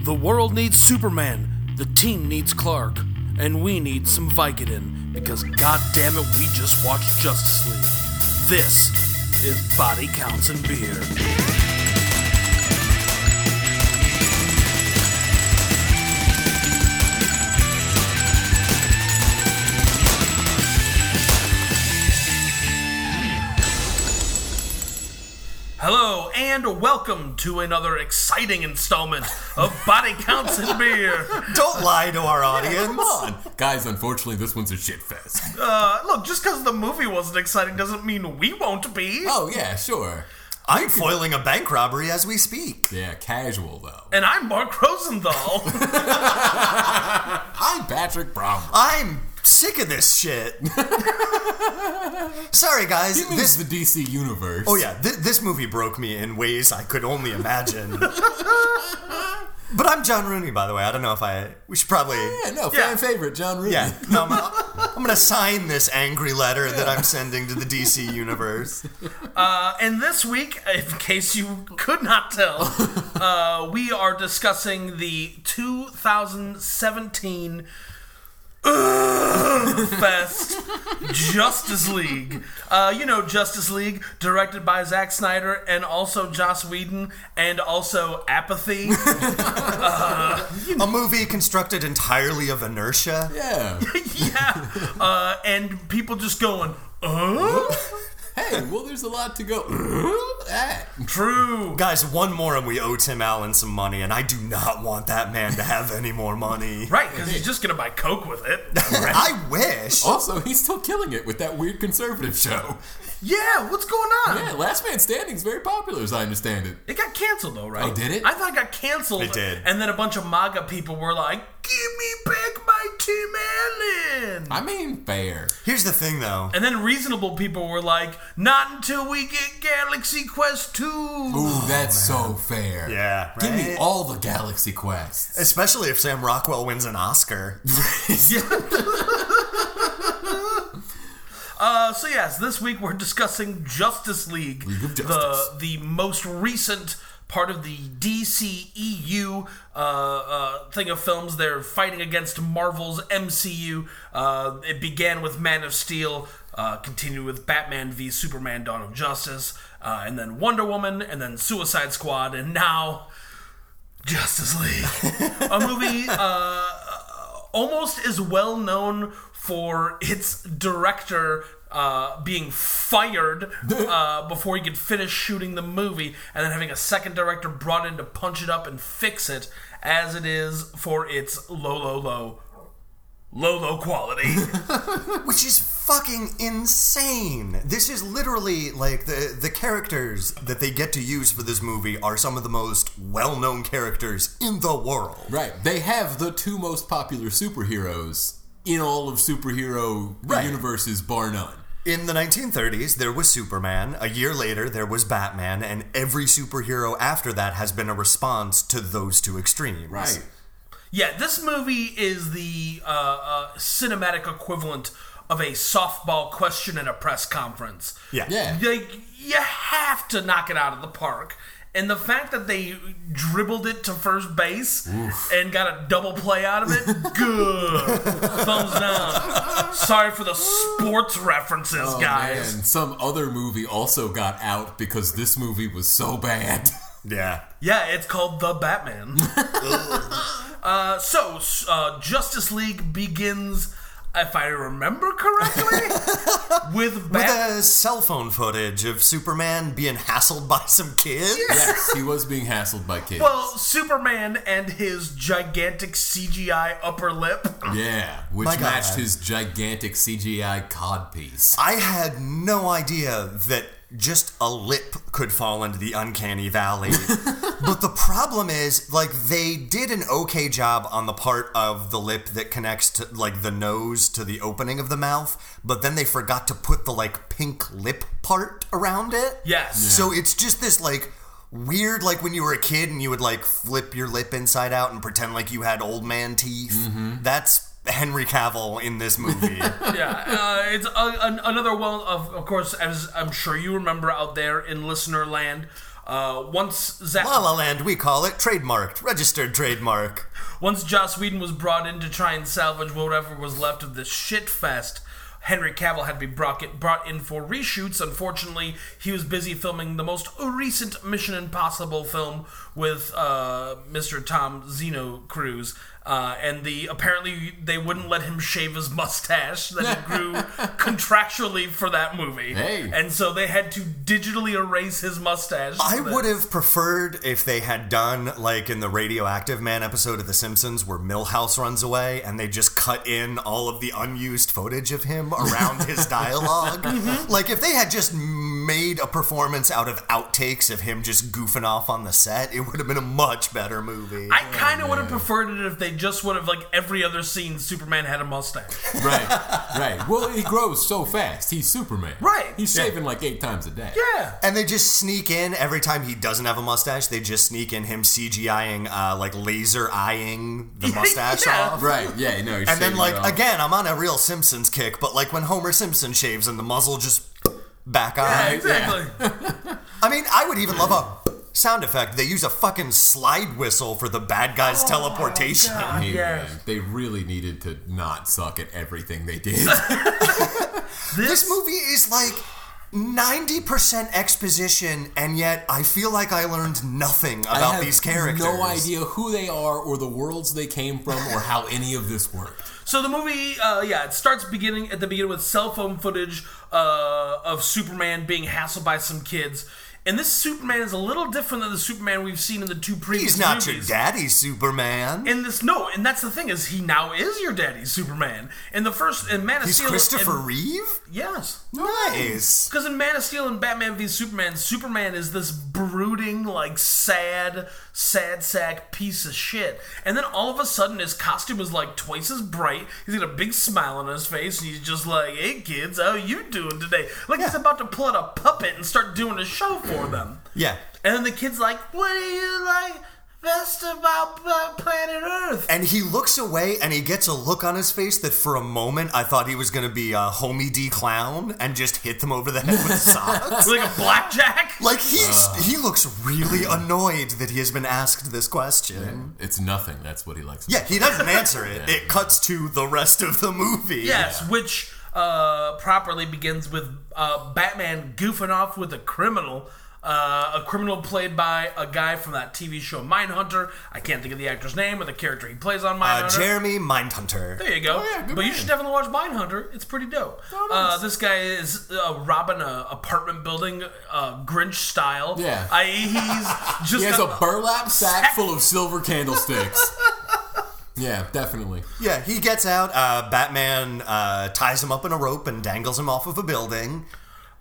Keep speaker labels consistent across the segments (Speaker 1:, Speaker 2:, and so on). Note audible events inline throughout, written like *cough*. Speaker 1: The world needs Superman, the team needs Clark, and we need some Vicodin because goddamn it, we just watched Justice League. This is Body Counts and Beer. Hello and welcome to another exciting installment of Body Counts and Beer.
Speaker 2: Don't lie to our audience. Come on.
Speaker 3: Guys, unfortunately, this one's a shit fest.
Speaker 1: *laughs* Uh, look, just because the movie wasn't exciting doesn't mean we won't be.
Speaker 3: Oh yeah, sure.
Speaker 2: I'm foiling a bank robbery as we speak.
Speaker 3: Yeah, casual though.
Speaker 1: And I'm Mark Rosenthal.
Speaker 3: Hi, Patrick Brown.
Speaker 2: I'm sick of this shit. *laughs* Sorry, guys.
Speaker 3: He means
Speaker 2: This.
Speaker 3: the DC universe.
Speaker 2: *laughs* Oh yeah, th- this movie broke me in ways I could only imagine. *laughs* but I'm John Rooney, by the way. I don't know if I. We should probably.
Speaker 3: Yeah, no,
Speaker 1: Yeah.
Speaker 3: fan favorite John Rooney.
Speaker 2: Oh, Yeah. No, I'm, I'm gonna sign this angry letter that I'm sending to the *laughs* DC universe.
Speaker 1: And this week, in case you could not tell, uh, we are discussing the 2017 Ugh uh, Fest Justice League. Uh, you know, Justice League, directed by Zack Snyder and also Joss Whedon and also Apathy. *laughs*
Speaker 2: A movie constructed entirely of inertia.
Speaker 3: *laughs* Yeah.
Speaker 1: yeah. Uh, and people just going, uh?
Speaker 3: Hey, well, there's a lot to go. *laughs* at.
Speaker 1: True.
Speaker 2: Guys, one more and we owe Tim Allen some money, and I do not want that man to have any more *laughs* money.
Speaker 1: Right, because he's just going to buy Coke with
Speaker 3: *laughs*
Speaker 1: it.
Speaker 2: I wish.
Speaker 3: Also, he's still killing it with that weird conservative show.
Speaker 1: Yeah, what's going on?
Speaker 3: Yeah, Last Man Standing's very popular, as I understand it.
Speaker 1: It got canceled though, right?
Speaker 3: Oh, did it?
Speaker 1: I thought it got canceled.
Speaker 2: It did.
Speaker 1: And then a bunch of MAGA people were like, "Give me back my Tim Allen."
Speaker 3: I mean, fair.
Speaker 2: Here's the thing, though.
Speaker 1: and then reasonable people were like, "Not until we get Galaxy Quest 2."
Speaker 3: Ooh, that's so fair.
Speaker 2: Yeah,
Speaker 3: Give me
Speaker 2: right?
Speaker 3: all the Galaxy Quests.
Speaker 2: Especially if Sam Rockwell wins an Oscar.
Speaker 1: Uh, so yes, this week we're *laughs* discussing Justice League,
Speaker 3: League of Justice.
Speaker 1: the the most recent part of the DCEU uh, uh, thing of films. They're fighting against Marvel's MCU. Uh, it began with Man of Steel, uh, continued with Batman v Superman: Dawn of Justice, uh, and then Wonder Woman, and then Suicide Squad, and now
Speaker 3: *laughs*
Speaker 1: Justice League, a movie. Uh, almost as well known for its director uh, being fired uh, before he could finish shooting the movie and then having a second director brought in to punch it up and fix it as it is for its low, low, low, low, low quality.
Speaker 2: Which is fucking insane. This is literally like the, the characters that they get to use for this movie are some of the most well known characters in the world.
Speaker 3: Right. They have the two most popular superheroes in all of superhero
Speaker 2: Right.
Speaker 3: universes, bar none.
Speaker 2: In the 1930s, there was Superman. A year later, there was Batman. And every superhero after that has been a response to those two extremes.
Speaker 1: yeah, this movie is the uh, uh, cinematic equivalent of a softball question in a press conference.
Speaker 2: Yeah.
Speaker 3: Yeah.
Speaker 1: like you have to knock it out of the park. And the fact that they dribbled it to first base and got a double play out of it, good. Thumbs down. Sorry for the sports references, guys.
Speaker 3: And some other movie also got out because this movie was so bad.
Speaker 2: Yeah.
Speaker 1: Yeah, it's called The Batman. uh, so, s- uh, Justice League begins, if I remember correctly, with
Speaker 2: With
Speaker 1: Batman.
Speaker 2: the cell phone footage of Superman being hassled by some kids.
Speaker 3: *laughs* yes, he was being hassled by kids.
Speaker 1: Well, Superman and his gigantic CGI upper lip.
Speaker 3: yeah, which
Speaker 2: My God.
Speaker 3: matched his gigantic CGI codpiece.
Speaker 2: I had no idea that just a lip could fall into the uncanny valley. but the problem is, like, they did an okay job on the part of the lip that connects to, like, the nose to the opening of the mouth, but then they forgot to put the, like, pink lip part around it.
Speaker 1: Yes. Yeah.
Speaker 2: So it's just this, like, weird, like, when you were a kid and you would, like, flip your lip inside out and pretend like you had old man teeth. That's Henry Cavill in this movie.
Speaker 1: yeah, uh, it's a, an, another well of, of course, as I'm sure you remember out there in listener land, Uh, once Zack,
Speaker 2: La La Land, we call it trademarked, registered trademark.
Speaker 1: once Joss Whedon was brought in to try and salvage whatever was left of this shit fest. Henry Cavill had to be brought, get brought in for reshoots. Unfortunately, he was busy filming the most recent Mission Impossible film with uh, Mr. Tom Zeno Cruz, uh, and the apparently they wouldn't let him shave his mustache that he
Speaker 2: *laughs*
Speaker 1: grew contractually for that movie,
Speaker 3: Hey.
Speaker 1: and so they had to digitally erase his mustache.
Speaker 2: I
Speaker 1: so that-
Speaker 2: would have preferred if they had done like in the Radioactive Man episode of The Simpsons where Millhouse runs away and they just cut in all of the unused footage of him around his
Speaker 1: *laughs*
Speaker 2: dialog
Speaker 1: Mm-hmm.
Speaker 2: Like if they had just made a performance out of outtakes of him just goofing off on the set, it would have been a much better movie.
Speaker 1: I kind of would have preferred it if they just would have like every other scene Superman had a mustache.
Speaker 3: *laughs* right, right. Well, he grows so fast. He's Superman.
Speaker 1: Right.
Speaker 3: He's shaving like eight times a day.
Speaker 1: yeah.
Speaker 2: and they just sneak in every time he doesn't have a mustache. They just sneak in him CGIing, uh, like laser eyeing the mustache
Speaker 1: *laughs* Yeah.
Speaker 2: off.
Speaker 3: Right. Yeah. No. He's
Speaker 2: And
Speaker 3: shaving
Speaker 2: then,
Speaker 3: it
Speaker 2: like,
Speaker 3: off.
Speaker 2: again, I'm on a real Simpsons kick, but like when Homer Simpson shaves and the muzzle just back on.
Speaker 1: Yeah,
Speaker 3: Right,
Speaker 1: exactly.
Speaker 2: I mean, I would even love a sound effect. They use a fucking slide whistle for the bad guy's teleportation.
Speaker 1: God,
Speaker 3: Hey,
Speaker 1: yes.
Speaker 3: man, they really needed to not suck at everything they *laughs* did.
Speaker 2: This movie is like 90% exposition, and yet I feel like I learned nothing
Speaker 3: I
Speaker 2: about
Speaker 3: have
Speaker 2: these characters.
Speaker 3: No idea who they are or the worlds they came from or how any of this worked.
Speaker 1: So the movie, uh, yeah, it starts beginning at the beginning with cell phone footage uh, of Superman being hassled by some kids. And this Superman is a little different than the Superman we've seen in the two previous
Speaker 2: He's not your
Speaker 1: movies.
Speaker 2: daddy, Superman.
Speaker 1: In this, no, and that's the thing is he now is your daddy Superman. In the first, in Man of
Speaker 2: He's
Speaker 1: Steel,
Speaker 2: Christopher
Speaker 1: and,
Speaker 2: Reeve?
Speaker 1: yes,
Speaker 2: Nice.
Speaker 1: Because in Man of Steel and Batman v Superman, Superman is this brooding, like sad, sad sack piece of shit. And then all of a sudden, his costume is like twice as bright. He's got a big smile on his face, and he's just like, "Hey kids, how you doing today?" Like he's about to pull out a puppet and start doing a show for them.
Speaker 2: Yeah.
Speaker 1: And then the kid's like, "What do you like best about uh, planet Earth?"
Speaker 2: And he looks away and he gets a look on his face that for a moment I thought he was going to be a homie D clown and just hit them over the head with socks.
Speaker 1: Like a blackjack.
Speaker 2: like he's he looks really annoyed that he has been asked this question.
Speaker 3: It's nothing. That's what he likes.
Speaker 2: Yeah, he doesn't answer it. It cuts to the rest of the movie.
Speaker 1: Yes, which uh, properly begins with uh, Batman goofing off with a criminal. Uh, a criminal played by a guy from that TV show Mindhunter. I can't think of the actor's name or the character he plays on
Speaker 2: Uh,
Speaker 1: Mindhunter.
Speaker 2: Jeremy Mindhunter.
Speaker 1: there you go.
Speaker 3: Oh, yeah, good
Speaker 1: but you
Speaker 3: man. Oh,
Speaker 1: should definitely watch Mindhunter. It's pretty dope. uh, this guy is uh, robbing a apartment building, uh, Grinch style.
Speaker 3: Yeah.
Speaker 1: I, he's
Speaker 3: *laughs*
Speaker 1: just
Speaker 3: He has
Speaker 1: a-
Speaker 3: a burlap sack full of silver candlesticks. yeah, definitely.
Speaker 2: Yeah, he gets out. Uh, Batman uh, ties him up in a rope and dangles him off of a building.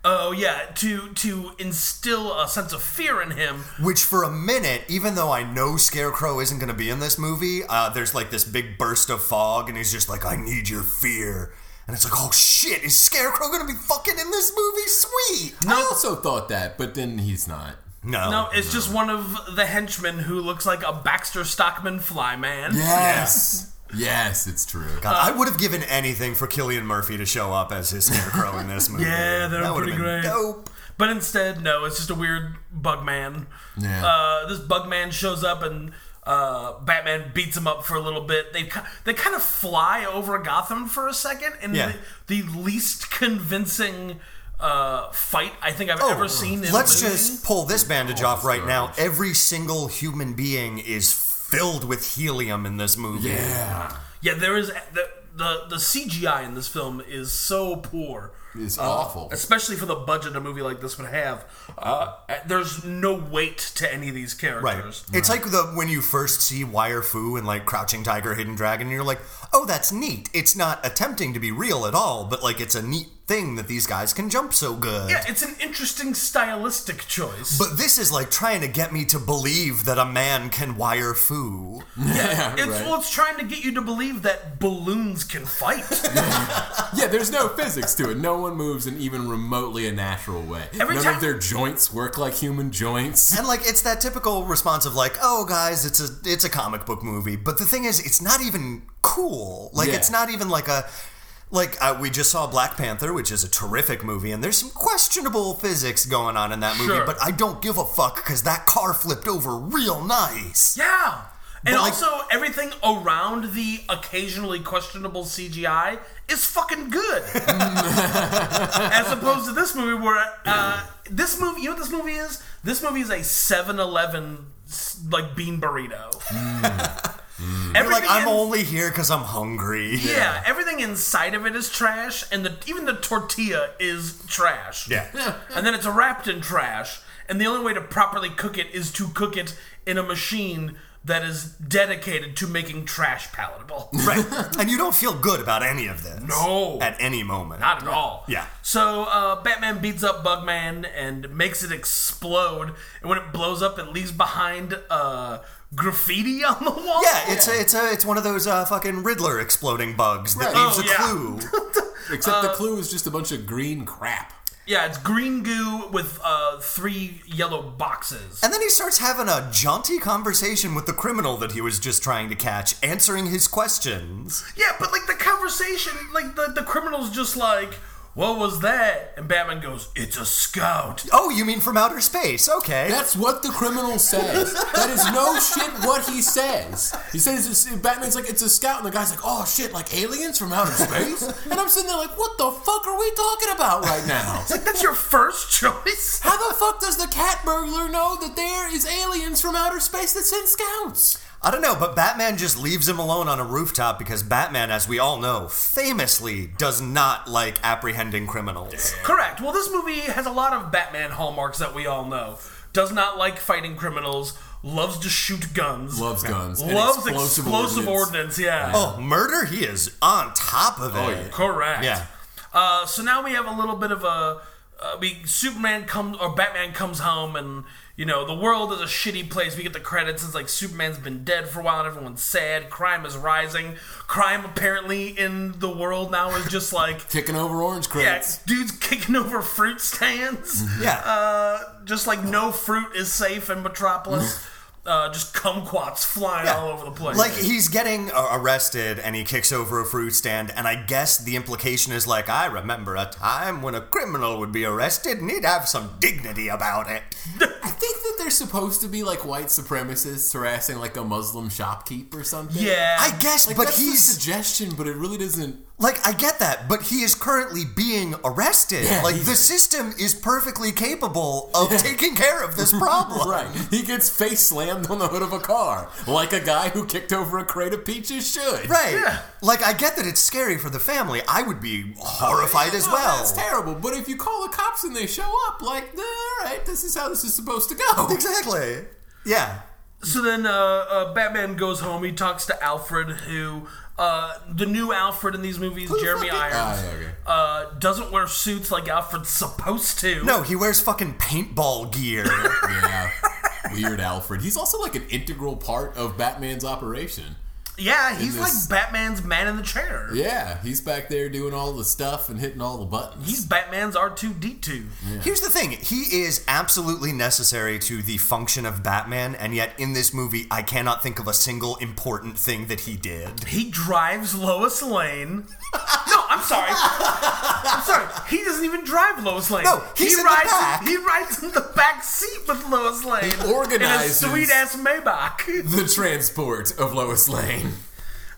Speaker 1: oh yeah to to instill a sense of fear in him.
Speaker 2: Which, for a minute, even though I know Scarecrow isn't going to be in this movie, uh, there's like this big burst of fog, and he's just like, I need your fear. And it's like, oh shit, is Scarecrow going to be fucking in this movie? Sweet!
Speaker 3: I also thought that, but then he's not.
Speaker 2: No.
Speaker 1: No, it's just one of the henchmen who looks like a Baxter Stockman fly man.
Speaker 3: Yes. yes, it's true.
Speaker 2: God,
Speaker 1: uh,
Speaker 2: I would have given anything for Killian Murphy to show up as his Scarecrow in this movie.
Speaker 1: *laughs* Yeah, that
Speaker 2: That
Speaker 1: would
Speaker 2: would
Speaker 1: be
Speaker 2: have
Speaker 1: great.
Speaker 2: been dope.
Speaker 1: But instead, no, it's just a weird bug man.
Speaker 3: Yeah.
Speaker 1: Uh, this bug man shows up and uh, Batman beats him up for a little bit. They ki- they kind of fly over Gotham for a second, and
Speaker 2: Yeah.
Speaker 1: the, the least convincing uh, fight I think I've ever seen. In a
Speaker 2: Oh, Let's
Speaker 1: movie.
Speaker 2: just pull this bandage off right now. Every single human being is filled with helium in this movie.
Speaker 3: Yeah.
Speaker 1: yeah, there is the, the the CGI in this film is so poor. Uh,
Speaker 3: Uh, It's awful.
Speaker 1: especially for the budget a movie like this would have. Uh, there's no weight to any of these
Speaker 2: Right.
Speaker 1: characters.
Speaker 2: It's like the when you first see Wire Fu and like Crouching Tiger, Hidden Dragon, and you're like, oh, that's neat. It's not attempting to be real at all, but like it's a neat thing that these guys can jump so good.
Speaker 1: Yeah, it's an interesting stylistic choice.
Speaker 2: But this is like trying to get me to believe that a man can wire foo.
Speaker 3: yeah,
Speaker 1: it's,
Speaker 3: right.
Speaker 1: well, it's trying to get you to believe that balloons can fight.
Speaker 3: yeah, there's no physics to it. No one moves in even remotely a natural way.
Speaker 1: Every
Speaker 3: None
Speaker 1: time-
Speaker 3: of their joints work like human
Speaker 2: *laughs*
Speaker 3: joints.
Speaker 2: And like it's that typical response of like, oh guys, it's a it's a comic book movie. But the thing is, it's not even cool. Like
Speaker 3: Yeah.
Speaker 2: it's not even like a like uh, we just saw Black Panther, which is a terrific movie, and there's some questionable physics going on in that movie.
Speaker 1: Sure.
Speaker 2: But I don't give a fuck because that car flipped over real nice.
Speaker 1: Yeah. And
Speaker 2: But, like-
Speaker 1: also, everything around the occasionally questionable CGI is
Speaker 2: *laughs*
Speaker 1: fucking good. As opposed to this movie, where uh, this movie, you know what this movie is? This movie is a 7 Eleven, like, bean burrito.
Speaker 2: Mm. You're like
Speaker 1: Everything
Speaker 2: I'm
Speaker 1: in-
Speaker 2: only here because I'm hungry.
Speaker 1: Yeah. everything inside of it is trash, and the, even the tortilla is trash.
Speaker 2: Yeah.
Speaker 1: *laughs* and then it's wrapped in trash. And the only way to properly cook it is to cook it in a machine that is dedicated to making
Speaker 2: *laughs*
Speaker 1: trash palatable.
Speaker 2: *laughs* right. And you don't feel good about any of this.
Speaker 1: No.
Speaker 2: At any moment.
Speaker 1: Not at all.
Speaker 2: Yeah.
Speaker 1: So uh, Batman beats up Bugman and makes it explode. And when it blows up, it leaves behind uh, graffiti on the wall.
Speaker 2: yeah, it's A, it's a, it's one of those uh, fucking Riddler exploding bugs that
Speaker 3: Right.
Speaker 2: leaves
Speaker 1: Oh,
Speaker 2: a
Speaker 1: yeah.
Speaker 2: clue.
Speaker 1: *laughs*
Speaker 3: Except the clue is just a bunch of green crap.
Speaker 1: Yeah, it's green goo with uh, three yellow boxes.
Speaker 2: And then he starts having a jaunty conversation with the criminal that he was just trying to catch, answering his questions.
Speaker 1: Yeah, but like the conversation, like the, the criminal's just like, what was that? And Batman goes, it's a scout.
Speaker 2: Oh, you mean from outer space? Okay.
Speaker 3: That's what the criminal says. That is no shit what he says. He says it's, Batman's like it's a scout, and the guy's like, oh shit, like aliens from outer space. And I'm sitting there like, what the fuck are we talking about right now?
Speaker 1: Like, that's your
Speaker 3: *laughs*
Speaker 1: first choice?
Speaker 3: How the fuck does the cat burglar know that there is aliens from outer space that send scouts?
Speaker 2: I don't know, but Batman just leaves him alone on a rooftop because Batman, as we all know, famously does not like apprehending criminals.
Speaker 1: Correct. Well, this movie has a lot of Batman hallmarks that we all know. Does not like fighting criminals, loves to shoot guns,
Speaker 3: Loves guns. and
Speaker 1: loves explosive, ordnance. yeah.
Speaker 2: Oh, murder? He is on top of it.
Speaker 1: Oh, Correct.
Speaker 2: Yeah.
Speaker 1: Uh, so now we have a little bit of a. Uh, we Superman comes or Batman comes home, and you know the world is a shitty place. We get the credits. It's like Superman's been dead for a while, and everyone's sad. Crime is rising. Crime apparently in the world now is
Speaker 2: *laughs*
Speaker 1: just like
Speaker 3: Kicking over orange
Speaker 1: yeah,
Speaker 3: crates.
Speaker 1: dudes kicking over fruit stands.
Speaker 2: Mm-hmm. Yeah.
Speaker 1: Uh, just like no fruit is safe in Metropolis. uh, just kumquats flying all over the place.
Speaker 2: Mm-hmm. Like he's getting uh, arrested and he kicks over a fruit stand, and I guess the implication is like, I remember a time when a criminal would be arrested and he'd have some dignity about it.
Speaker 3: I think that they're supposed to be like white supremacists harassing like a Muslim shopkeep or something.
Speaker 1: yeah,
Speaker 2: I guess,
Speaker 3: Like,
Speaker 2: but
Speaker 3: that's the
Speaker 2: he's
Speaker 3: suggestion, but it really doesn't.
Speaker 2: like, I get that, but he is currently being arrested.
Speaker 3: Yeah,
Speaker 2: like
Speaker 3: he's-
Speaker 2: the system is perfectly capable of taking care of this problem.
Speaker 3: *laughs* Right. He gets face slammed on the hood of a car, like a guy who kicked over a crate of peaches should.
Speaker 2: Right.
Speaker 1: Yeah.
Speaker 2: Like I get that it's scary for the family. I would be horrified as
Speaker 3: Oh,
Speaker 2: well.
Speaker 3: That's terrible. But if you call the cops and they show up, like, all right, this is how this is supposed to go.
Speaker 2: Exactly. Yeah.
Speaker 1: So then uh, uh, Batman goes home. He talks to Alfred, who uh, the new Alfred in these movies, Jeremy
Speaker 3: fucking-
Speaker 1: Irons,
Speaker 3: Ah, yeah, okay.
Speaker 1: uh, doesn't wear suits like Alfred's supposed to.
Speaker 2: No, he wears fucking paintball gear.
Speaker 3: *laughs* Yeah. Weird Alfred. He's also like an integral part of Batman's operation.
Speaker 1: Yeah, he's
Speaker 3: In
Speaker 1: like
Speaker 3: this-
Speaker 1: Batman's man in the chair.
Speaker 3: Yeah, he's back there doing all the stuff and hitting all the buttons.
Speaker 1: He's Batman's R two D two.
Speaker 2: Here's the thing he is absolutely necessary to the function of Batman, and yet in this movie, I cannot think of a single important thing that he did.
Speaker 1: He drives Lois Lane. No, I'm sorry. I'm sorry. He doesn't even drive Lois Lane.
Speaker 2: No, he's
Speaker 1: he
Speaker 2: in the
Speaker 1: rides.
Speaker 2: back.
Speaker 1: He rides in the back seat with Lois Lane.
Speaker 3: organizes-
Speaker 1: in a sweet ass
Speaker 2: *laughs*
Speaker 1: Maybach.
Speaker 3: the transport of Lois Lane.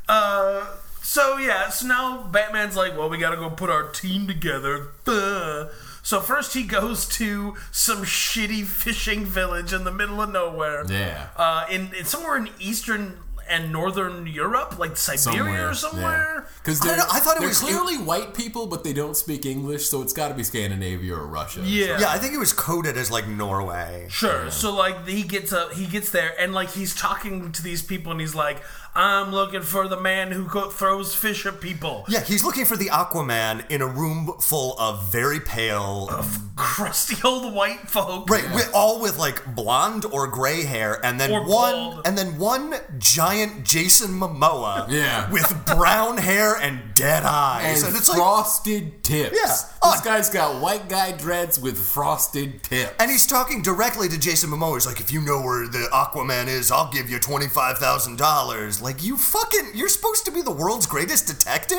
Speaker 1: Uh, so yeah, so now Batman's like, well, we gotta go put our team together. Duh. So first he goes to some shitty fishing village in the middle of nowhere.
Speaker 3: Yeah.
Speaker 1: Uh, in, in somewhere in eastern and northern Europe, like Siberia or somewhere.
Speaker 3: Because
Speaker 2: I don't know, I thought it
Speaker 3: they're
Speaker 2: was-
Speaker 3: clearly white people, but they don't speak English, so it's got to be Scandinavia or Russia.
Speaker 1: Yeah.
Speaker 2: Yeah, I think it was coded as like Norway.
Speaker 1: Sure. So like he gets up, he gets there, and like he's talking to these people, and he's like, "I'm looking for the man who co- throws fish at people."
Speaker 2: Yeah, he's looking for the Aquaman in a room full of very pale,
Speaker 1: Crusty old white folk.
Speaker 2: right, wi- all with like blonde or gray hair, and then
Speaker 1: Or
Speaker 2: one,
Speaker 1: bald.
Speaker 2: and then one giant Jason Momoa
Speaker 3: Yeah.
Speaker 2: with brown hair and dead eyes.
Speaker 3: and,
Speaker 2: And, it's like.
Speaker 3: frosted tips.
Speaker 2: Yeah.
Speaker 3: This
Speaker 2: Oh.
Speaker 3: guy's got white guy dreads with frosted tips.
Speaker 2: And he's talking directly to Jason Momoa. He's like, if you know where the Aquaman is, I'll give you $25,000. Like, you fucking. You're supposed to be the world's greatest detective?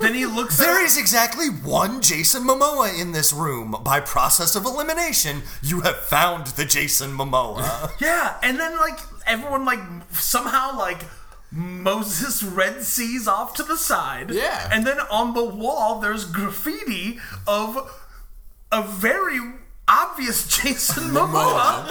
Speaker 1: Then he looks at
Speaker 2: There is exactly one Jason Momoa in this room. By process of elimination, you have found the Jason Momoa.
Speaker 1: Yeah, and then like everyone like somehow like Moses Red Seas off to the side.
Speaker 3: Yeah.
Speaker 1: And then on the wall there's graffiti of a very obvious *laughs* Jason Momoa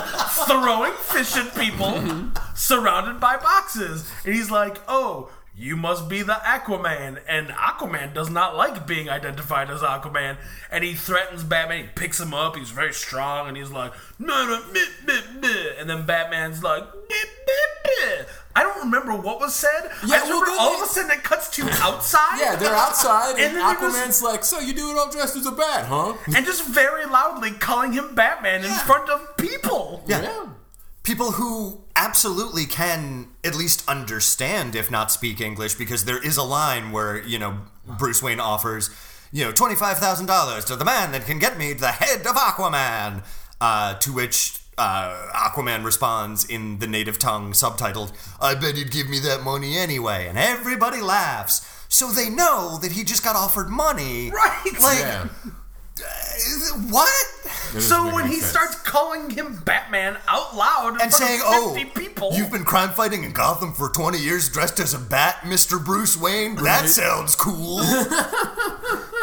Speaker 1: throwing fish at people surrounded by boxes. And he's like, "Oh, you must be the Aquaman, and Aquaman does not like being identified as Aquaman. And he threatens Batman. He picks him up. He's very strong, and he's like, no, no, meh, meh, meh. and then Batman's like, meh, meh, meh. I don't remember what was said.
Speaker 3: Yeah,
Speaker 1: I
Speaker 3: well,
Speaker 1: remember
Speaker 3: then
Speaker 1: all
Speaker 3: they-
Speaker 1: of a sudden it cuts to outside.
Speaker 3: Yeah, they're outside, and,
Speaker 1: *laughs* And then they're
Speaker 3: Aquaman's like, "So you do it all dressed as a bat, huh?"
Speaker 1: and just very loudly calling him Batman in
Speaker 2: Yeah.
Speaker 1: front of people.
Speaker 2: Yeah. People who absolutely can at least understand, if not speak English, because there is a line where, you know, Bruce Wayne offers, you know, $25,000 to the man that can get me the head of Aquaman. Uh, to which uh, Aquaman responds in the native tongue, subtitled, I bet he'd give me that money anyway. And everybody laughs. So they know that he just got offered money.
Speaker 1: Right.
Speaker 2: Like,
Speaker 3: Yeah.
Speaker 2: uh, what?
Speaker 1: So when he starts calling him Batman out loud in
Speaker 2: and
Speaker 1: front
Speaker 2: saying,
Speaker 1: of
Speaker 2: "Oh,
Speaker 1: 50 people,
Speaker 2: you've been crime fighting in Gotham for 20 years, dressed as a bat, Mister Bruce Wayne. That sounds
Speaker 3: *laughs*
Speaker 2: cool."
Speaker 1: *laughs*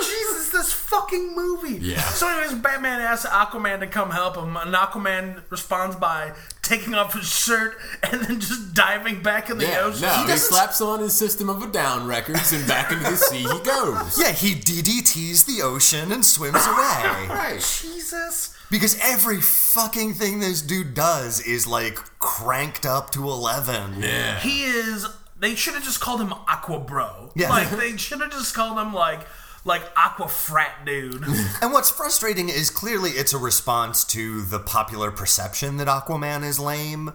Speaker 1: Jesus, this fucking movie.
Speaker 3: Yeah.
Speaker 1: So, anyways, Batman asks Aquaman to come help him, and Aquaman responds by taking off his shirt and then just diving back in the
Speaker 3: yeah,
Speaker 1: ocean.
Speaker 3: no, he,
Speaker 2: doesn't-
Speaker 3: slaps on his System of a Down records, and back into the sea *laughs* he goes.
Speaker 2: yeah, he DDTs the ocean and
Speaker 3: *laughs*
Speaker 2: swims away
Speaker 3: Right.
Speaker 1: Jesus.
Speaker 2: because every fucking thing this dude does is like cranked up to 11.
Speaker 3: Yeah.
Speaker 1: He is. They should have just called him Aqua Bro.
Speaker 2: Yeah.
Speaker 1: Like they should have just called him like like Aqua Frat Dude.
Speaker 3: *laughs*
Speaker 2: And what's frustrating is clearly it's a response to the popular perception that Aquaman is lame.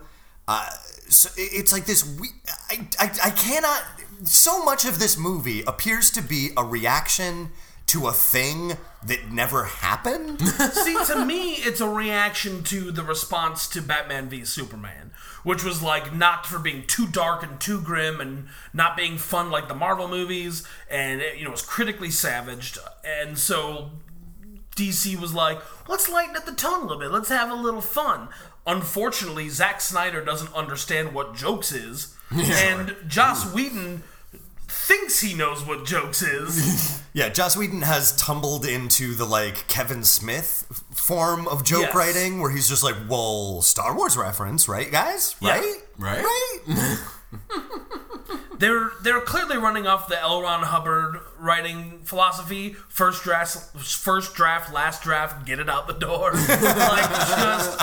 Speaker 2: Uh, so i- it's like this. We- I, I, I cannot. So much of this movie appears to be a reaction to a thing that never
Speaker 3: *laughs*
Speaker 2: happened.
Speaker 1: See, to me, it's a reaction to the response to Batman v Superman, which was like knocked for being too dark and too grim and not being fun like the Marvel movies, and it, you know was critically savaged, and so DC was like, let's lighten up the tone a little bit, let's have a little fun. Unfortunately, Zack Snyder doesn't understand what jokes is, and Joss Whedon thinks he knows what jokes is.
Speaker 2: yeah, Joss Whedon has tumbled into the like Kevin Smith f- form of joke
Speaker 1: Yes.
Speaker 2: writing where he's just like, well, Star Wars reference, right, guys?
Speaker 1: Yeah.
Speaker 2: Right?
Speaker 3: Right.
Speaker 2: Right?
Speaker 3: *laughs*
Speaker 1: They're they're clearly running off the L. Ron Hubbard writing philosophy: first draft, first draft, last draft, get it out the door. *laughs* like just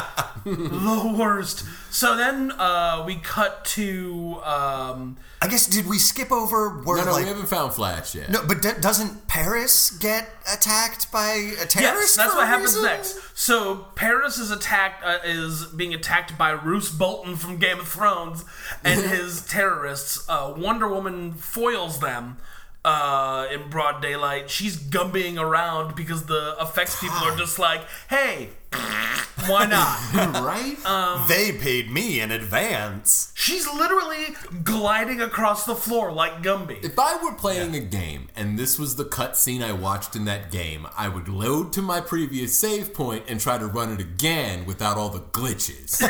Speaker 1: the worst. So then uh, we cut to um,
Speaker 2: I guess, did we skip over where
Speaker 3: No, no,
Speaker 2: like.
Speaker 3: we haven't found Flash yet.
Speaker 2: No, but d- doesn't Paris get attacked by a
Speaker 1: yes,
Speaker 2: terrorist?
Speaker 1: that's
Speaker 2: for
Speaker 1: what
Speaker 2: a
Speaker 1: happens
Speaker 2: reason?
Speaker 1: next. So Paris is attacked, uh, is being attacked by Roose Bolton from Game of Thrones and
Speaker 2: *laughs*
Speaker 1: his terrorists. Uh, Wonder Woman foils them uh, in broad daylight. She's gumbying around because the effects people are just like, "Hey, *laughs*
Speaker 2: *laughs*
Speaker 1: why not?"
Speaker 3: *laughs* Right.
Speaker 1: Um,
Speaker 2: They paid me in advance.
Speaker 1: She's literally gliding across the floor like Gumby.
Speaker 3: If I were playing a game and this was the cutscene I watched in that game, I would load to my previous save point and try to run it again without all the *laughs* glitches.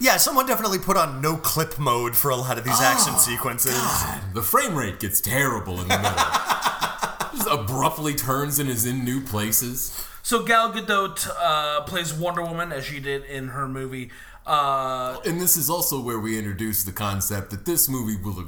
Speaker 2: Yeah, someone definitely put on no clip mode for a lot of these action sequences.
Speaker 3: God, the frame rate gets terrible in the middle. Just abruptly turns and is in new places.
Speaker 1: So Gal Gadot uh, plays Wonder Woman as she did in her movie. Uh,
Speaker 3: And this is also where we introduce the concept that this movie will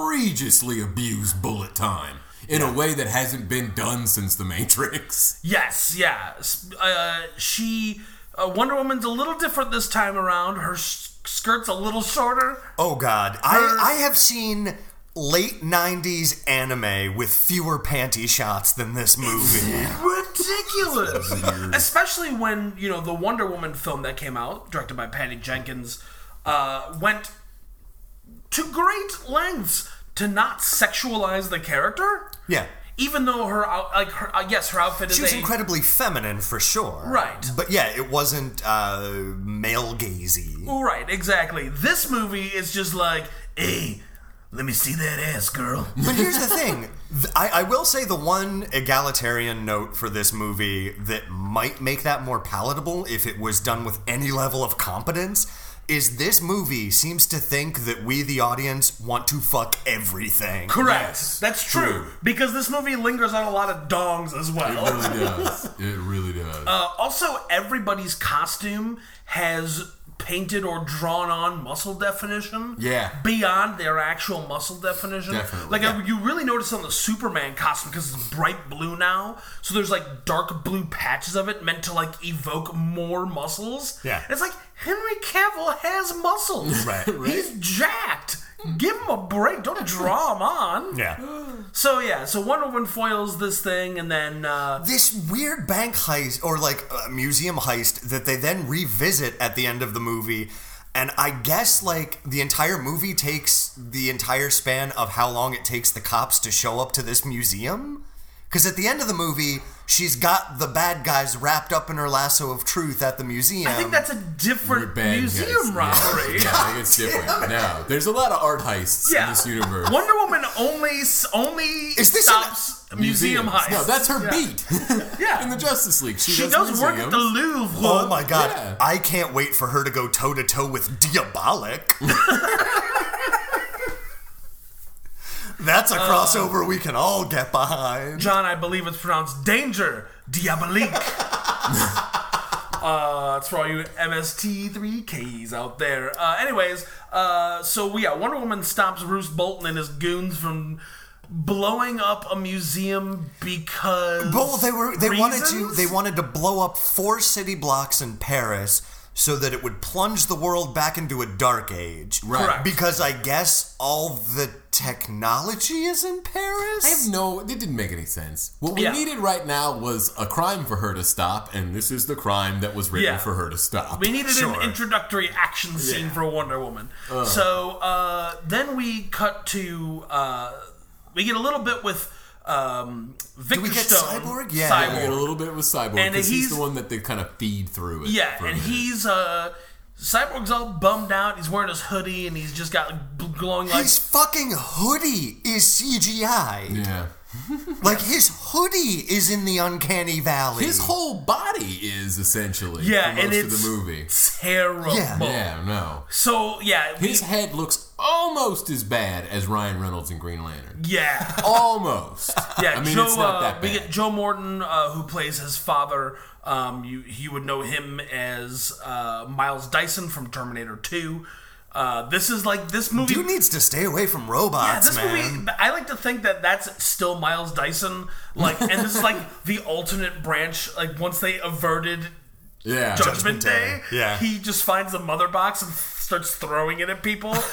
Speaker 3: egregiously abuse bullet time in a way that hasn't been done since The Matrix.
Speaker 1: Yes, yeah. S- Uh, she uh, Wonder Woman's a little different this time around. Her s- skirt's a little shorter.
Speaker 2: Oh God,
Speaker 1: Her-
Speaker 2: I I have seen late '90s anime with fewer panty shots than this *laughs* movie.
Speaker 1: Ridiculous, especially when you know the Wonder Woman film that came out, directed by Patty Jenkins. uh, went to great lengths to not sexualize the character.
Speaker 2: Yeah.
Speaker 1: Even though her out, like her uh, yes, her outfit is
Speaker 2: She was
Speaker 1: a-
Speaker 2: incredibly feminine for sure.
Speaker 1: Right.
Speaker 2: But yeah, it wasn't uh, male gazy.
Speaker 1: Right, exactly. This movie is just like, hey, let me see that ass, girl.
Speaker 2: But here's the thing Th- I, I will say the one egalitarian note for this movie that might make that more palatable if it was done with any level of competence is this movie seems to think that we, the audience, want to fuck everything.
Speaker 1: Correct.
Speaker 3: Yes,
Speaker 1: That's true.
Speaker 3: true.
Speaker 1: Because this movie lingers on a lot of dongs as
Speaker 3: It
Speaker 1: well.
Speaker 3: really does. It really does.
Speaker 1: Uh, also, everybody's costume has painted or drawn on muscle definition.
Speaker 3: Yeah.
Speaker 1: Beyond their actual muscle definition.
Speaker 3: Definitely,
Speaker 1: Like,
Speaker 3: yeah.
Speaker 1: uh, you really notice on the Superman costume because it's bright blue now. So there's like dark blue patches of it meant to like evoke more muscles.
Speaker 2: Yeah.
Speaker 1: It's like Henry Cavill has muscles.
Speaker 2: Right.
Speaker 1: He's jacked. Give him a break. Don't draw him on.
Speaker 2: Yeah.
Speaker 1: So yeah, so Wonder Woman foils this thing, and then uh,
Speaker 2: This weird bank heist or like uh, museum heist that they then revisit at the end of the movie. And I guess like the entire movie takes the entire span of how long it takes the cops to show up to this museum. Because at the end of the movie, she's got the bad guys wrapped up in her lasso of truth at the museum.
Speaker 1: I
Speaker 3: Um,
Speaker 1: think that's a different museum robbery.
Speaker 3: Yeah, I think
Speaker 1: *laughs*
Speaker 3: it's different. No, there's a lot of art heists
Speaker 1: Yeah,
Speaker 3: in this universe.
Speaker 1: Wonder Woman only only
Speaker 2: Is this
Speaker 1: stops museum
Speaker 3: Museums.
Speaker 1: heists.
Speaker 3: No, that's her beat. *laughs*
Speaker 1: Yeah.
Speaker 3: in the Justice League, she,
Speaker 1: she
Speaker 3: does,
Speaker 1: does work at the
Speaker 3: museums.
Speaker 1: Louvre.
Speaker 2: Oh my god!
Speaker 3: Yeah.
Speaker 2: I can't wait for her to go toe to toe with
Speaker 1: *laughs*
Speaker 2: Diabolic. That's a
Speaker 1: Um,
Speaker 2: crossover we can all get behind.
Speaker 1: John, I believe it's pronounced danger diabolique. uh, that's for all you MST3Ks out there. Uh, anyways, uh, so yeah, Wonder Woman stops Bruce Bolton and his goons from blowing up a museum because.
Speaker 2: Well, they were they wanted to
Speaker 1: reasons?
Speaker 2: they wanted to blow up four city blocks in Paris so that it would plunge the world back into a dark age.
Speaker 3: Right.
Speaker 1: Correct.
Speaker 2: Because I guess all the technology is in Paris.
Speaker 3: I have no. It didn't make any sense. What we
Speaker 1: Yeah.
Speaker 3: needed right now was a crime for her to stop, and this is the crime that was written
Speaker 1: Yeah.
Speaker 3: for her to stop.
Speaker 1: We needed
Speaker 2: Sure.
Speaker 1: an introductory action scene for Wonder Woman. So uh, then we cut to uh, we get a little bit with um, Victor
Speaker 2: we get
Speaker 1: Stone,
Speaker 2: Cyborg? Yeah.
Speaker 3: We
Speaker 1: Cyborg.
Speaker 3: get a little bit with Cyborg
Speaker 1: And
Speaker 3: because he's,
Speaker 1: he's-
Speaker 3: the one that they kind of feed through it.
Speaker 1: Yeah,
Speaker 3: for a
Speaker 1: and
Speaker 3: minute.
Speaker 1: he's uh Cyborg's all bummed out. He's wearing his hoodie and he's just got like, bl- glowing
Speaker 2: His
Speaker 1: lights.
Speaker 2: fucking hoodie is CGI.
Speaker 3: yeah.
Speaker 2: Like his hoodie is in the uncanny valley.
Speaker 3: His whole body is essentially
Speaker 1: Yeah,
Speaker 3: for most
Speaker 1: and it's
Speaker 3: of the movie.
Speaker 1: terrible.
Speaker 2: Yeah.
Speaker 3: Yeah, no.
Speaker 1: So yeah, we,
Speaker 3: His head looks almost as bad as Ryan Reynolds in Green Lantern.
Speaker 1: yeah.
Speaker 3: *laughs* Almost.
Speaker 1: *laughs* Yeah,
Speaker 3: I mean
Speaker 1: Joe.
Speaker 3: it's not
Speaker 1: uh,
Speaker 3: that
Speaker 1: We
Speaker 3: bad.
Speaker 1: get Joe Morton, uh, who plays his father. Um, you you would know him as uh, Miles Dyson from Terminator Two. Uh, this is like this movie.
Speaker 2: Dude needs to stay away from
Speaker 1: Yeah,
Speaker 2: robots,
Speaker 1: this
Speaker 2: man.
Speaker 1: movie. I like to think that that's still Miles Dyson. Like, and this is
Speaker 3: *laughs*
Speaker 1: like the alternate branch. Like, once they averted
Speaker 3: yeah.
Speaker 1: Judgment,
Speaker 2: Judgment Day.
Speaker 1: Day,
Speaker 2: Yeah.
Speaker 1: he just finds the mother box and starts throwing it at people. and
Speaker 2: *laughs*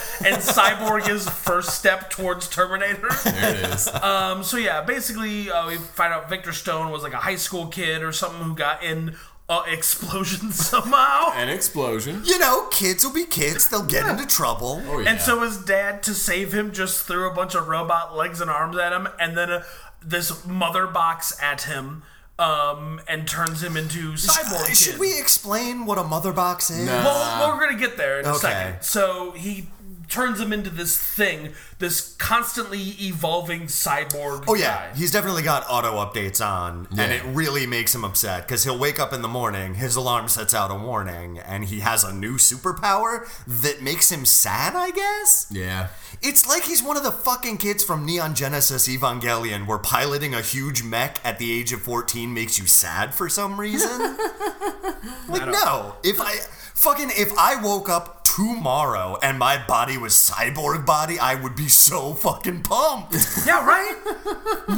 Speaker 1: Cyborg is first step towards Terminator.
Speaker 3: There it
Speaker 1: *laughs*
Speaker 3: is.
Speaker 1: Um, so yeah, basically, uh, we find out Victor Stone was like a high school kid or something who got in uh, *laughs* explosion somehow.
Speaker 3: An explosion.
Speaker 2: You know, kids will be kids. They'll get into trouble.
Speaker 3: Oh, yeah.
Speaker 1: And so his dad, to save him, just threw a bunch of robot legs and arms at him, and then uh, this mother box at him, um, and turns him into cyborg.
Speaker 2: Uh,
Speaker 1: kid.
Speaker 2: Should we explain what a mother box is?
Speaker 3: No.
Speaker 1: Well, well, we're gonna get there in a
Speaker 2: Okay.
Speaker 1: second. So he turns him into this thing, this constantly evolving cyborg.
Speaker 2: Oh yeah,
Speaker 1: guy.
Speaker 2: he's definitely got auto updates on, and
Speaker 3: Yeah.
Speaker 2: it really makes him upset because he'll wake up in the morning, his alarm sets out a warning, and he has a new superpower that makes him sad. I guess
Speaker 1: *laughs*
Speaker 3: Yeah.
Speaker 2: it's like he's one of the fucking kids from Neon Genesis Evangelion, where piloting a huge mech at the age of fourteen makes you sad for some reason. like no, if I fucking if I woke up. Tomorrow, and my body was cyborg body, I would be so fucking pumped. *laughs*
Speaker 1: yeah, right.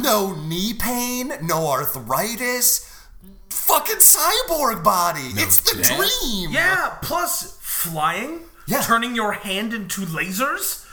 Speaker 2: No knee pain, no arthritis, fucking cyborg body. it's the
Speaker 3: death.
Speaker 2: dream.
Speaker 1: Yeah, plus flying,
Speaker 2: Yeah.
Speaker 1: turning your hand into lasers,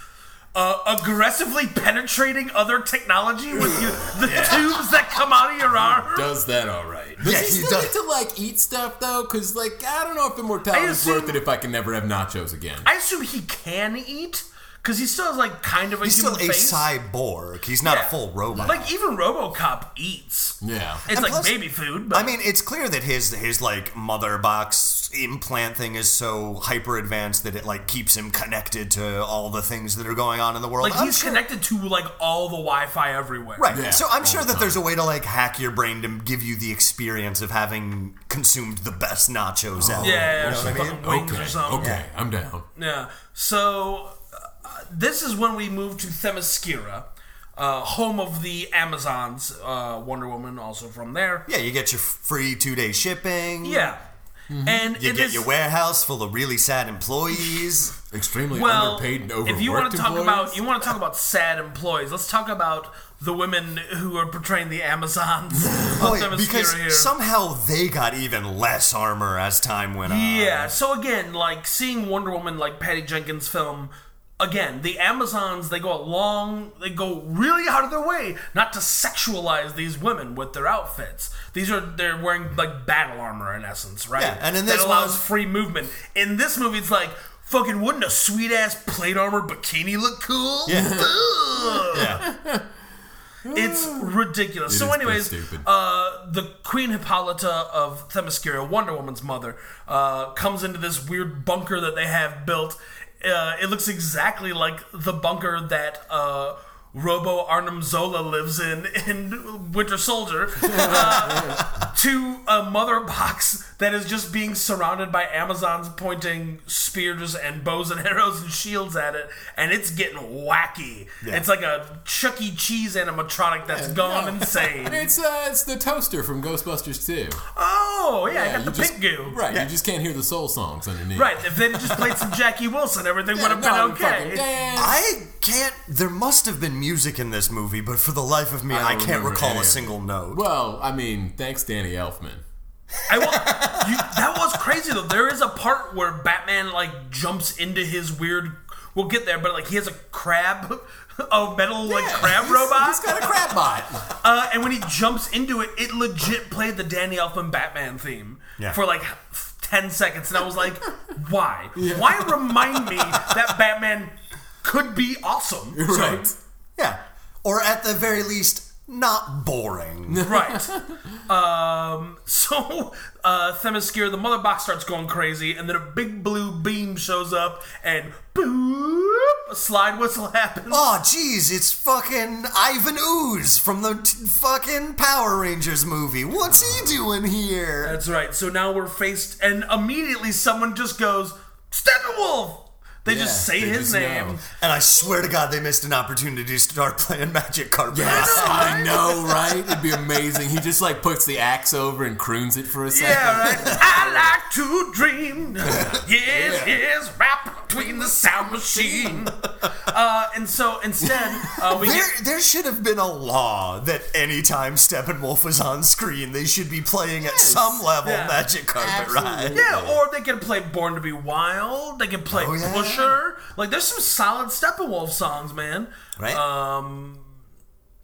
Speaker 1: uh, aggressively penetrating other technology with
Speaker 2: *laughs*
Speaker 1: you, the tubes that come out of your arm.
Speaker 3: Does that all right? Does
Speaker 2: Yeah,
Speaker 3: he
Speaker 2: he
Speaker 3: still
Speaker 2: does.
Speaker 3: get to like eat stuff though? Because like I don't know if immortality
Speaker 1: I
Speaker 3: is
Speaker 1: assume-
Speaker 3: worth it if I can never have nachos again.
Speaker 1: I assume he can eat because he still has like kind of a
Speaker 2: He's still
Speaker 1: human
Speaker 2: a
Speaker 1: face.
Speaker 2: cyborg. He's not a
Speaker 1: Yeah.
Speaker 2: full robot.
Speaker 1: Like even RoboCop eats.
Speaker 3: yeah.
Speaker 1: It's
Speaker 2: And
Speaker 1: like
Speaker 2: plus-
Speaker 1: baby food, but
Speaker 2: I mean, it's clear that his his like mother box implant thing is so hyper advanced that it like keeps him connected to all the things that are going on in the world.
Speaker 1: like
Speaker 2: I'm
Speaker 1: he's
Speaker 2: sure-
Speaker 1: connected to like all the Wi-Fi everywhere.
Speaker 2: Right.
Speaker 3: Yeah,
Speaker 2: so I'm
Speaker 3: all
Speaker 2: sure
Speaker 3: the
Speaker 2: that
Speaker 3: time.
Speaker 2: there's a way to like hack your brain to give you the experience of having consumed the best nachos
Speaker 3: Oh.
Speaker 2: ever.
Speaker 1: Yeah, yeah,
Speaker 2: You
Speaker 1: yeah,
Speaker 2: know
Speaker 1: some
Speaker 2: what I mean?
Speaker 1: fucking wings
Speaker 3: Okay.
Speaker 1: or something.
Speaker 3: Okay. I'm down.
Speaker 1: Yeah. So uh, this is when we move to Themyscira, uh, home of the Amazons. Uh, Wonder Woman also from there.
Speaker 2: Yeah, you get your free two day shipping.
Speaker 1: Yeah. And
Speaker 2: Mm-hmm. You
Speaker 1: it
Speaker 2: get
Speaker 1: is-
Speaker 2: your warehouse full of really sad
Speaker 3: *laughs*
Speaker 2: employees.
Speaker 3: Extremely
Speaker 1: well,
Speaker 3: underpaid and overworked.
Speaker 1: if you want to talk
Speaker 3: employees.
Speaker 1: about you want to talk about sad employees, let's talk about the women who are portraying the
Speaker 2: *laughs*
Speaker 1: Amazons of
Speaker 2: Boy,
Speaker 1: Themyscira
Speaker 2: Oh, because
Speaker 1: here.
Speaker 2: somehow they got even less armor as time went on.
Speaker 1: Yeah. So again, like seeing Wonder Woman, like Patty Jenkins' film. Again, the Amazons they go a long, they go really out of their way not to sexualize these women with their outfits. These are they're wearing like battle armor in essence, right?
Speaker 2: Yeah, and in this
Speaker 1: that allows
Speaker 2: one-
Speaker 1: free movement. In this movie, it's like. Fucking wouldn't a sweet ass plate armor bikini look cool? Ugh.
Speaker 2: Yeah.
Speaker 1: It's ridiculous. so,
Speaker 3: is pretty
Speaker 1: anyways,
Speaker 3: stupid.
Speaker 1: uh, the Queen Hippolyta of Themyscira, Wonder Woman's mother, uh, comes into this weird bunker that they have built. Uh, it looks exactly like the bunker that uh, Robo Arnim Zola lives in in
Speaker 3: *laughs*
Speaker 1: Winter Soldier. Uh, to a mother box that is just being surrounded by Amazons pointing spears and bows and *laughs* arrows and shields at it, and it's getting wacky. It's like a Chuck E. Cheese animatronic that's
Speaker 3: *laughs*
Speaker 1: gone insane.
Speaker 3: It's uh, it's the toaster from Ghostbusters 2.
Speaker 1: Oh, yeah, I
Speaker 3: you
Speaker 1: got the
Speaker 3: just-
Speaker 1: pink goo.
Speaker 3: Right, you just can't hear the soul songs underneath.
Speaker 1: Right, if they'd just played some Jackie Wilson, everything
Speaker 3: Yeah,
Speaker 1: would have
Speaker 3: no,
Speaker 1: been okay.
Speaker 3: fucking dance.
Speaker 2: I can't. There must have been music in this movie, but for the life of me,
Speaker 3: don't
Speaker 2: I, can't
Speaker 3: remember
Speaker 2: recall
Speaker 3: any
Speaker 2: a
Speaker 3: of it.
Speaker 2: single note.
Speaker 3: Well, I mean, thanks Danny Elfman.
Speaker 1: I will, you, that was crazy though. There is a part where Batman like jumps into his weird. We'll get there, but like he has a crab, *laughs* a metal like
Speaker 3: Yeah, *laughs*
Speaker 1: crab
Speaker 3: he's-
Speaker 1: robot.
Speaker 3: He's got a crab bot. *laughs*
Speaker 1: Uh, and when he jumps into it, it legit played the Danny Elfman Batman theme
Speaker 2: Yeah.
Speaker 1: for like f- 10 seconds. And I
Speaker 3: *laughs*
Speaker 1: was like, why? Why remind me that Batman could be awesome?
Speaker 3: *laughs* right.
Speaker 2: yeah. Or at the very least, not boring.
Speaker 3: *laughs*
Speaker 1: Right. um, so uh, Themyscira, the mother box starts going crazy, and then a big blue beam shows up, and boop, a slide whistle *laughs* happens.
Speaker 2: oh, jeez, it's fucking Ivan Ooze from the t- fucking Power Rangers movie. What's he doing here?
Speaker 1: That's right. So now we're faced, and immediately someone just goes, Steppenwolf! They just
Speaker 3: Yeah,
Speaker 1: say
Speaker 3: they
Speaker 1: his
Speaker 3: just
Speaker 1: name.
Speaker 3: know.
Speaker 2: And I swear to God, they missed an opportunity to start *laughs* playing Magic Carpet.
Speaker 3: Yes, I know, right? It'd be amazing. He just like puts the axe over and croons it for a second. *laughs*
Speaker 1: Yeah, right. I like to dream. Yes, yes, rap between the sound machine.
Speaker 3: *laughs*
Speaker 1: Uh, and so instead, uh, we
Speaker 2: There,
Speaker 1: get,
Speaker 2: there should have been a law that anytime Steppenwolf is on screen, they should be playing at some level
Speaker 1: Yeah.
Speaker 2: Magic Carpet Ride.
Speaker 1: yeah, or they can play "Born to Be Wild." They can play
Speaker 2: Oh, yeah.
Speaker 1: "Pusher." Like, there's some solid Steppenwolf songs,
Speaker 3: *laughs*
Speaker 1: man.
Speaker 2: Right? Um,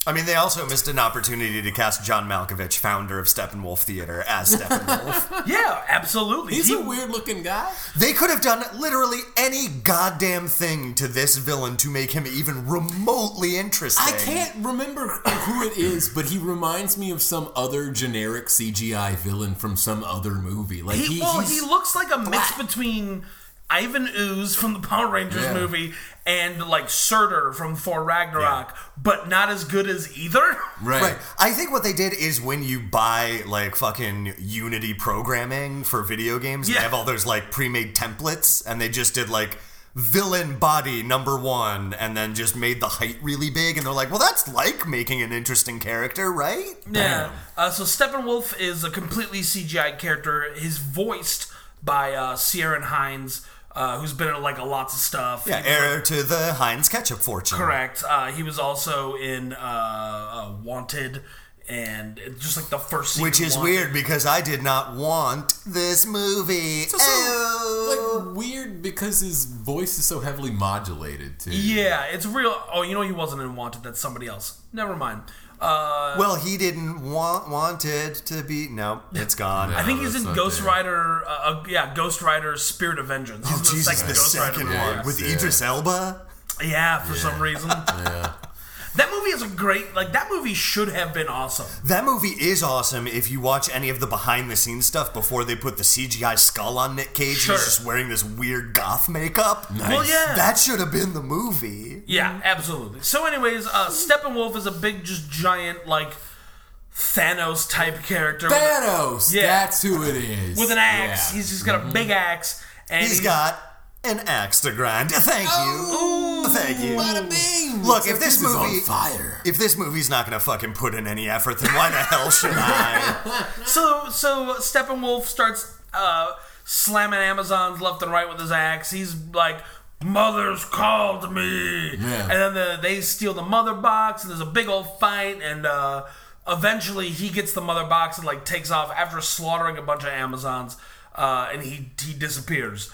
Speaker 2: I mean, they also missed an opportunity to cast John Malkovich, founder of Steppenwolf Theater, as Steppenwolf.
Speaker 1: Yeah, absolutely.
Speaker 3: He's
Speaker 1: He-
Speaker 3: a weird looking guy.
Speaker 2: they could have done literally any goddamn thing to this villain to make him even remotely interesting.
Speaker 3: I can't remember who it is, but he reminds me of some other generic CGI villain from some other movie. Like
Speaker 1: he,
Speaker 3: he,
Speaker 1: well,
Speaker 3: he's-
Speaker 1: he looks like a mix
Speaker 3: black.
Speaker 1: between Ivan Ooze from the Power Rangers
Speaker 3: Yeah.
Speaker 1: movie and like Surtur from Thor Ragnarok, but not as good as either. *laughs*
Speaker 3: right.
Speaker 2: Right. I think what they did is when you buy like fucking Unity programming for video games,
Speaker 1: Yeah.
Speaker 2: they have all those like pre-made templates, and they just did like villain body number one, and then just made the height really big, and they're like, well, that's like making an interesting character, right?
Speaker 1: Yeah. Uh, so Steppenwolf is a completely CGI character. He's voiced by uh, Ciaran Hines, uh, who's been in like a lots of stuff.
Speaker 2: Yeah, heir to the Heinz ketchup fortune.
Speaker 1: Correct. Uh, he was also in uh, uh, Wanted and it's just like the first scene.
Speaker 2: Which
Speaker 1: you
Speaker 2: is
Speaker 1: want.
Speaker 2: weird because I did not want this movie.
Speaker 3: It's also,
Speaker 2: Ew.
Speaker 3: like weird because his voice is so heavily modulated too.
Speaker 1: Yeah, it's real. Oh, you know he wasn't in Wanted. That's somebody else. Never mind. Uh,
Speaker 2: well, he didn't want wanted to be. No, it's gone.
Speaker 1: I think he's
Speaker 3: that's
Speaker 1: in
Speaker 3: not
Speaker 1: Ghost
Speaker 3: there.
Speaker 1: Rider. Uh, uh, yeah, Ghost Rider: Spirit of Vengeance. He's
Speaker 2: Oh,
Speaker 1: in the
Speaker 2: Jesus,
Speaker 1: second
Speaker 2: the
Speaker 1: Ghost
Speaker 2: second
Speaker 1: Rider
Speaker 2: one
Speaker 1: movie.
Speaker 2: with
Speaker 3: yeah.
Speaker 2: Idris Elba.
Speaker 1: Yeah, for some reason. That movie is a great. Like that movie should have been awesome.
Speaker 2: That movie is awesome if you watch any of the behind the scenes stuff before they put the CGI skull on Nick Cage.
Speaker 1: Sure.
Speaker 2: He's just wearing this weird goth makeup.
Speaker 1: Well, yeah.
Speaker 2: That should have been the movie.
Speaker 1: Yeah, absolutely. Mm-hmm. So, anyways, uh, Steppenwolf is a big, just giant, like Thanos type character with-
Speaker 3: Thanos.
Speaker 1: Yeah.
Speaker 3: That's who it is.
Speaker 1: with, an axe.
Speaker 3: Yeah.
Speaker 1: He's just got a big axe, and
Speaker 2: He's got an axe to grind. Thank
Speaker 1: Oh,
Speaker 2: you. Thank you.
Speaker 3: Bada bing!
Speaker 2: Look,
Speaker 3: It's
Speaker 2: if
Speaker 3: like,
Speaker 2: this
Speaker 3: is on
Speaker 2: movie-
Speaker 3: fire.
Speaker 2: If this movie's not gonna fucking put in any effort, then why the hell should
Speaker 3: *laughs*
Speaker 2: I?
Speaker 1: So so Steppenwolf starts uh, slamming Amazons left and right with his axe. He's like, "Mother's called me,"
Speaker 3: Yeah.
Speaker 1: and then the, they steal the mother box, and there's a big old fight, and uh, eventually he gets the mother box and like takes off after slaughtering a bunch of Amazons, uh, and he he disappears.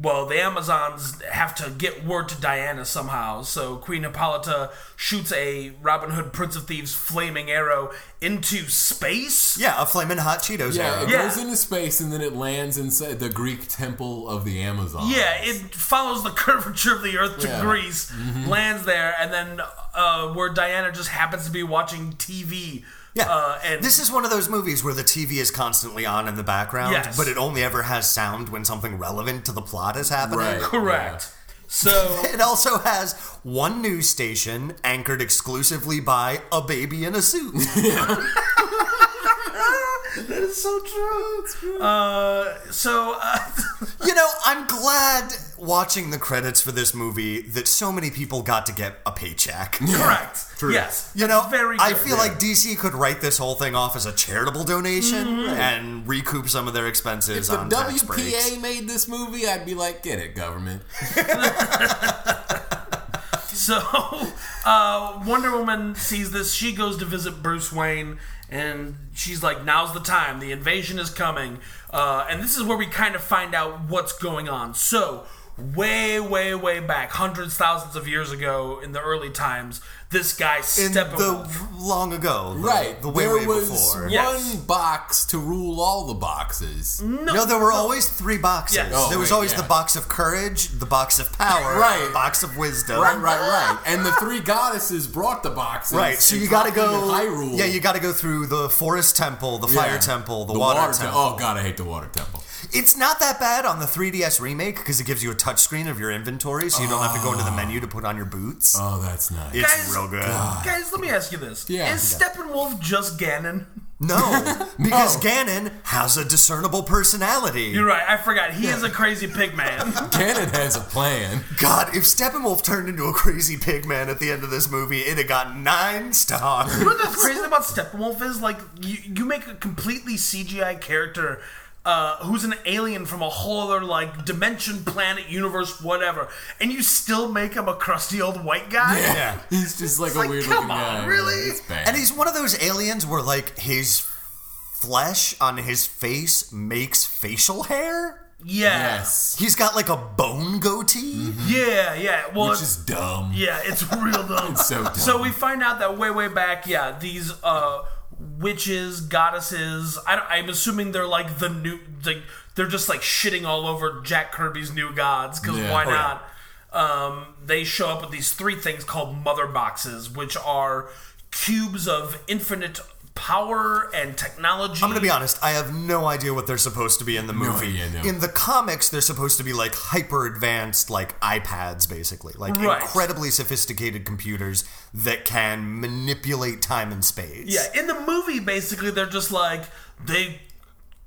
Speaker 1: Well, the Amazons have to get word to Diana somehow, so Queen Hippolyta shoots a Robin Hood Prince of Thieves flaming arrow into space.
Speaker 2: Yeah, a flaming hot Cheetos
Speaker 3: Yeah,
Speaker 2: arrow.
Speaker 3: it
Speaker 1: Yeah.
Speaker 3: goes into space and then it lands inside the Greek temple of the Amazon.
Speaker 1: Yeah, it follows the *laughs* curvature of the Earth to
Speaker 3: Yeah.
Speaker 1: Greece,
Speaker 2: Mm-hmm.
Speaker 1: lands there, and then uh, where Diana just happens to be watching TV.
Speaker 2: Yeah.
Speaker 1: uh, and
Speaker 2: this is one of those movies where the TV is constantly on in the background,
Speaker 1: Yes.
Speaker 2: but it only ever has sound when something relevant to the plot is happening.
Speaker 3: Right.
Speaker 1: correct.
Speaker 2: *laughs*
Speaker 1: So
Speaker 2: It also has one news station anchored exclusively by a baby in a suit.
Speaker 3: *laughs*
Speaker 1: that is so true. Uh, so uh, *laughs*
Speaker 2: you know, I'm glad watching the credits for this movie that so many people got to get a
Speaker 3: *laughs*
Speaker 2: paycheck.
Speaker 1: correct. Yes,
Speaker 2: You know,
Speaker 1: that's very.
Speaker 2: I
Speaker 1: good.
Speaker 2: feel like DC could write this whole thing off as a charitable donation
Speaker 1: Mm-hmm.
Speaker 2: and recoup some of their
Speaker 3: If
Speaker 2: expenses
Speaker 3: the
Speaker 2: on tax breaks.
Speaker 3: WPA made this movie, I'd be like, get it, government.
Speaker 1: So, *laughs* uh, Wonder Woman sees this. She goes to visit Bruce Wayne, and she's like, "Now's the time. The invasion is coming." Uh, and this is where we kind of find out what's going on. So, way, way, way back, hundreds, thousands of years ago, in the early times, this guy
Speaker 2: In
Speaker 1: Steppenwolf.
Speaker 2: the long ago, the-
Speaker 3: Right.
Speaker 2: The way
Speaker 3: there
Speaker 2: way
Speaker 3: was
Speaker 2: before.
Speaker 3: one
Speaker 1: Yes. Mm.
Speaker 3: box to rule all the boxes.
Speaker 2: No, there were always three boxes.
Speaker 1: Yes. Oh,
Speaker 2: there was
Speaker 3: wait,
Speaker 2: always
Speaker 3: yeah.
Speaker 2: the box of courage, the box of power,
Speaker 3: Right.
Speaker 2: the box of wisdom,
Speaker 3: Right, right, right. And the three goddesses brought the boxes.
Speaker 2: Right, so
Speaker 3: and
Speaker 2: you got to
Speaker 3: dropped them
Speaker 2: go.
Speaker 3: in Hyrule.
Speaker 2: Yeah, you got to go through the forest temple, the
Speaker 3: Yeah.
Speaker 2: fire temple, the, water,
Speaker 3: te-
Speaker 2: temple.
Speaker 3: Oh god, I hate the water temple.
Speaker 2: It's not that bad on the 3DS remake because it gives you a touchscreen of your inventory, so you don't have to go into the menu to put on your boots.
Speaker 3: Oh, that's nice.
Speaker 2: it's
Speaker 1: Guys-
Speaker 2: real good.
Speaker 1: Guys, let me ask you this:
Speaker 3: Yeah.
Speaker 1: Is Steppenwolf just Ganon?
Speaker 3: *laughs*
Speaker 2: No, because Ganon has a discernible personality.
Speaker 1: You're right. I forgot. He is a crazy pig man.
Speaker 3: Ganon has
Speaker 2: *laughs*
Speaker 3: a plan.
Speaker 2: God, if Steppenwolf turned into a crazy pig man at the end of this movie, it'd have got nine stars.
Speaker 1: You know what the crazy about Steppenwolf is? Like, you, you make a completely CGI character uh, who's an alien from a whole other, like, dimension, planet, universe, whatever, and you still make him a crusty old white guy?
Speaker 2: Yeah.
Speaker 3: He's just like a
Speaker 1: like,
Speaker 3: weird
Speaker 1: come
Speaker 3: looking
Speaker 1: on,
Speaker 3: guy.
Speaker 1: really?
Speaker 3: It's bad.
Speaker 2: And he's one of those aliens where, like, his flesh on his face makes facial hair.
Speaker 1: Yes.
Speaker 3: yes.
Speaker 2: He's got like a bone goatee.
Speaker 3: Mm-hmm.
Speaker 1: Yeah, yeah. Well,
Speaker 3: Which is dumb.
Speaker 1: yeah, it's real dumb.
Speaker 3: So dumb.
Speaker 1: So we find out that way, way back, yeah, these uh, witches, goddesses. I don't, I'm assuming they're like the new, like they're just like shitting all over Jack Kirby's new gods because
Speaker 3: Yeah.
Speaker 1: why
Speaker 3: Oh, yeah.
Speaker 1: not? Um, they show up with these three things called mother boxes, which are cubes of infinite power and technology.
Speaker 2: I'm gonna be honest. I have no idea what they're supposed to be in the movie.
Speaker 3: idea, no.
Speaker 2: In the comics, they're supposed to be like hyper advanced, like iPads, basically, like
Speaker 1: Right.
Speaker 2: incredibly sophisticated computers that can manipulate time and space.
Speaker 1: Yeah, in the movie, basically, they're just like they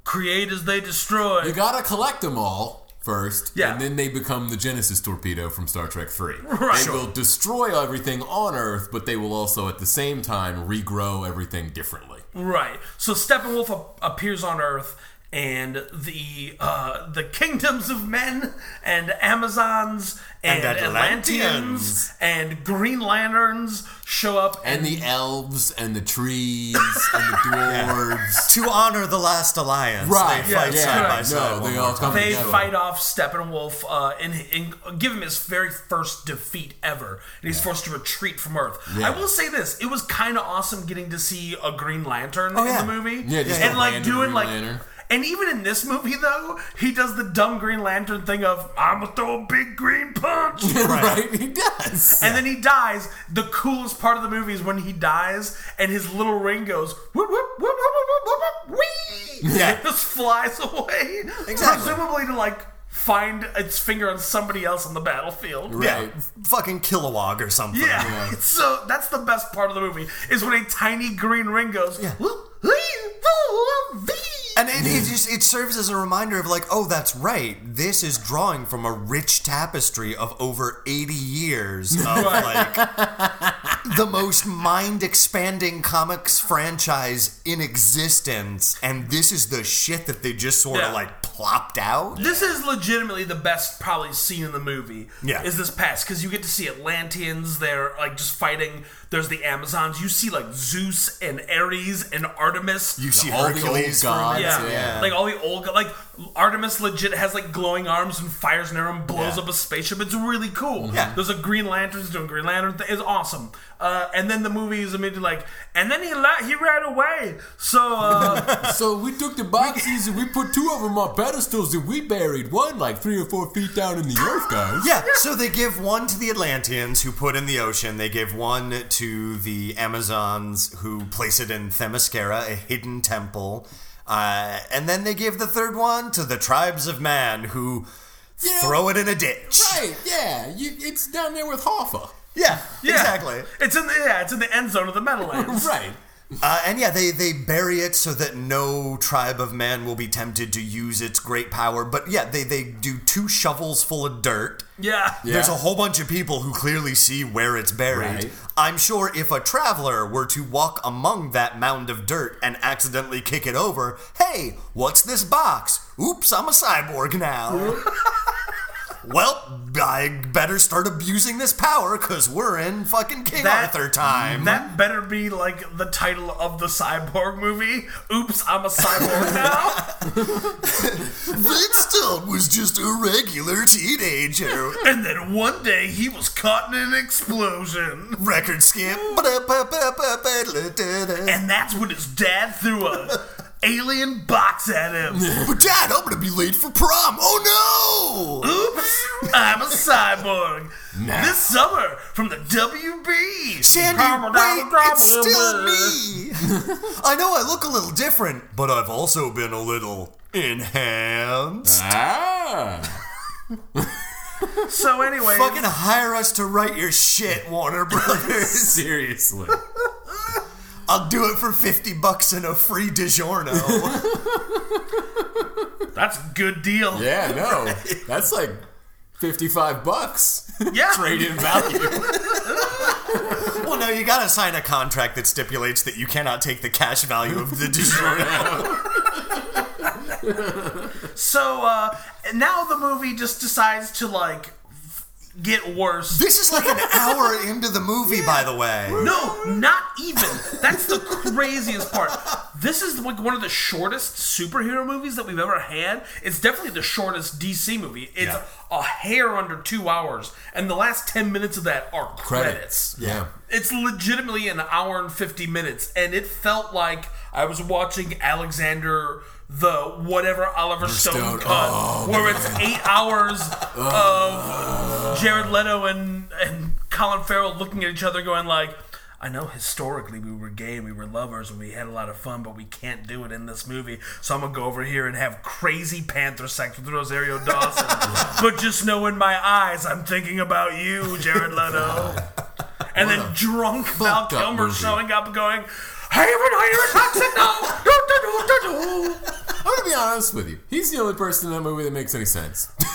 Speaker 1: create as they destroy.
Speaker 3: You gotta collect them all first,
Speaker 1: Yeah.
Speaker 3: and then they become the Genesis torpedo from Star Trek Three.
Speaker 1: Right.
Speaker 3: They
Speaker 1: Sure.
Speaker 3: will destroy everything on Earth, but they will also, at the
Speaker 1: Mm-hmm.
Speaker 3: same time, regrow everything differently.
Speaker 1: Right. So Steppenwolf ap- appears on Earth and the uh, the kingdoms of men and Amazons and,
Speaker 2: And
Speaker 1: Atlanteans.
Speaker 2: Atlanteans.
Speaker 1: and Green Lanterns show up
Speaker 3: And the elves and the trees and the dwarves.
Speaker 2: To honor the last alliance,
Speaker 3: Right,
Speaker 2: they
Speaker 3: yeah,
Speaker 2: fight
Speaker 3: yeah.
Speaker 2: side by
Speaker 1: No,
Speaker 2: side. one
Speaker 3: they
Speaker 2: more
Speaker 3: all come
Speaker 2: time.
Speaker 1: They
Speaker 3: together. *laughs*
Speaker 1: fight off Steppenwolf uh, and, and give him his very first defeat ever. And he's forced to retreat from Earth. I will say this: it was kind of awesome getting to see a Green Lantern in
Speaker 2: yeah.
Speaker 1: the movie,
Speaker 3: Oh, Yeah, just
Speaker 1: and
Speaker 3: a
Speaker 1: like
Speaker 3: random
Speaker 1: doing
Speaker 3: Green
Speaker 1: like.
Speaker 3: Lantern.
Speaker 1: And even in this movie, though, he does the dumb Green Lantern thing of "I'm gonna throw a big green
Speaker 3: *laughs*
Speaker 1: punch," and
Speaker 3: right. He does.
Speaker 1: then he dies. The coolest part of the movie is when he dies, and his little ring goes whoop whoop whoop whoop whoop whoop whoop wee, *laughs*
Speaker 2: Yeah.
Speaker 1: and just flies away,
Speaker 2: Exactly.
Speaker 1: presumably to like find its finger on somebody else on the battlefield.
Speaker 2: Yeah,
Speaker 3: Right.
Speaker 2: fucking Kilowog or something.
Speaker 1: Yeah. *laughs* So that's the best part of the movie is when a tiny green ring goes. "Whoop, wee, whoop, wee."
Speaker 2: And it, it just it serves as a reminder of like, oh, that's right. This is drawing from a rich tapestry of over eighty years of like
Speaker 3: *laughs*
Speaker 2: the most mind-expanding comics franchise in existence, and this is the shit that they just sort of
Speaker 1: Yeah.
Speaker 2: like plopped out.
Speaker 1: This is legitimately the best probably scene in the movie.
Speaker 2: Yeah.
Speaker 1: Is this pass because you get to see Atlanteans, they're like just fighting. There's the Amazons. You see like Zeus and Ares and Artemis.
Speaker 2: You see
Speaker 3: All the old
Speaker 2: Hercules, for a
Speaker 3: gods,
Speaker 2: minute.
Speaker 1: Yeah.
Speaker 3: Yeah.
Speaker 1: Like all the old like Artemis legit has like glowing arms and fires and everyone blows up a spaceship. It's really cool.
Speaker 2: Yeah.
Speaker 1: There's a Green Lantern's doing Green Lantern thing. It's awesome. Uh, and then the movie is immediately like, and then he la- he ran away. So
Speaker 2: *laughs*
Speaker 1: uh,
Speaker 3: So we took the boxes and we put two of them on pedestals that we buried. One like three or four feet down in the earth, guys.
Speaker 2: Yeah, so they give one to the Atlanteans who put in the ocean. They give one to the Amazons who place it in Themyscira, a hidden temple. Uh, and then they give the third one to the tribes of man who
Speaker 3: You know-
Speaker 2: throw it in a ditch.
Speaker 3: Right, yeah. You, it's down there with Hoffa.
Speaker 2: Yeah,
Speaker 1: yeah.
Speaker 2: exactly.
Speaker 1: It's in the yeah, it's in the end zone of
Speaker 2: *laughs*
Speaker 1: the Meadowlands.
Speaker 3: Right.
Speaker 2: Uh, and yeah, they, they bury it so that no tribe of man will be tempted to use its great power. But yeah, they, they do two shovels full of dirt.
Speaker 1: Yeah.
Speaker 2: There's
Speaker 3: Yeah.
Speaker 2: a whole bunch of people who clearly see where it's buried.
Speaker 3: Right.
Speaker 2: I'm sure if a traveler were to walk among that mound of dirt and accidentally kick it over, hey, what's this box? Oops, I'm a cyborg now. *laughs* well, I better start abusing this power because we're in fucking King
Speaker 1: That-
Speaker 2: Arthur time. *laughs*
Speaker 1: That better be like the title of the cyborg movie. Oops, I'm
Speaker 2: *laughs*
Speaker 1: a cyborg now.
Speaker 2: Flintstone was just a regular teenager.
Speaker 1: and then one day he was caught in an explosion.
Speaker 2: Record skip.
Speaker 1: And that's when his dad threw a alien box at
Speaker 2: *laughs*
Speaker 1: him.
Speaker 2: But Dad, I'm gonna be late for prom. Oh no!
Speaker 1: Oops, I'm a cyborg.
Speaker 3: Nah.
Speaker 1: This summer from the WB.
Speaker 2: Sandy,
Speaker 1: Gobble,
Speaker 2: wait,
Speaker 1: gobble,
Speaker 2: it's
Speaker 1: gobble,
Speaker 2: still
Speaker 1: uh,
Speaker 2: me.
Speaker 3: *laughs*
Speaker 2: I know I look a little different, but I've also been a little enhanced.
Speaker 3: Ah.
Speaker 1: So anyway,
Speaker 2: Fucking hire us to write your shit, Warner Brothers.
Speaker 3: *laughs* *laughs* Seriously.
Speaker 2: I'll do it for fifty bucks and a free DiGiorno.
Speaker 1: that's a good deal.
Speaker 3: Yeah, *laughs* no. That's like 55 bucks.
Speaker 1: Yeah.
Speaker 3: *laughs* Trade in value.
Speaker 2: *laughs* well, no, you gotta sign a contract that stipulates that you cannot take the cash value of
Speaker 3: *laughs*
Speaker 2: the DiGiorno.
Speaker 1: So uh, now the movie just decides to like f- get worse.
Speaker 2: this is like an hour into the movie, by the way.
Speaker 1: No, not even. That's the craziest part. This is like one of the shortest superhero movies that we've ever had. It's definitely the shortest DC movie. It's
Speaker 2: Yeah.
Speaker 1: a hair under two hours, and the last ten minutes of that are credits.
Speaker 3: Credits. Yeah.
Speaker 1: It's legitimately an hour and fifty minutes, and it felt like I was watching Alexander the whatever Oliver Stone,
Speaker 3: Stone.
Speaker 1: cut,
Speaker 3: Oh,
Speaker 1: where it's eight hours of Jared Leto and and Colin Farrell looking at each other, going like. I know historically we were gay and we were lovers and we had a lot of fun, but we can't do it in this movie. So I'm gonna go over here and have crazy panther sex with Rosario Dawson. but just know in my eyes, I'm thinking about you, Jared Leto. And then drunk Val
Speaker 3: fucked up
Speaker 1: Kilmer
Speaker 3: movie.
Speaker 1: showing up going, Hey, everyone, are you toxic
Speaker 2: *laughs*
Speaker 1: now? Do, do, do, do,
Speaker 3: I'm going to be honest with you. He's the only person in that movie that makes any sense.
Speaker 1: do.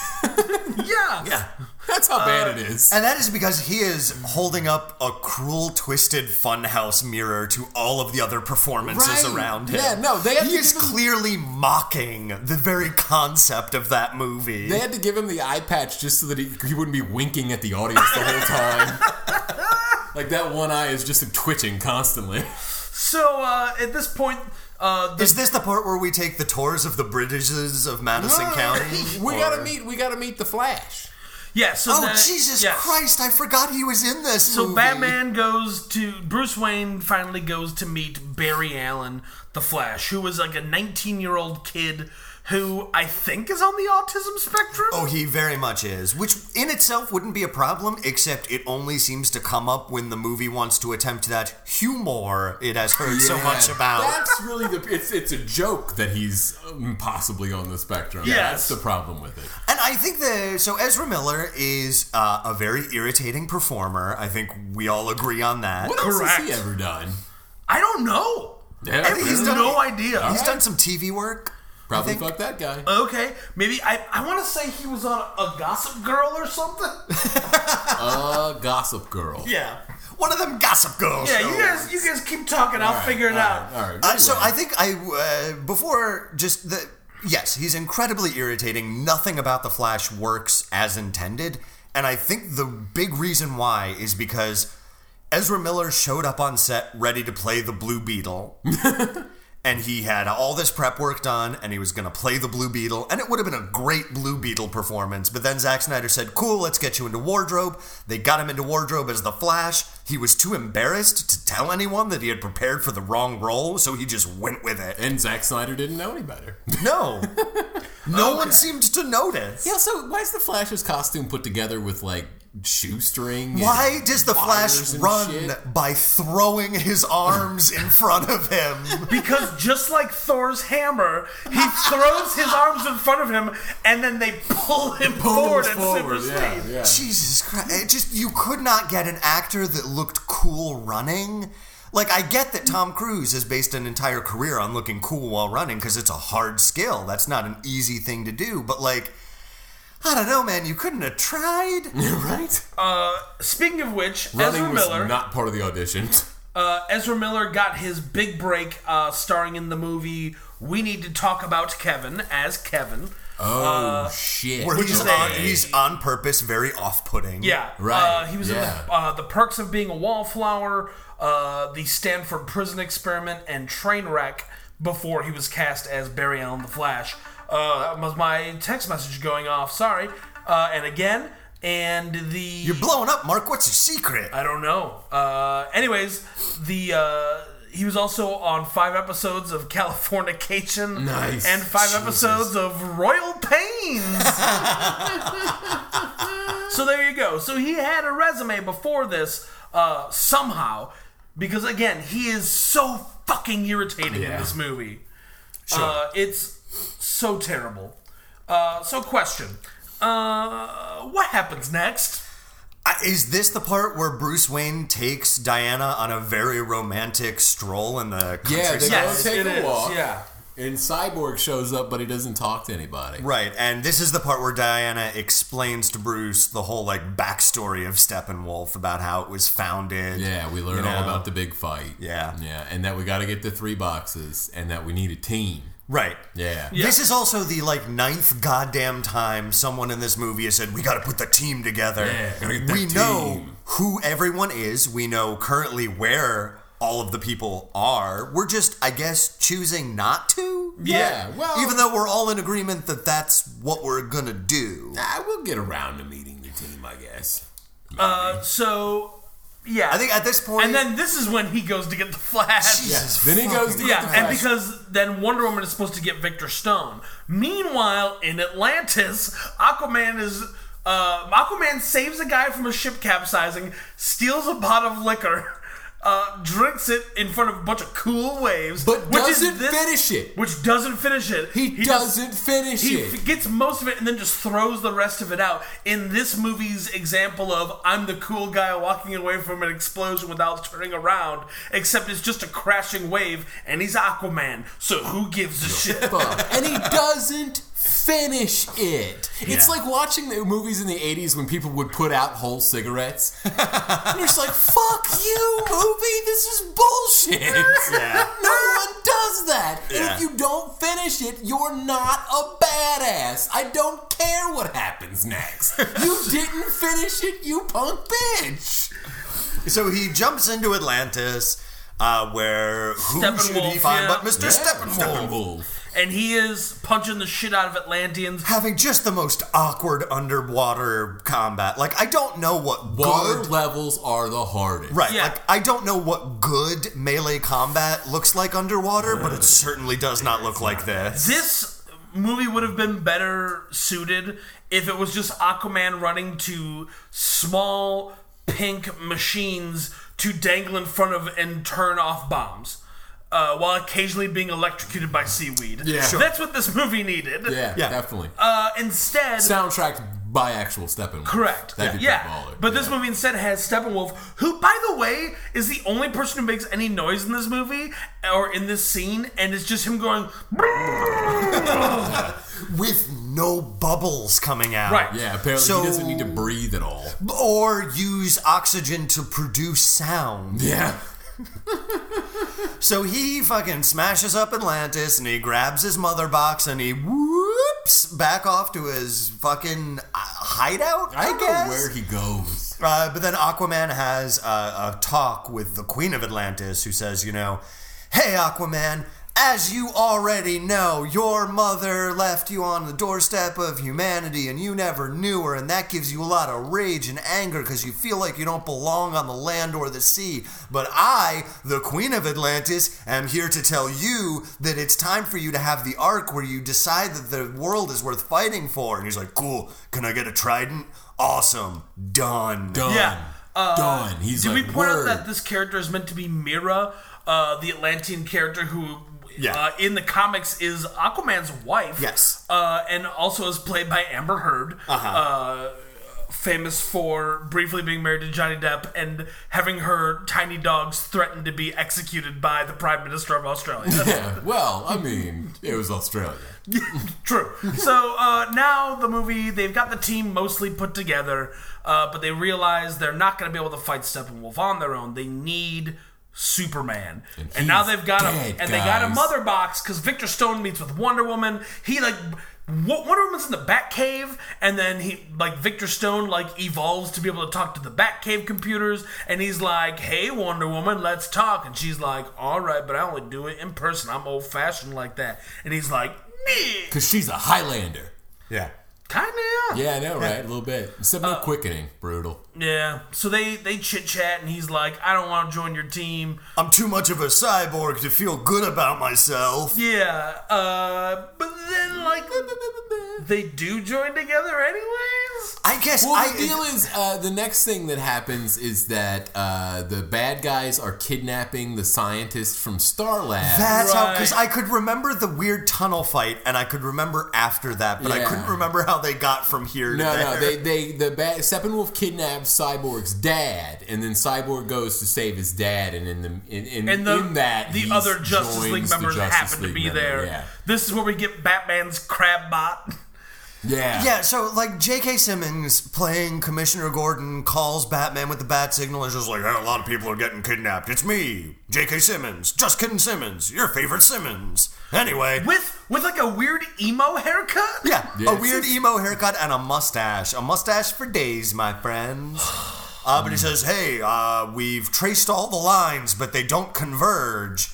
Speaker 1: Yeah.
Speaker 2: Yeah.
Speaker 3: *laughs* That's how bad it is.
Speaker 2: And that is because he is holding up a cruel, twisted funhouse mirror to all of the other performances
Speaker 3: Right.
Speaker 2: around him.
Speaker 3: Yeah, no, they have
Speaker 2: he
Speaker 3: to
Speaker 2: is
Speaker 3: give him-
Speaker 2: clearly mocking the very concept of that movie.
Speaker 3: They had to give him the eye patch just so that he, he wouldn't be winking at the audience the whole *laughs* time. like that one eye is just twitching constantly.
Speaker 1: So uh, at this point, uh, the
Speaker 2: is this the part where we take the tours of the bridges of Madison County?
Speaker 3: *laughs* We
Speaker 2: Or-
Speaker 3: gotta meet. We gotta meet the Flash.
Speaker 1: yeah. So
Speaker 2: Oh
Speaker 1: that-
Speaker 2: Jesus
Speaker 1: yes.
Speaker 2: Christ! I forgot he was in this.
Speaker 1: So
Speaker 2: movie.
Speaker 1: Batman goes to Bruce Wayne finally goes to meet Barry Allen, the Flash, who was like a 19-year-old kid who I think is on the autism spectrum.
Speaker 2: Oh, he very much is, which in itself wouldn't be a problem, except it only seems to come up when the movie wants to attempt that humor it has heard so much about.
Speaker 3: That's really the. It's it's a joke that he's um, possibly on the spectrum.
Speaker 1: Yes.
Speaker 3: that's the problem with it.
Speaker 2: And I think the so Ezra Miller is uh, a very irritating performer. I think we all agree on that.
Speaker 3: What else has he
Speaker 1: Correct.
Speaker 3: ever done?
Speaker 1: I don't know.
Speaker 3: Yeah,
Speaker 1: I have
Speaker 3: he's
Speaker 2: done-
Speaker 1: no idea.
Speaker 2: He's done some TV work.
Speaker 3: Probably
Speaker 2: think-
Speaker 3: fuck that *laughs* guy.
Speaker 1: Okay, maybe I, I want to say he was on a Gossip Girl or something.
Speaker 3: Uh, Gossip Girl.
Speaker 1: Yeah,
Speaker 2: One of them Gossip Girls.
Speaker 1: yeah. You guys, you guys keep talking. I'll figure it out.
Speaker 3: All right.
Speaker 2: Uh, so I think I uh, before just the yes, he's incredibly irritating. Nothing about the Flash works as intended, and I think the big reason why is because Ezra Miller showed up on set ready to play the Blue Beetle. And he had all this prep work done, and he was going to play the Blue Beetle, and it would have been a great Blue Beetle performance. But then Zack Snyder said, Cool, let's get you into wardrobe. They got him into wardrobe as the Flash. He was too embarrassed to tell anyone that he had prepared for the wrong role, so he just went with it. *laughs*
Speaker 3: And Zack Snyder didn't know any better.
Speaker 2: No. no one seemed to notice.
Speaker 3: Yeah, so why is the Flash's costume put together with like shoestring? and
Speaker 2: Why does the Flash
Speaker 3: wires and
Speaker 2: run
Speaker 3: shit?
Speaker 2: by throwing his arms in front of him?
Speaker 1: Because just like Thor's hammer, he
Speaker 3: *laughs*
Speaker 1: throws his arms in front of him, and then they pull him forward at super
Speaker 3: yeah,
Speaker 1: speed.
Speaker 3: yeah.
Speaker 2: Jesus Christ. It just you could not get an actor that looked cool running. Like I get that Tom Cruise has based an entire career on looking cool while running because it's a hard skill. That's not an easy thing to do, but like I don't know, man, you couldn't have tried.
Speaker 3: *laughs* right.
Speaker 1: Speaking of which, Ezra
Speaker 3: Running was
Speaker 1: Miller,
Speaker 3: not part of the audition.
Speaker 1: uh, Ezra Miller got his big break uh, starring in the movie We Need to Talk About Kevin as Kevin.
Speaker 3: Oh
Speaker 1: Uh,
Speaker 3: shit!
Speaker 2: Where he's
Speaker 1: they-
Speaker 2: on, he's on purpose very off-putting.
Speaker 1: Yeah,
Speaker 3: Right,
Speaker 1: Uh, he was
Speaker 3: yeah.
Speaker 1: in the, uh, the Perks of Being a Wallflower, uh, the Stanford Prison Experiment, and Trainwreck before he was cast as Barry Allen the Flash. Uh, that was my text message going off. Sorry. Uh, and again, and the
Speaker 2: You're blowing up, Mark. What's your secret?
Speaker 1: I don't know. Uh, anyways, the uh, he was also on five episodes of Californication
Speaker 3: Nice.
Speaker 1: and five
Speaker 3: Jesus.
Speaker 1: episodes of Royal Pains. *laughs* so there you go. So he had a resume before this uh, somehow, because again, he is so fucking irritating in
Speaker 3: Yeah.
Speaker 1: this movie. Uh, it's so terrible. Uh, so question. Uh, what happens next?
Speaker 2: I- Is this the part where Bruce Wayne takes Diana on a very romantic stroll in the
Speaker 3: yeah,
Speaker 2: countryside?
Speaker 3: they
Speaker 1: Yes,
Speaker 3: go
Speaker 1: it
Speaker 3: take a
Speaker 1: is,
Speaker 3: walk.
Speaker 1: yeah.
Speaker 3: and Cyborg shows up, but he doesn't talk to anybody.
Speaker 2: Right, and this is the part where Diana explains to Bruce the whole like backstory of Steppenwolf about how it was founded.
Speaker 3: Yeah, we learn
Speaker 2: you know?
Speaker 3: all about the big fight.
Speaker 2: Yeah.
Speaker 3: yeah, and that we got to get the three boxes, and that we need a team.
Speaker 2: Right.
Speaker 3: Yeah,
Speaker 2: This is also the like ninth goddamn time someone in this movie has said we got to put the team together.
Speaker 3: Yeah, gotta get that
Speaker 2: we know
Speaker 3: team.
Speaker 2: who everyone is. We know currently where all of the people are. We're just, I guess, choosing not to.
Speaker 3: Yeah, well-
Speaker 2: even though we're all in agreement that that's what we're gonna do.
Speaker 3: I will get around to meeting the team, I guess.
Speaker 1: Uh, so, yeah.
Speaker 2: I think at this point,
Speaker 1: and then this is when he goes to get the Flash.
Speaker 2: Jesus
Speaker 3: Then he goes to
Speaker 2: fucking
Speaker 3: get the
Speaker 1: Yeah, and
Speaker 3: Flash.
Speaker 1: because then Wonder Woman is supposed to get Victor Stone. Meanwhile, in Atlantis, Aquaman is. Uh, Aquaman saves a guy from a ship capsizing, steals a pot of liquor, uh, drinks it in front of a bunch of cool waves,
Speaker 3: But
Speaker 1: which is
Speaker 3: doesn't
Speaker 1: this-
Speaker 3: finish it.
Speaker 1: Which doesn't finish it.
Speaker 3: He,
Speaker 1: just-
Speaker 3: doesn't finish
Speaker 1: He
Speaker 3: it.
Speaker 1: f- gets most of it and then just throws the rest of it out. In this movie's example of I'm the cool guy walking away from an explosion without turning around, except it's just a crashing wave and he's Aquaman, so who gives a shit?
Speaker 3: fuck. and he doesn't finish it. It's
Speaker 2: Yeah.
Speaker 3: like watching the movies in the 80s when people would put out whole cigarettes. and you're just like, fuck you, movie, this is bullshit.
Speaker 2: Yeah.
Speaker 3: No one does that. And
Speaker 2: Yeah.
Speaker 3: If you don't finish it, you're not a badass. I don't care what happens next.
Speaker 2: *laughs*
Speaker 3: You didn't finish it, you punk bitch.
Speaker 2: So he jumps into Atlantis, uh, where who should he
Speaker 1: Steppenwolf,
Speaker 2: find
Speaker 1: yeah.
Speaker 2: but Mr. Steppenwolf?
Speaker 1: And he is punching the shit out of Atlanteans.
Speaker 2: Having just the most awkward underwater combat. Like, I don't know what
Speaker 3: Water
Speaker 2: good.
Speaker 3: levels are the hardest.
Speaker 2: Right,
Speaker 1: Yeah.
Speaker 2: like, I don't know what good melee combat looks like underwater, but it certainly does not look like this.
Speaker 1: This movie would have been better suited if it was just Aquaman running to small pink machines to dangle in front of and turn off bombs. Uh, while occasionally being electrocuted by seaweed.
Speaker 3: Yeah. Sure.
Speaker 1: That's what this movie needed.
Speaker 3: Yeah,
Speaker 2: Yeah.
Speaker 3: definitely.
Speaker 1: Uh, instead,
Speaker 3: Soundtracked by actual Steppenwolf.
Speaker 1: Correct.
Speaker 3: That'd be
Speaker 1: yeah.
Speaker 3: pretty baller.
Speaker 1: But
Speaker 3: Yeah.
Speaker 1: this movie instead has Steppenwolf, who, by the way, is the only person who makes any noise in this movie or in this scene, and it's just him going.
Speaker 2: With no bubbles coming out.
Speaker 1: Right.
Speaker 3: Yeah, apparently
Speaker 2: So-
Speaker 3: he doesn't need to breathe at all.
Speaker 2: Or use oxygen to produce sound.
Speaker 3: Yeah.
Speaker 2: So he fucking smashes up Atlantis and he grabs his mother box and he whoops back off to his fucking uh, hideout, I,
Speaker 3: I don't
Speaker 2: guess.
Speaker 3: know where he goes.
Speaker 2: Uh, but then Aquaman has uh, a talk with the Queen of Atlantis, who says, you know, hey, Aquaman, as you already know, your mother left you on the doorstep of humanity and you never knew her, and that gives you a lot of rage and anger because you feel like you don't belong on the land or the sea. But I, the Queen of Atlantis, am here to tell you that it's time for you to have the arc where you decide that the world is worth fighting for. And he's like, cool, can I get a trident? Awesome. Done.
Speaker 3: Done.
Speaker 1: Yeah. Uh,
Speaker 3: Done. He's
Speaker 1: Did
Speaker 3: like,
Speaker 1: we point
Speaker 3: Word.
Speaker 1: out that this character is meant to be Mira, uh, the Atlantean character who.
Speaker 2: Yeah.
Speaker 1: Uh, in the comics is Aquaman's wife.
Speaker 2: Yes.
Speaker 1: Uh, and also is played by Amber Heard.
Speaker 2: Uh-huh.
Speaker 1: uh, famous for briefly being married to Johnny Depp and having her tiny dogs threatened to be executed by the Prime Minister of Australia.
Speaker 3: yeah. Well, I mean, it was Australia.
Speaker 1: *laughs* True. So uh, now the movie, they've got the team mostly put together, uh, but they realize they're not going to be able to fight Steppenwolf on their own. They need Superman, and, now
Speaker 3: he's
Speaker 1: they've got a
Speaker 3: dead,
Speaker 1: and they got a
Speaker 3: guys.
Speaker 1: mother box because Victor Stone meets with Wonder Woman. He like. Wo- Wonder Woman's in the Batcave, and then he like Victor Stone like evolves to be able to talk to the Batcave computers, and he's like, "Hey, Wonder Woman, let's talk." And she's like, "All right, but I only do it in person. I'm old fashioned like that." And he's like, "Nah."
Speaker 3: Because she's a Highlander.
Speaker 2: Yeah.
Speaker 1: Kinda, yeah.
Speaker 3: Yeah, I know, right? A little bit. Except no quickening. Brutal.
Speaker 1: Yeah. So they they chit chat, and he's like, "I don't want to join your team."
Speaker 2: I'm too much of a cyborg to feel good about myself.
Speaker 1: Yeah. Uh, but then like they do join together, anyways.
Speaker 2: I guess
Speaker 3: Well,
Speaker 2: I
Speaker 3: the deal is, uh, the next thing that happens is that uh, the bad guys are kidnapping the scientists from Star Lab.
Speaker 2: that's how because
Speaker 1: Right.
Speaker 2: I could remember the weird tunnel fight, and I could remember after that, but I
Speaker 3: Yeah.
Speaker 2: couldn't remember how they got from here to
Speaker 3: no,
Speaker 2: there.
Speaker 3: no, they, they the bad, Steppenwolf kidnaps Cyborg's dad, and then Cyborg goes to save his dad, and in the in, in,
Speaker 1: And the
Speaker 3: in that
Speaker 1: the
Speaker 3: he
Speaker 1: other Justice
Speaker 3: joins
Speaker 1: League
Speaker 3: the
Speaker 1: members
Speaker 3: Justice
Speaker 1: happen to
Speaker 3: League
Speaker 1: be
Speaker 3: member,
Speaker 1: there.
Speaker 3: Yeah,
Speaker 1: This is where we get Batman's crab bot.
Speaker 3: yeah,
Speaker 2: Yeah, so like J.K. Simmons playing Commissioner Gordon calls Batman with the bat signal and is just like, "Hey, a lot of people are getting kidnapped. It's me, J.K. Simmons, just kidding, Simmons, your favorite Simmons. Anyway,
Speaker 1: With with like a weird emo haircut?
Speaker 2: Yeah,
Speaker 3: Yes.
Speaker 2: a weird emo haircut and a mustache. A mustache for days, my friends. Uh, but he says, hey, uh, we've traced all the lines, but they don't converge.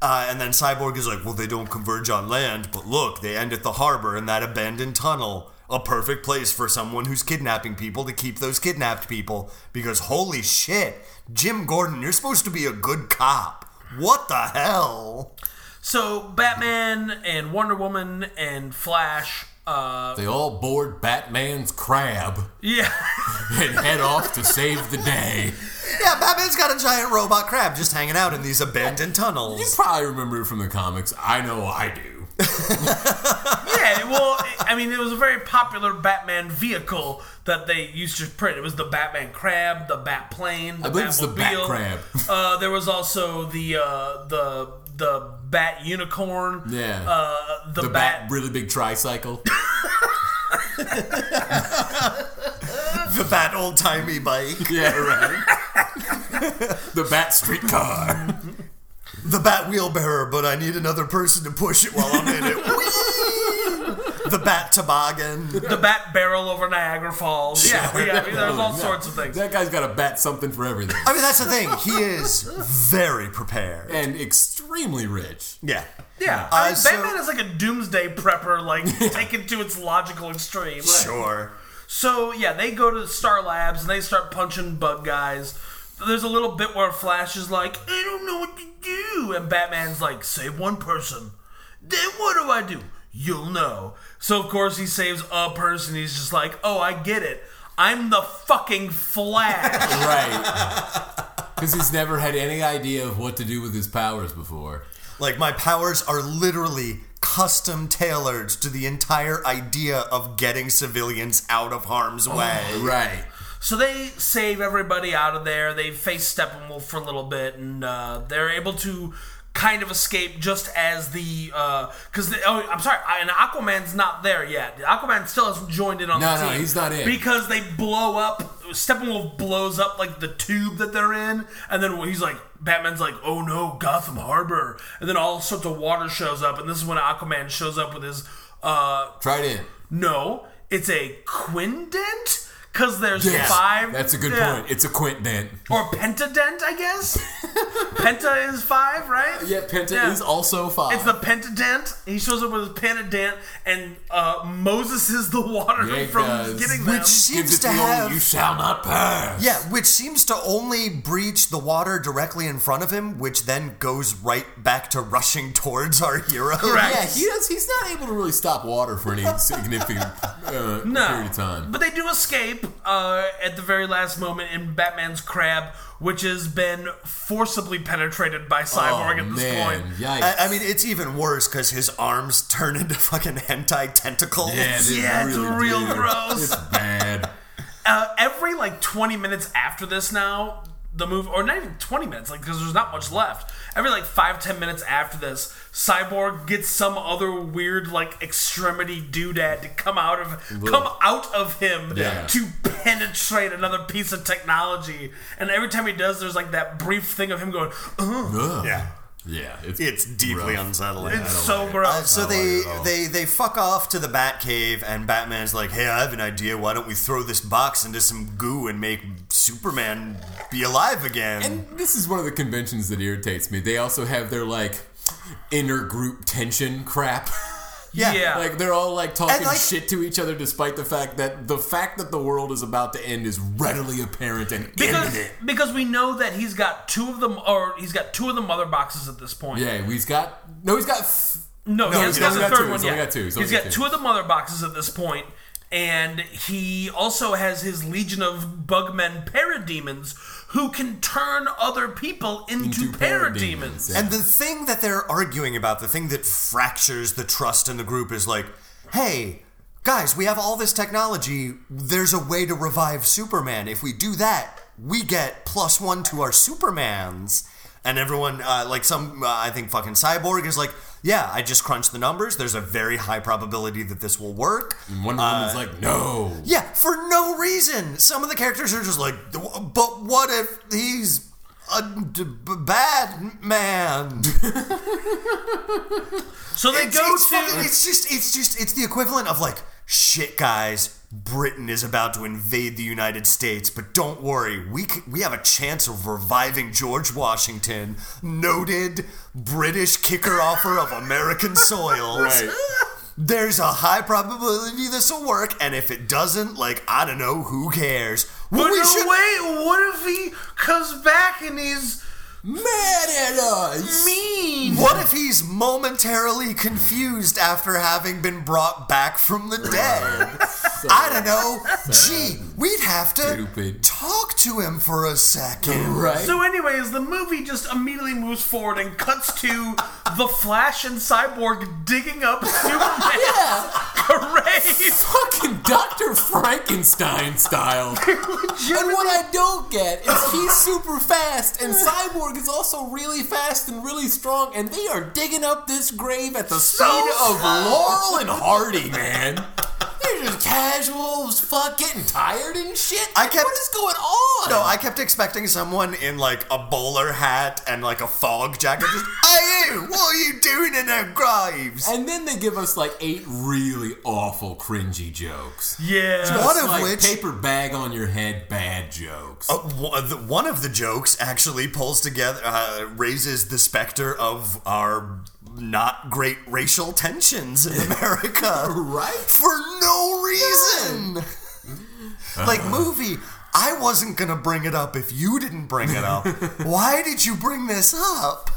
Speaker 2: Uh, and then Cyborg is like, well, they don't converge on land, but look, they end at the harbor in that abandoned tunnel. A perfect place for someone who's kidnapping people to keep those kidnapped people. Because holy shit, Jim Gordon, you're supposed to be a good cop. What the hell?
Speaker 1: So Batman and Wonder Woman and Flash. Uh,
Speaker 3: They all board Batman's crab *laughs*
Speaker 1: yeah. *laughs*
Speaker 3: and head off to save the day.
Speaker 2: Yeah, Batman's got a giant robot crab just hanging out in these abandoned
Speaker 3: You
Speaker 2: tunnels.
Speaker 3: probably remember it from the comics. I know I do.
Speaker 1: Yeah, well, I mean, it was a very popular Batman vehicle that they used to print. It was the Batman Crab, the Bat Plane, the
Speaker 3: I believe it's the Bat
Speaker 1: Batmobile.
Speaker 3: Crab.
Speaker 1: *laughs* Uh, there was also the uh, the the Bat Unicorn.
Speaker 3: Yeah.
Speaker 1: Uh, the,
Speaker 3: The
Speaker 1: Bat.
Speaker 3: bat, really big tricycle.
Speaker 2: the fat old timey bike.
Speaker 3: Yeah, right. *laughs* the Bat Streetcar.
Speaker 2: The bat wheelbarrow, but I need another person to push it while I'm in
Speaker 3: *laughs*
Speaker 2: it. Whee! the bat toboggan.
Speaker 1: the bat barrel over Niagara Falls. Yeah, yeah I mean, there's all
Speaker 3: No.
Speaker 1: sorts of things.
Speaker 3: That guy's got a bat something for everything.
Speaker 2: I mean, that's the thing. He is very prepared.
Speaker 3: And extremely rich.
Speaker 2: Yeah.
Speaker 1: Yeah, I
Speaker 2: Uh,
Speaker 1: mean,
Speaker 2: so-
Speaker 1: Batman is like a doomsday prepper, like taken to its logical extreme.
Speaker 2: Sure.
Speaker 1: So yeah, they go to Star Labs and they start punching bug guys. There's a little bit where Flash is like, I don't know what to do, and Batman's like, save one person. Then what do I do? You'll know. So of course he saves a person. He's just like, oh, I get it. I'm the fucking Flash.
Speaker 3: *laughs* Right. Because he's never had any idea of what to do with his powers before.
Speaker 2: Like, my powers are literally custom tailored to the entire idea of getting civilians out of harm's
Speaker 3: Oh,
Speaker 2: way.
Speaker 3: Right.
Speaker 1: So they save everybody out of there. They face Steppenwolf for a little bit, and uh, they're able to kind of escape just as the because oh I'm sorry, I- and Aquaman's not there yet. Aquaman still hasn't joined in on
Speaker 3: No,
Speaker 1: the
Speaker 3: no,
Speaker 1: team.
Speaker 3: he's not in.
Speaker 1: because they blow up. Steppenwolf blows up like the tube that they're in, and then he's like, Batman's like, "Oh no, Gotham Harbor!" And then all sorts of water shows up, and this is when Aquaman shows up with his uh,
Speaker 3: Try it in.
Speaker 1: no, it's a quindent because there's
Speaker 3: Yes.
Speaker 1: five.
Speaker 3: That's a good
Speaker 1: yeah.
Speaker 3: point. It's a quintdent.
Speaker 1: Or pentadent, I
Speaker 3: *laughs*
Speaker 1: guess. Penta is five, right?
Speaker 3: Yeah, Penta
Speaker 1: Yeah.
Speaker 3: is also five.
Speaker 1: It's the pentadent. He shows up with his pentadent, and uh, Moses is the water
Speaker 3: Yeah, he
Speaker 1: from
Speaker 3: does.
Speaker 1: getting them.
Speaker 2: Which seems
Speaker 3: Gives it
Speaker 2: to
Speaker 3: the old,
Speaker 2: have.
Speaker 3: you shall not pass.
Speaker 2: Yeah, which seems to only breach the water directly in front of him, which then goes right back to rushing towards our hero.
Speaker 1: Correct.
Speaker 3: Yeah, he does, he's not able to really stop water for *laughs* any significant uh, period of time.
Speaker 1: But they do escape uh, at the very last moment in Batman's crab, which has been forcibly penetrated by Cyborg
Speaker 3: oh,
Speaker 1: at this
Speaker 3: man.
Speaker 1: point. Uh,
Speaker 3: Yikes.
Speaker 2: I, I mean, it's even worse because his arms turn into fucking hentai tentacles.
Speaker 3: yeah, they
Speaker 1: Yeah, it's
Speaker 3: really
Speaker 1: real
Speaker 3: do.
Speaker 1: gross.
Speaker 3: It's bad.
Speaker 1: uh, every like 20 minutes after this now the move or not even 20 minutes like because there's not much left every like 5 10 minutes after this cyborg gets some other weird like extremity doodad to come out of come out of him
Speaker 3: Yeah.
Speaker 1: to penetrate another piece of technology and every time he does there's like that brief thing of him going Ugh,
Speaker 3: Ugh.
Speaker 2: Yeah.
Speaker 3: Yeah, it's,
Speaker 2: It's deeply
Speaker 3: rough.
Speaker 2: unsettling.
Speaker 1: it's so gross
Speaker 2: Uh, so they,
Speaker 3: like it at all.
Speaker 2: they they fuck off to the Batcave, and Batman's like, "Hey, I have an idea. Why don't we throw this box into some goo and make Superman be alive again?"
Speaker 3: And this is one of the conventions that irritates me. They also have their like inner group tension crap.
Speaker 2: yeah,
Speaker 3: *laughs*
Speaker 1: yeah.
Speaker 3: like they're all like talking
Speaker 2: And, like-
Speaker 3: shit to each other, despite the fact that the fact that the world is about to end is readily apparent and
Speaker 1: because,
Speaker 3: imminent.
Speaker 1: because we know that he's got two of them or he's got two of the mother boxes at this point
Speaker 3: Yeah, he's got no, he's got. f-
Speaker 1: No, he
Speaker 3: he's
Speaker 1: hasn't got
Speaker 3: only
Speaker 1: the
Speaker 3: got
Speaker 1: third
Speaker 3: two.
Speaker 1: one
Speaker 3: He's only
Speaker 1: yet.
Speaker 3: got two. He's
Speaker 1: he's
Speaker 3: only
Speaker 1: got
Speaker 3: got two.
Speaker 1: two of the mother boxes at this point, and he also has his legion of bugmen parademons who can turn other people into,
Speaker 3: two
Speaker 1: parademons.
Speaker 3: parademons.
Speaker 2: And the thing that they're arguing about, the thing that fractures the trust in the group is like, hey, guys, we have all this technology. There's a way to revive Superman. If we do that, we get plus one to our Supermans. And everyone, uh, like some, uh, I think fucking Cyborg is like, yeah, I just crunched the numbers. There's a very high probability that this will work.
Speaker 3: And Wonder
Speaker 2: Uh,
Speaker 3: Woman's like, no.
Speaker 2: Yeah, for no reason. Some of the characters are just like, but what if he's a d- b- bad man?
Speaker 1: So they
Speaker 2: it's,
Speaker 1: go
Speaker 2: it's
Speaker 1: to
Speaker 2: fucking- it's just it's just it's the equivalent of like shit guys britain is about to invade the united states but don't worry we c- we have a chance of reviving george washington noted british kicker offer of american soil
Speaker 1: *laughs*
Speaker 3: Right.
Speaker 2: there's a high probability this will work and if it doesn't like i don't know who cares well,
Speaker 1: But
Speaker 2: we
Speaker 1: no,
Speaker 2: should
Speaker 1: wait, what if he comes back and he's
Speaker 3: Mad at us.
Speaker 1: mean?
Speaker 2: what if he's momentarily confused after having been brought back from the dead?
Speaker 3: So-
Speaker 2: I don't know.
Speaker 3: *laughs*
Speaker 2: Gee, we'd have to
Speaker 3: Stupid.
Speaker 2: talk to him for a second.
Speaker 3: Right.
Speaker 1: So, anyways, the movie just immediately moves forward and cuts to the Flash and Cyborg digging up Superman's *laughs* grave.
Speaker 3: fucking Dr.
Speaker 2: *laughs*
Speaker 3: Frankenstein style. and what I don't get is he's super fast, and Cyborg is also really fast and really strong, and they are digging up this grave at the speed of Laurel and Hardy, man. They're It was casual as fuck, getting tired and shit.
Speaker 2: I kept-
Speaker 3: What is going on?
Speaker 2: No, I kept expecting someone in like a bowler hat and like a fog jacket. Just, *laughs* hey, you, what are you doing in their graves?
Speaker 3: and then they give us like eight really awful, cringy jokes.
Speaker 1: Yeah.
Speaker 2: One
Speaker 3: It's
Speaker 2: of
Speaker 3: like
Speaker 2: which-
Speaker 3: paper bag on your head, bad jokes.
Speaker 2: Uh, wha- the- One of the jokes actually pulls together, uh, raises the specter of our not great racial tensions in America
Speaker 3: Right?
Speaker 2: for no reason. *laughs* like, movie, I wasn't going to bring it up if you didn't bring it up. Why did you bring this up?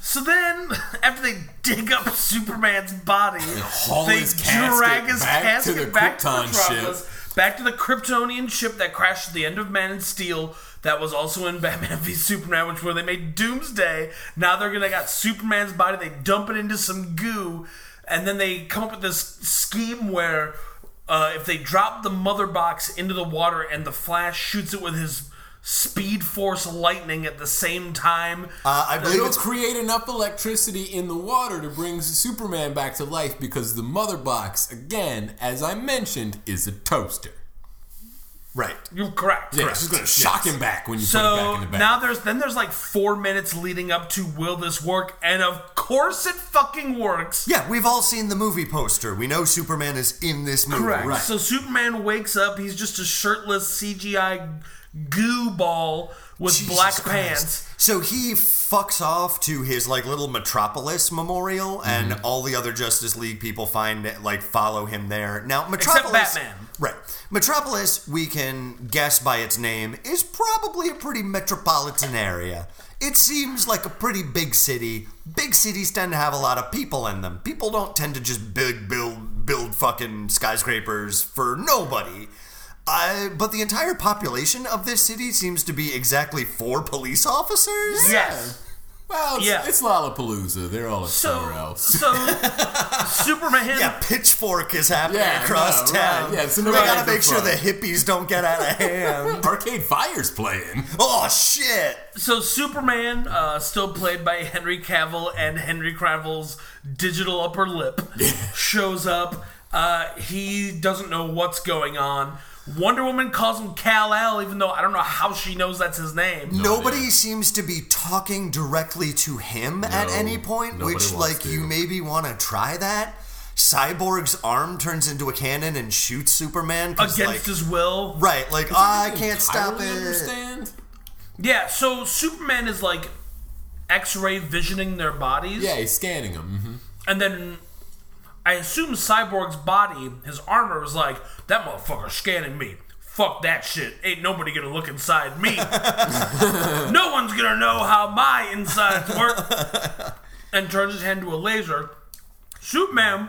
Speaker 1: So then, *laughs* after they dig up Superman's body,
Speaker 3: haul
Speaker 1: they
Speaker 3: his casket
Speaker 1: drag his
Speaker 3: back to
Speaker 1: casket
Speaker 3: the
Speaker 1: back to
Speaker 3: Krypton
Speaker 1: Metropolis, back to the Kryptonian ship that crashed at the end of Man and Steel. That was also in *laughs* Batman v Superman, which where they made Doomsday. Now they're gonna got Superman's body. They dump it into some goo, and then they come up with this scheme where uh, if they drop the mother box into the water and the Flash shoots it with his Speed Force lightning at the same time,
Speaker 2: Uh, I believe
Speaker 3: It'll
Speaker 2: it's
Speaker 3: create enough electricity in the water to bring Superman back to life because the mother box, again, as I mentioned, is a toaster.
Speaker 2: right.
Speaker 1: you're correct.
Speaker 3: Yeah, it's just gonna shock him back when you put it back
Speaker 1: So
Speaker 3: in the bag.
Speaker 1: now there's then there's like four minutes leading up to will this work, and of course it fucking works.
Speaker 2: Yeah, we've all seen the movie poster. We know Superman is in this movie.
Speaker 1: Correct.
Speaker 3: Right.
Speaker 1: So Superman wakes up. He's just a shirtless CGI goo ball with
Speaker 2: Jesus
Speaker 1: black
Speaker 2: Christ.
Speaker 1: pants.
Speaker 2: So he fucks off to his like little Metropolis memorial, and all the other Justice League people find it, like follow him there. Now Metropolis,
Speaker 1: Batman.
Speaker 2: right? Metropolis, we can guess by its name, is probably a pretty metropolitan area. It seems like a pretty big city. Big cities tend to have a lot of people in them. People don't tend to just build build build fucking skyscrapers for nobody. Uh, but the entire population of this city seems to be exactly four police officers.
Speaker 1: Yes.
Speaker 3: well, it's,
Speaker 1: yeah.
Speaker 3: it's Lollapalooza. They're all somewhere
Speaker 1: So
Speaker 3: else.
Speaker 1: so
Speaker 3: *laughs*
Speaker 1: Superman.
Speaker 2: Yeah, pitchfork is happening
Speaker 3: Yeah, I
Speaker 2: across
Speaker 3: know, right.
Speaker 2: town.
Speaker 3: Yeah, it's
Speaker 2: they
Speaker 3: in the right
Speaker 2: gotta
Speaker 3: of the
Speaker 2: make sure the
Speaker 3: front.
Speaker 2: hippies don't get
Speaker 3: *laughs*
Speaker 2: out of hand.
Speaker 3: Arcade Fire's playing.
Speaker 2: oh shit!
Speaker 1: So Superman, uh, still played by Henry Cavill and Henry Cavill's digital upper lip, shows up. Uh, he doesn't know what's going on. Wonder Woman calls him Kal El, even though I don't know how she knows that's his name.
Speaker 2: Nobody seems to be talking directly to him at any point,
Speaker 3: nobody
Speaker 2: which
Speaker 3: wants
Speaker 2: like
Speaker 3: to.
Speaker 2: you maybe want to try that. Cyborg's arm turns into a cannon and shoots Superman 'cause,
Speaker 1: Against
Speaker 2: like,
Speaker 1: his will.
Speaker 2: right, like "Ah, I can't stop
Speaker 3: Entirely
Speaker 2: it.
Speaker 3: Understand?
Speaker 1: Yeah, so Superman is like x ray visioning their bodies.
Speaker 3: Yeah, he's scanning him. hmm
Speaker 1: And then I assume Cyborg's body, his armor, was like, that motherfucker's scanning me. Fuck that shit. Ain't nobody gonna look inside
Speaker 2: *laughs*
Speaker 1: me. no one's gonna know how my insides work. And turns his hand to a laser. Superman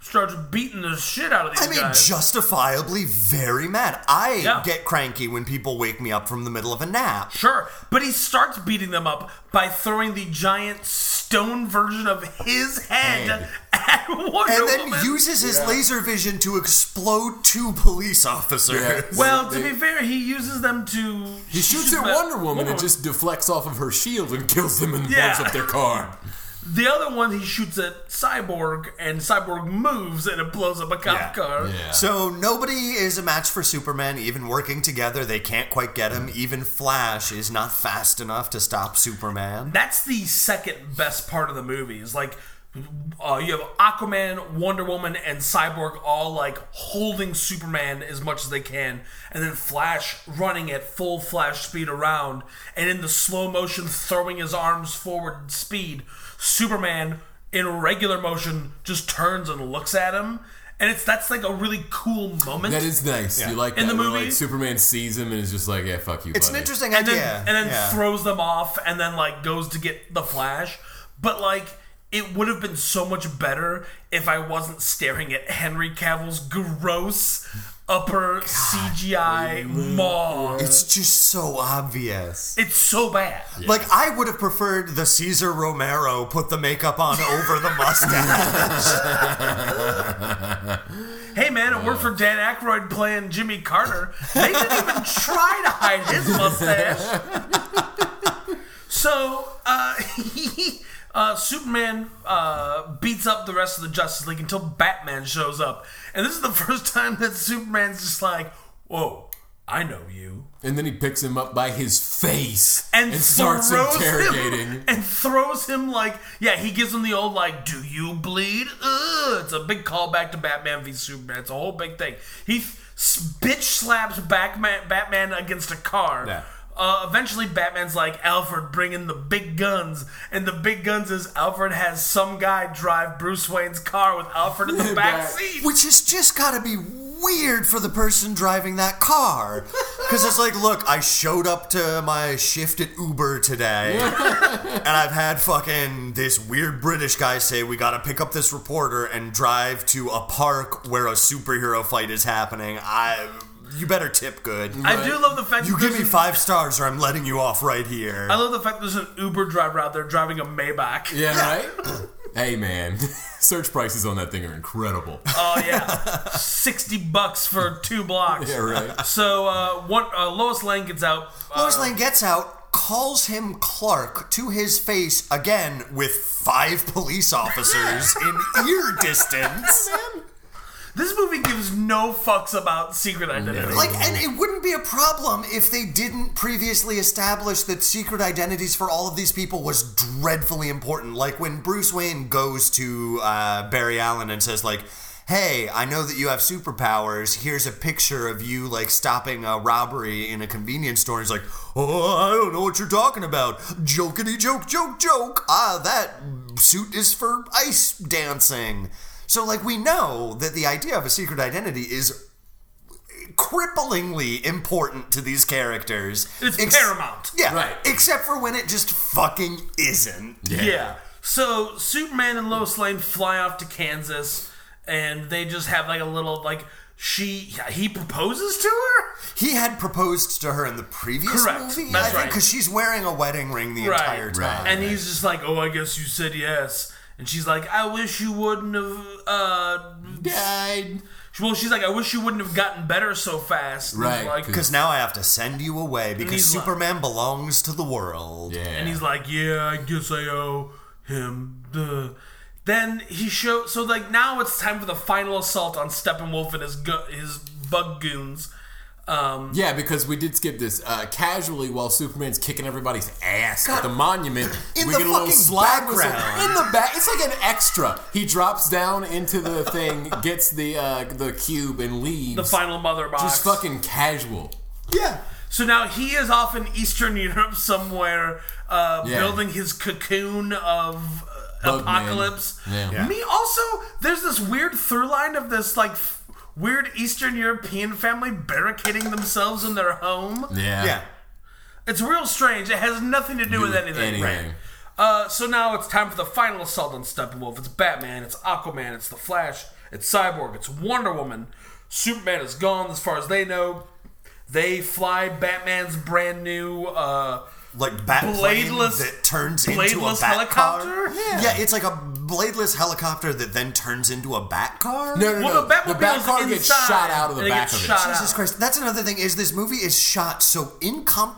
Speaker 1: starts beating the shit out of these
Speaker 2: I mean,
Speaker 1: guys.
Speaker 2: justifiably very mad. I
Speaker 1: Yeah.
Speaker 2: get cranky when people wake me up from the middle of a nap.
Speaker 1: Sure, but he starts beating them up by throwing the giant stone version of his head
Speaker 3: Head.
Speaker 1: at *laughs* Wonder
Speaker 2: And then
Speaker 1: Woman.
Speaker 2: uses his laser vision to explode two police officers.
Speaker 3: Yeah.
Speaker 1: well, to
Speaker 3: They-
Speaker 1: be fair, he uses them to.
Speaker 3: He shoots at Wonder Woman and just deflects off of her shield and kills them and
Speaker 1: Yeah.
Speaker 3: blows up their car.
Speaker 1: The other one he shoots at Cyborg, and Cyborg moves and it blows up a cop
Speaker 2: *laughs* Yeah.
Speaker 1: car.
Speaker 3: Yeah.
Speaker 2: So nobody is a match for Superman. Even working together, they can't quite get
Speaker 1: Mm.
Speaker 2: him. Even Flash is not fast enough to stop Superman.
Speaker 1: That's the second best part of the movie. Is like uh, you have Aquaman, Wonder Woman, and Cyborg all like holding Superman as much as they can, and then Flash running at full Flash speed around, and in the slow motion throwing his arms forward speed, Superman in regular motion just turns and looks at him, and it's that's like a really cool moment.
Speaker 3: That is nice. You like
Speaker 1: In
Speaker 3: that
Speaker 1: the
Speaker 3: where,
Speaker 1: movie-
Speaker 3: like Superman sees him and is just like, yeah, fuck you.
Speaker 2: It's an
Speaker 3: buddy.
Speaker 2: interesting
Speaker 1: and then
Speaker 2: idea.
Speaker 1: and then
Speaker 2: Yeah.
Speaker 1: throws them off and then like goes to get the flash but like it would have been so much better if i wasn't staring at henry cavill's gross upper cgi maw it's,
Speaker 2: it's just so obvious.
Speaker 1: so bad
Speaker 2: Like I would have preferred the Caesar Romero put the makeup on over the mustache.
Speaker 1: hey man it worked for dan Aykroyd playing jimmy carter they didn't even try to hide his mustache so uh, *laughs* he uh, Superman uh, beats up the rest of the Justice League until Batman shows up, and this is the *laughs* first time that Superman's just like, "Whoa, I know you,"
Speaker 3: And then he picks him up by his face
Speaker 1: and,
Speaker 3: starts
Speaker 1: throws
Speaker 3: interrogating.
Speaker 1: him *laughs* and throws him like, yeah, he gives him the old like, "Do you bleed?" Ugh. It's a big callback to Batman v Superman. It's a whole big thing. He s- bitch slaps Batman, Batman against a car.
Speaker 3: Yeah.
Speaker 1: Uh, eventually, Batman's like, Alfred, bring in the big guns. And the big guns is Alfred has some guy drive Bruce Wayne's car with Alfred in the back
Speaker 2: *laughs*
Speaker 3: Back.
Speaker 1: seat.
Speaker 2: Which has just got to be weird for the person driving that
Speaker 1: *laughs*
Speaker 2: car. Because it's like, look, I showed up to my shift at Uber
Speaker 1: *laughs*
Speaker 2: today, and I've had fucking this weird British guy say, we got to pick up this reporter and drive to a park where a superhero fight is happening. I. You better tip good.
Speaker 1: I do love the fact
Speaker 2: You
Speaker 1: that
Speaker 2: give
Speaker 1: there's
Speaker 2: me
Speaker 1: an-
Speaker 2: five stars or I'm letting you off right here.
Speaker 1: I love the fact there's an Uber driver out there driving a Maybach.
Speaker 3: Yeah,
Speaker 1: *clears throat*
Speaker 3: right? hey, man. *laughs* Search prices on that thing are
Speaker 1: *laughs*
Speaker 3: incredible.
Speaker 1: Oh yeah, sixty bucks for two blocks.
Speaker 3: Yeah, right.
Speaker 1: So uh, one, uh, Lois Lane gets out. Uh,
Speaker 2: Lois Lane gets out, calls him Clark to his face again with five police officers in ear distance.
Speaker 1: this movie gives no fucks about secret identity.
Speaker 2: Like, and it wouldn't be a problem if they didn't previously establish that secret identities for all of these people was dreadfully important. Like when Bruce Wayne goes to uh, Barry Allen and says, like, "Hey, I know that you have superpowers. Here's a picture of you like stopping a robbery in a convenience store." He's like, "Oh, I don't know what you're talking about. Jokety joke, joke, joke. Ah, that suit is for ice dancing." So like we know that the idea of a secret identity is cripplingly important to these characters.
Speaker 1: It's paramount.
Speaker 2: Yeah.
Speaker 3: Right.
Speaker 2: Except for when it just fucking isn't.
Speaker 1: Yeah. So Superman and Lois Lane fly off to Kansas, and they just have like a little like she he proposes to her.
Speaker 2: He had proposed to her in the previous
Speaker 1: Correct.
Speaker 2: movie, I
Speaker 1: That's
Speaker 2: think,
Speaker 1: right.
Speaker 2: because she's wearing a wedding ring the entire time.
Speaker 1: And he's just like, oh, I guess you said yes. And she's like, I wish you wouldn't have. Uh,
Speaker 3: Died.
Speaker 1: well, she's like, I wish you wouldn't have gotten better so fast. And he's
Speaker 3: Right,
Speaker 1: Like,
Speaker 3: 'cause-
Speaker 2: Because now I have to send you away because
Speaker 1: he's like-
Speaker 2: Superman belongs to the world.
Speaker 3: Yeah.
Speaker 1: And he's like, "Yeah, I guess I owe him." The then he show so like now it's time for the final assault on Steppenwolf and his gu- his bug goons. Um,
Speaker 3: yeah, because we did skip this uh, casually while Superman's kicking everybody's ass at the monument.
Speaker 2: In
Speaker 3: we
Speaker 2: the
Speaker 3: get a little
Speaker 2: fucking
Speaker 3: slide whistle.
Speaker 2: background.
Speaker 3: In the back, it's like an extra. He drops down into the thing, gets the uh, the cube, and leaves.
Speaker 1: the final mother box.
Speaker 3: Just fucking casual.
Speaker 2: Yeah.
Speaker 1: so now he is off in Eastern Europe somewhere, uh,
Speaker 3: Yeah.
Speaker 1: building his cocoon of uh,
Speaker 3: Bug man.
Speaker 1: apocalypse.
Speaker 3: Yeah.
Speaker 2: Yeah.
Speaker 1: Me also. There's this weird through line of this like. f- Weird Eastern European family barricading themselves in their home.
Speaker 3: Yeah.
Speaker 2: Yeah.
Speaker 1: It's real strange. It has nothing to do with
Speaker 3: anything.
Speaker 1: anything.
Speaker 3: Right.
Speaker 1: Uh, so now it's time for the final assault on Steppenwolf. It's Batman, it's Aquaman, it's The Flash, it's Cyborg, it's Wonder Woman. Superman is gone as far as they know. They fly Batman's brand new uh,
Speaker 2: Like bat
Speaker 1: Bladeless-
Speaker 2: bladeless that turns into a
Speaker 1: bladeless
Speaker 2: bat
Speaker 1: helicopter?
Speaker 2: Car. Yeah. it's like a bladeless helicopter that then turns into a bat car.
Speaker 3: No, no,
Speaker 1: Well,
Speaker 3: no.
Speaker 1: the Batmobile's
Speaker 3: the back car gets
Speaker 1: inside,
Speaker 3: shot out of the
Speaker 1: and it
Speaker 3: back
Speaker 1: gets
Speaker 3: of it.
Speaker 1: shot
Speaker 2: Jesus
Speaker 1: out.
Speaker 2: Christ. That's another thing is this movie is shot so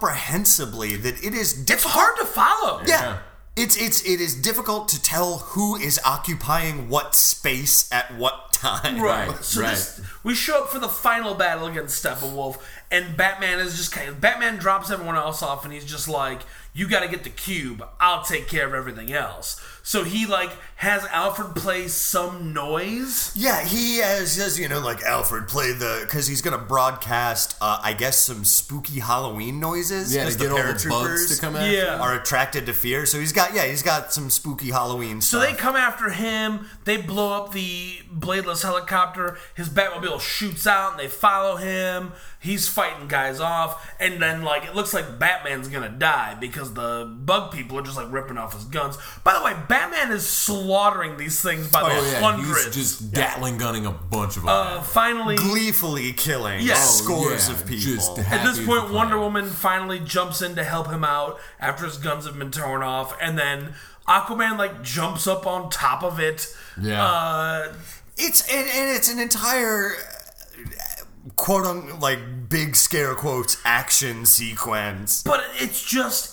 Speaker 2: incomprehensibly that it is
Speaker 1: It's hard to follow.
Speaker 2: Yeah. It's it's it is difficult to tell who is occupying what space at what time.
Speaker 1: Right. *laughs* So
Speaker 3: right.
Speaker 1: This, we show up for the final battle against Steppenwolf, and Batman is just kind of. Batman drops everyone else off, and he's just like, "You got to get the cube. I'll take care of everything else." So he like has Alfred play some noise.
Speaker 2: *laughs* Yeah, he uh, says, you know, like Alfred play the because he's gonna broadcast, uh, I guess, some spooky Halloween noises.
Speaker 3: Yeah,
Speaker 2: 'cause
Speaker 3: to get all the bugs
Speaker 2: paratroopers
Speaker 3: to come out.
Speaker 1: Yeah.
Speaker 2: are attracted to fear. So he's got yeah, he's got some spooky Halloween
Speaker 1: So
Speaker 2: stuff.
Speaker 1: they come after him. They blow up the bladeless helicopter. His Batmobile shoots out, and they follow him. He's fighting guys off, and then like it looks like Batman's gonna die because the bug people are just like ripping off his guns. By the way, Batman is slaughtering these things by
Speaker 3: Oh
Speaker 1: the
Speaker 3: yeah,
Speaker 1: hundreds.
Speaker 3: he's just gatling gunning a bunch of them.
Speaker 1: uh, finally,
Speaker 2: gleefully killing
Speaker 1: Yeah. Oh,
Speaker 2: scores
Speaker 3: yeah,
Speaker 2: of people.
Speaker 3: just
Speaker 1: at
Speaker 3: happy
Speaker 1: this
Speaker 3: as a
Speaker 1: point, Wonder
Speaker 3: clam.
Speaker 1: Woman finally jumps in to help him out after his guns have been torn off, and then Aquaman like jumps up on top of it.
Speaker 3: Yeah.
Speaker 1: Uh,
Speaker 2: It's and, and it's an entire uh, quote on like big scare quotes action sequence.
Speaker 1: But it's just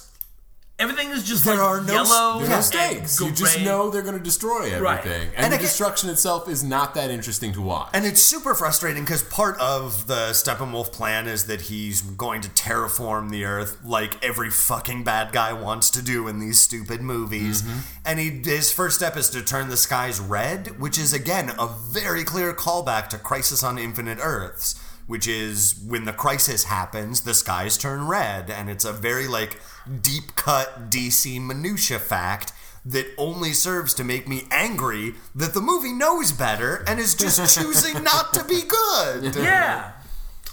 Speaker 1: Everything is just
Speaker 2: There
Speaker 1: like
Speaker 2: are no s-
Speaker 1: yellow.
Speaker 2: there
Speaker 3: They're
Speaker 2: Yeah.
Speaker 3: mistakes.
Speaker 1: and
Speaker 3: You just
Speaker 1: gray.
Speaker 3: know they're going to destroy everything,
Speaker 1: Right.
Speaker 3: and,
Speaker 2: And
Speaker 3: the
Speaker 2: again-
Speaker 3: destruction itself is not that interesting to watch.
Speaker 2: And it's super frustrating because part of the Steppenwolf plan is that he's going to terraform the Earth like every fucking bad guy wants to do in these stupid movies. And he, his first step is to turn the skies red, which is again a very clear callback to Crisis on Infinite Earths, which is when the crisis happens, the skies turn red. And it's a very like deep cut DC minutia fact that only serves to make me angry that the movie knows better and is
Speaker 3: *laughs*
Speaker 2: just choosing not to be good.
Speaker 1: Yeah.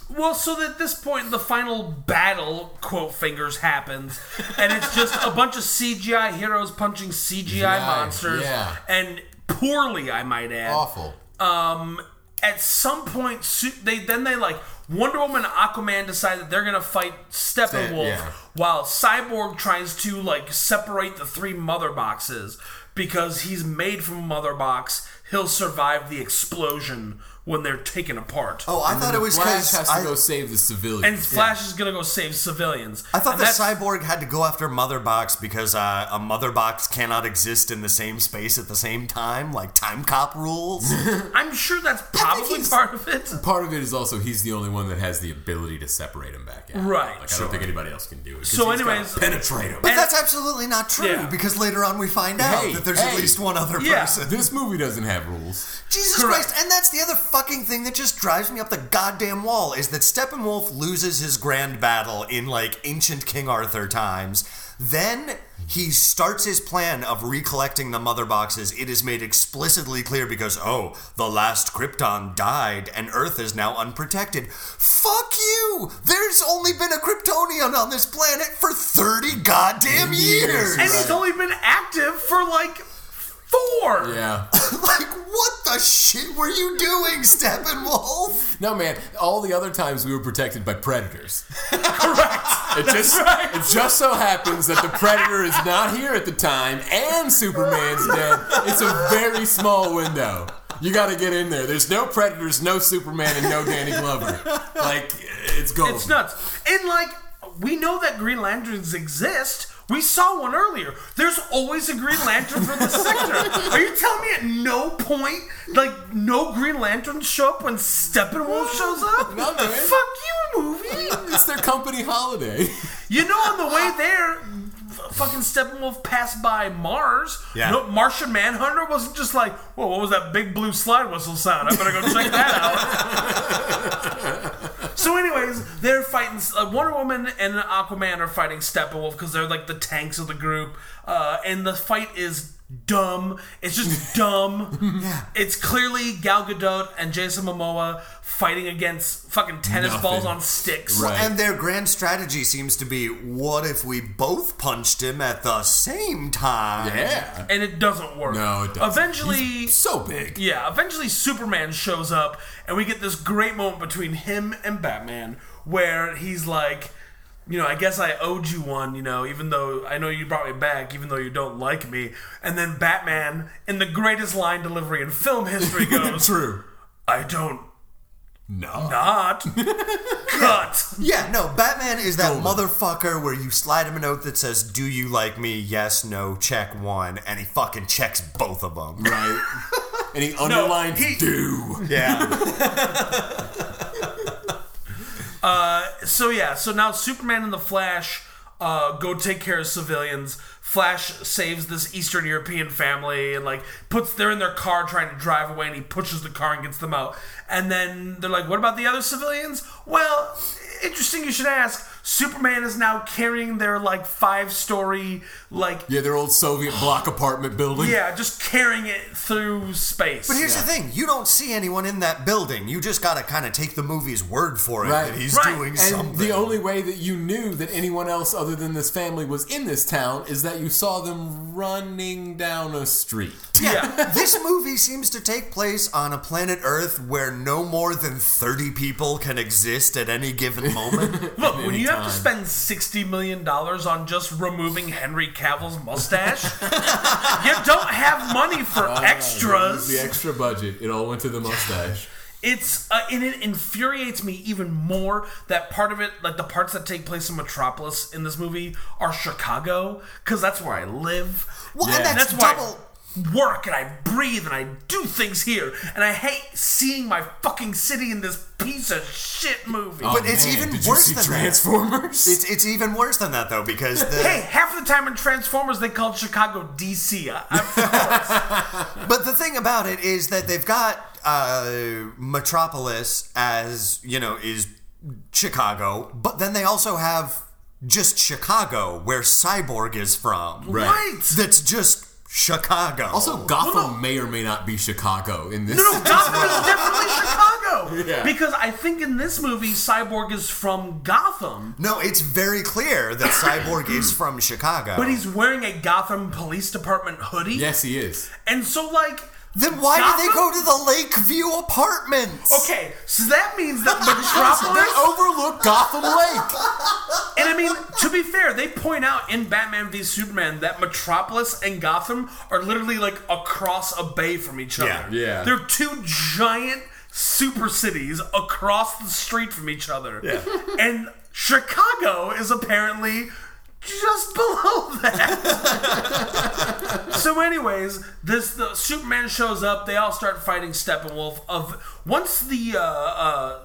Speaker 1: Well, so that at this point, the final battle, quote fingers, happens, and it's just a bunch of CGI heroes punching CGI
Speaker 3: Yeah,
Speaker 1: monsters,
Speaker 3: yeah.
Speaker 1: and poorly, I might add.
Speaker 3: Awful.
Speaker 1: Um, at some point, su- they then they like Wonder Woman and Aquaman decide that they're gonna fight Steppenwolf,
Speaker 3: yeah.
Speaker 1: while Cyborg tries to like separate the three mother boxes because he's made from a mother box. He'll survive the explosion when they're taken apart.
Speaker 2: Oh, I thought it was
Speaker 3: Flash
Speaker 2: because
Speaker 3: has to
Speaker 2: I,
Speaker 3: go save the civilians.
Speaker 1: And Flash is gonna go save civilians.
Speaker 2: I thought
Speaker 1: And
Speaker 2: the
Speaker 1: that's-
Speaker 2: cyborg had to go after Motherbox because uh, a Motherbox cannot exist in the same space at the same time, like time cop
Speaker 3: *laughs*
Speaker 2: rules.
Speaker 1: I'm sure that's probably
Speaker 3: he's-
Speaker 1: part of it.
Speaker 3: Part of it is also he's the only one that has the ability to separate him back out.
Speaker 1: Right,
Speaker 3: Like, I
Speaker 1: sure.
Speaker 3: don't think anybody else can do it. 'cause
Speaker 1: So
Speaker 3: he's gotta
Speaker 1: anyways-
Speaker 3: penetrate
Speaker 1: *laughs*
Speaker 3: him.
Speaker 2: But that's absolutely not true
Speaker 1: Yeah.
Speaker 2: because later on we find out
Speaker 3: Hey,
Speaker 2: that there's at
Speaker 3: hey.
Speaker 2: least one other
Speaker 1: Yeah.
Speaker 2: person.
Speaker 3: This movie doesn't have rules.
Speaker 2: Jesus
Speaker 1: Correct.
Speaker 2: Christ! And that's the other fucking thing that just drives me up the goddamn wall is that Steppenwolf loses his grand battle in like ancient King Arthur times. Then he starts his plan of recollecting the mother boxes. It is made explicitly clear because, oh, the last Krypton died and Earth is now unprotected. Fuck you! There's only been a Kryptonian on this planet for 30 goddamn years!
Speaker 1: And he's only been active for like four.
Speaker 3: Yeah.
Speaker 2: like, what the shit were you doing, Steppenwolf?
Speaker 3: No, man. All the other times we were protected by
Speaker 1: *laughs*
Speaker 3: predators.
Speaker 1: Correct.
Speaker 3: It just it just so happens that the predator is not here at the time, and Superman's dead. It's a very small window. You got to get in there. There's no predators, no Superman, and no Danny Glover. Like it's gold.
Speaker 1: It's nuts. And like we know that Green Lanterns exist. We saw one earlier. There's always a Green
Speaker 3: *laughs*
Speaker 1: Lantern from the sector. Are you telling me at no point, like, no Green Lanterns show up when Steppenwolf shows up?
Speaker 3: No, man.
Speaker 1: Fuck you, movie.
Speaker 3: It's their company holiday.
Speaker 1: You know, on the way there, f- fucking Steppenwolf passed by Mars.
Speaker 2: Yeah.
Speaker 1: No, Martian Manhunter wasn't just like, whoa, what was that big blue slide whistle sound? I better go check that out. so, anyways, they're fighting. Uh, Wonder Woman and Aquaman are fighting Steppenwolf because they're like the tanks of the group. Uh, and the fight is. Dumb.
Speaker 2: *laughs*
Speaker 1: It's just dumb.
Speaker 2: Yeah.
Speaker 1: It's clearly Gal Gadot and Jason Momoa fighting against fucking tennis
Speaker 3: Nothing.
Speaker 1: balls on sticks.
Speaker 3: Right.
Speaker 2: And their grand strategy seems to be what if we both punched him at the same time?
Speaker 3: Yeah.
Speaker 1: and it doesn't work.
Speaker 3: No, it doesn't.
Speaker 1: Eventually,
Speaker 3: So big.
Speaker 1: yeah, eventually Superman shows up, and we get this great moment between him and Batman where he's like, you know, I guess I owed you one, you know, even though I know you brought me back, even though you don't like me. And then Batman, in the greatest line delivery in
Speaker 3: *laughs*
Speaker 1: film history, goes,
Speaker 3: True.
Speaker 1: I don't
Speaker 3: No. *laughs*
Speaker 1: not cut.
Speaker 2: Yeah, no, Batman is that motherfucker where you slide him a note that says, Do you like me? Yes, no, check one. And he fucking checks both of
Speaker 3: *laughs*
Speaker 2: them.
Speaker 1: *laughs*
Speaker 3: Right. And he underlines
Speaker 1: he-
Speaker 3: do.
Speaker 2: Yeah.
Speaker 1: So yeah, so now Superman and the Flash uh, go take care of civilians. Flash saves this Eastern European family and like puts they're in their car trying to drive away, and he pushes the car and gets them out. And then they're like, "What about the other civilians?" Well, interesting you should ask. Superman is now carrying their like five story like
Speaker 3: Yeah, their old Soviet block apartment building.
Speaker 1: yeah, just carrying it through space.
Speaker 2: But here's the thing you don't see anyone in that building. You just gotta kind of take the movie's word for it
Speaker 3: Right.
Speaker 2: that he's
Speaker 1: Right.
Speaker 2: doing
Speaker 1: And
Speaker 3: And
Speaker 2: something.
Speaker 3: the only way that you knew that anyone else other than this family was in this town is that you saw them running down a street.
Speaker 1: yeah.
Speaker 2: *laughs* this movie seems to take place on a planet Earth where no more than 30 people can exist at any given
Speaker 1: *laughs*
Speaker 2: moment.
Speaker 1: Look, when you have to
Speaker 3: time.
Speaker 1: spend sixty million dollars on just removing Henry Cavill's mustache, you don't have money for
Speaker 3: Ah, that was
Speaker 1: extras.
Speaker 3: The extra budget. It all went to the mustache.
Speaker 1: It's uh, and it infuriates me even more that part of it, like the parts that take place in Metropolis in this movie, are Chicago because that's where I live.
Speaker 2: Well, and
Speaker 1: And
Speaker 2: that's
Speaker 1: that's why
Speaker 2: double-
Speaker 1: I work and I breathe and I do things here, and I hate seeing my fucking city in this piece of shit
Speaker 2: *laughs*
Speaker 1: movie.
Speaker 3: Oh,
Speaker 2: But it's even
Speaker 3: did
Speaker 2: worse
Speaker 3: you see
Speaker 2: than that.
Speaker 3: Transformers.
Speaker 2: *laughs* It's it's even worse than that though because the
Speaker 1: Hey, half the time in Transformers they called Chicago DC. I-
Speaker 3: *laughs*
Speaker 1: I'm-
Speaker 2: But the thing about it is that they've got uh, Metropolis as you know is Chicago, but then they also have just Chicago where Cyborg is from.
Speaker 3: Right.
Speaker 1: right?
Speaker 2: That's just Chicago.
Speaker 3: also, Gotham may or may not be Chicago in this.
Speaker 1: No, no, Gotham is definitely
Speaker 3: *laughs*
Speaker 1: Chicago.
Speaker 3: Yeah.
Speaker 1: Because I think in this movie, Cyborg is from Gotham,
Speaker 2: no, it's very clear that Cyborg is from Chicago.
Speaker 1: but he's wearing a Gotham Police Department hoodie.
Speaker 3: yes, he is.
Speaker 1: And so, like,
Speaker 2: then why do they go
Speaker 1: Gotham?
Speaker 2: to the Lakeview Apartments?
Speaker 1: okay, so that means
Speaker 3: *laughs*
Speaker 1: that
Speaker 3: They
Speaker 1: Metropolis.
Speaker 3: overlook Gotham
Speaker 2: *laughs*
Speaker 3: Lake.
Speaker 1: And I mean, to be fair, they point out in Batman v Superman that Metropolis and Gotham are literally like across a bay from each other.
Speaker 2: Yeah,
Speaker 3: yeah.
Speaker 1: They're two giant super cities across the street from each other. Yeah. *laughs* and Chicago is apparently just *laughs* below that. so, anyways, this the Superman shows up. They all start fighting Steppenwolf. Of once the uh, uh,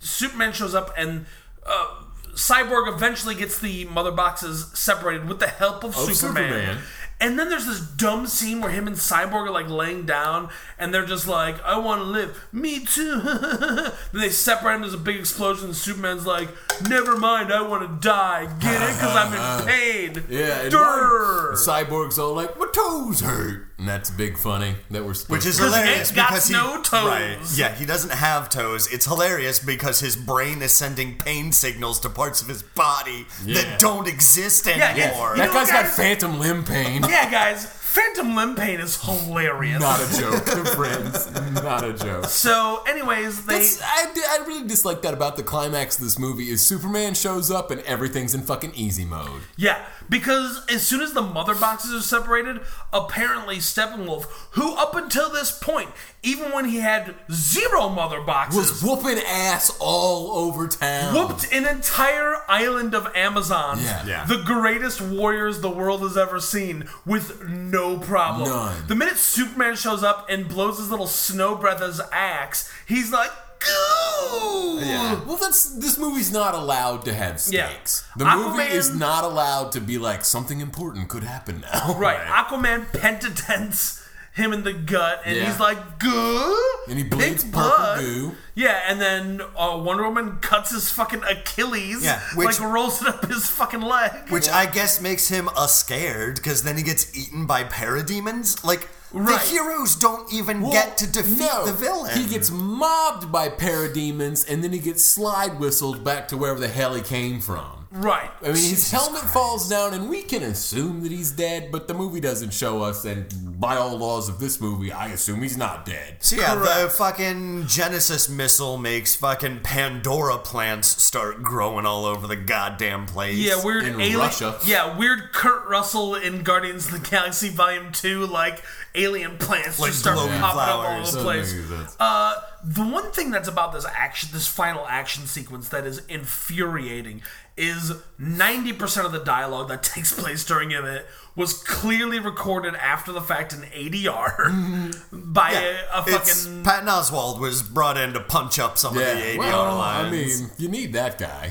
Speaker 1: Superman shows up and uh, Cyborg eventually gets the mother boxes separated with the help of Superman.
Speaker 3: Superman.
Speaker 1: And then there's this dumb scene where him and Cyborg are like laying down and they're just like, I want to live. Me too. *laughs* then they separate him. There's a big explosion. And Superman's like, Never mind. I want to die. Get it?
Speaker 3: *laughs*
Speaker 1: Because I'm in pain.
Speaker 3: Yeah, and
Speaker 1: Durr.
Speaker 3: Cyborg's all like, "My toes hurt," and that's big funny that we're supposed
Speaker 2: Which is
Speaker 3: to-
Speaker 2: hilarious
Speaker 1: Nick got
Speaker 2: because he,
Speaker 1: no toes.
Speaker 2: Right. Yeah, he doesn't have toes. It's hilarious because his brain is sending pain signals to parts of his body
Speaker 3: Yeah.
Speaker 2: that don't exist
Speaker 1: yeah.
Speaker 2: anymore.
Speaker 1: You
Speaker 3: that
Speaker 1: know,
Speaker 3: guy's got
Speaker 1: guys-
Speaker 3: phantom limb
Speaker 2: *laughs*
Speaker 3: pain.
Speaker 1: yeah, guys. Phantom limb pain is hilarious.
Speaker 3: Not a joke. They're friends. Not a joke.
Speaker 1: so, anyways, they.
Speaker 3: That's, I, I really dislike that about the climax of this movie is Superman shows up and everything's in fucking easy mode.
Speaker 1: Yeah, because as soon as the mother boxes are separated, apparently Steppenwolf, who up until this point, even when he had zero mother
Speaker 3: Was
Speaker 1: boxes,
Speaker 3: whooping ass all over town.
Speaker 1: whooped an entire island of Amazons,
Speaker 3: Yeah. Yeah.
Speaker 1: the greatest warriors the world has ever seen, with no problem.
Speaker 3: None.
Speaker 1: The minute Superman shows up and blows his little snow breath as axe, he's like, "Goo!"
Speaker 3: Well, that's this movie's not allowed to have stakes.
Speaker 1: Yeah.
Speaker 3: The movie
Speaker 1: Aquaman-
Speaker 3: is not allowed to be like something important could happen now.
Speaker 1: *laughs* Right. Aquaman pentatents him in the gut, and
Speaker 3: Yeah.
Speaker 1: he's like, "Goo!"
Speaker 3: And he
Speaker 1: Big
Speaker 3: bleeds purple
Speaker 1: blood.
Speaker 3: goo.
Speaker 1: Yeah, and then uh, Wonder Woman cuts his fucking Achilles.
Speaker 2: Yeah, which-
Speaker 1: like rolls it up his fucking leg.
Speaker 2: Which I guess makes him a scared because then he gets eaten by parademons. Like
Speaker 1: Right.
Speaker 2: the heroes don't even
Speaker 3: Well,
Speaker 2: get to defeat
Speaker 3: no,
Speaker 2: the villain.
Speaker 3: He gets mobbed by parademons and then he gets slide whistled back to wherever the hell he came from.
Speaker 1: right.
Speaker 3: I mean, his helmet falls down, and we can assume that he's dead, but the movie doesn't show us. And by all laws of this movie, I assume he's not dead.
Speaker 2: so yeah, the fucking Genesis missile makes fucking Pandora plants start growing all over the goddamn place.
Speaker 1: Yeah, weird
Speaker 3: in
Speaker 1: alien.
Speaker 3: Russia.
Speaker 1: Yeah, weird Kurt Russell in Guardians of the Galaxy Volume Two, like alien plants
Speaker 2: Like
Speaker 1: just start
Speaker 2: glowing
Speaker 1: popping up all
Speaker 2: flowers.
Speaker 1: over the
Speaker 2: Doesn't
Speaker 1: place.
Speaker 3: make sense.
Speaker 1: Uh, the one thing that's about this action, this final action sequence that is infuriating, is ninety percent of the dialogue that *laughs* takes place during it was clearly recorded after the fact in ADR *laughs* by a, a
Speaker 2: It's,
Speaker 1: fucking
Speaker 2: Patton Oswald was brought in to punch up some of the ADR
Speaker 3: well,
Speaker 2: lines.
Speaker 3: I mean, you need
Speaker 2: *laughs*
Speaker 3: that guy.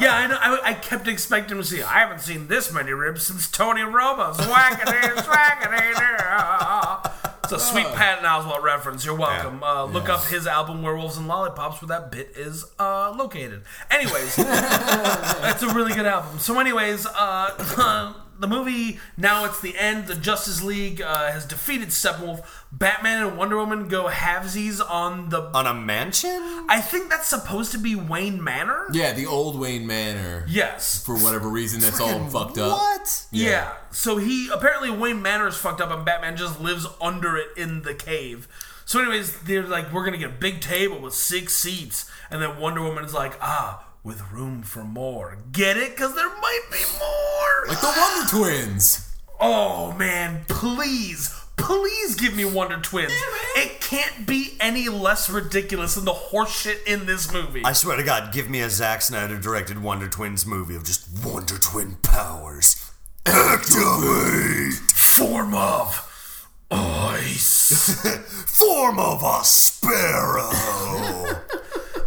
Speaker 1: Yeah, I know. I, I kept expecting to see. I haven't seen this many ribs since Tony Romo's wackadee, swackadee. It's a sweet Patton Oswalt reference. You're welcome. Uh, look up his album Werewolves and Lollipops, where that bit is uh, located. Anyways, that's a really good album. So, anyways, uh, *laughs* the movie now it's the end. The Justice League uh, has defeated Steppenwolf. Batman and Wonder Woman go halvesies on the.
Speaker 2: on a mansion?
Speaker 1: I think that's supposed to be Wayne Manor.
Speaker 3: yeah, the old Wayne Manor.
Speaker 1: Yes.
Speaker 3: For whatever reason, that's all fucked up.
Speaker 2: What?
Speaker 1: Yeah. So he apparently Wayne Manor is fucked up, and Batman just lives under it in the cave. So, anyways, they're like, we're gonna get a big table with six seats, and then Wonder Woman's like, ah, with room for more. Get it? Because there might be more.
Speaker 3: Like the Wonder Twins.
Speaker 1: oh man, please, Please give me Wonder Twins. it can't be any less ridiculous than the horseshit in this movie.
Speaker 2: I swear to God, give me a Zack Snyder directed Wonder Twins movie of just Wonder Twin powers. Activate!
Speaker 1: Form of ice.
Speaker 2: Form of a
Speaker 3: *laughs*
Speaker 2: sparrow!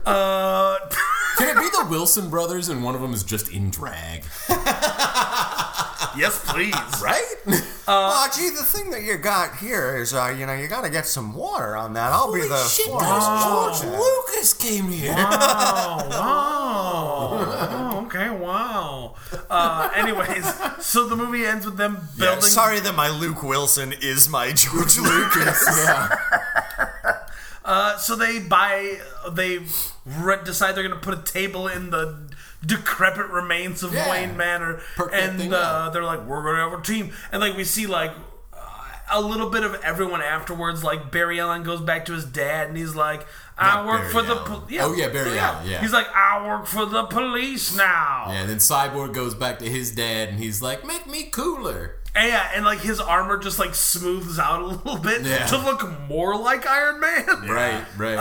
Speaker 2: Uh, *laughs*
Speaker 3: Can it be the Wilson brothers and one of them is just in drag?
Speaker 1: *laughs* yes, please.
Speaker 3: Right? *laughs*
Speaker 2: oh, gee, the thing that you got here is, uh, you know, you gotta get some water on that. I'll be
Speaker 3: Holy
Speaker 2: the.
Speaker 3: shit,
Speaker 2: form
Speaker 3: guys,
Speaker 2: of
Speaker 3: George
Speaker 2: water.
Speaker 3: Lucas came here. *laughs*
Speaker 1: Wow. Wow. Oh, okay, wow. Uh, anyways, so the movie ends with them building.
Speaker 2: Yeah, sorry that my Luke Wilson is my
Speaker 3: *laughs*
Speaker 2: George Lucas.
Speaker 3: Yeah.
Speaker 1: Uh, so they buy, they re- decide they're going to put a table in the decrepit remains of
Speaker 3: Yeah.
Speaker 1: Wayne Manor,
Speaker 3: Perk that
Speaker 1: and
Speaker 3: thing
Speaker 1: uh,
Speaker 3: up.
Speaker 1: they're like, "We're going to have a team," and like we see like uh, a little bit of everyone afterwards. Like Barry Allen goes back to his dad, and he's like, "I
Speaker 2: Not
Speaker 1: work
Speaker 2: Barry
Speaker 1: for the
Speaker 2: Allen.
Speaker 1: pol-
Speaker 3: Oh, yeah, Barry Allen, yeah.
Speaker 1: He's like, "I work for the police now."
Speaker 3: Yeah, and then Cyborg goes back to his dad and he's like, make me cooler.
Speaker 1: And yeah, and like his armor just like smooths out a *laughs* little bit
Speaker 3: Yeah.
Speaker 1: to look more like Iron Man.
Speaker 3: Right, right.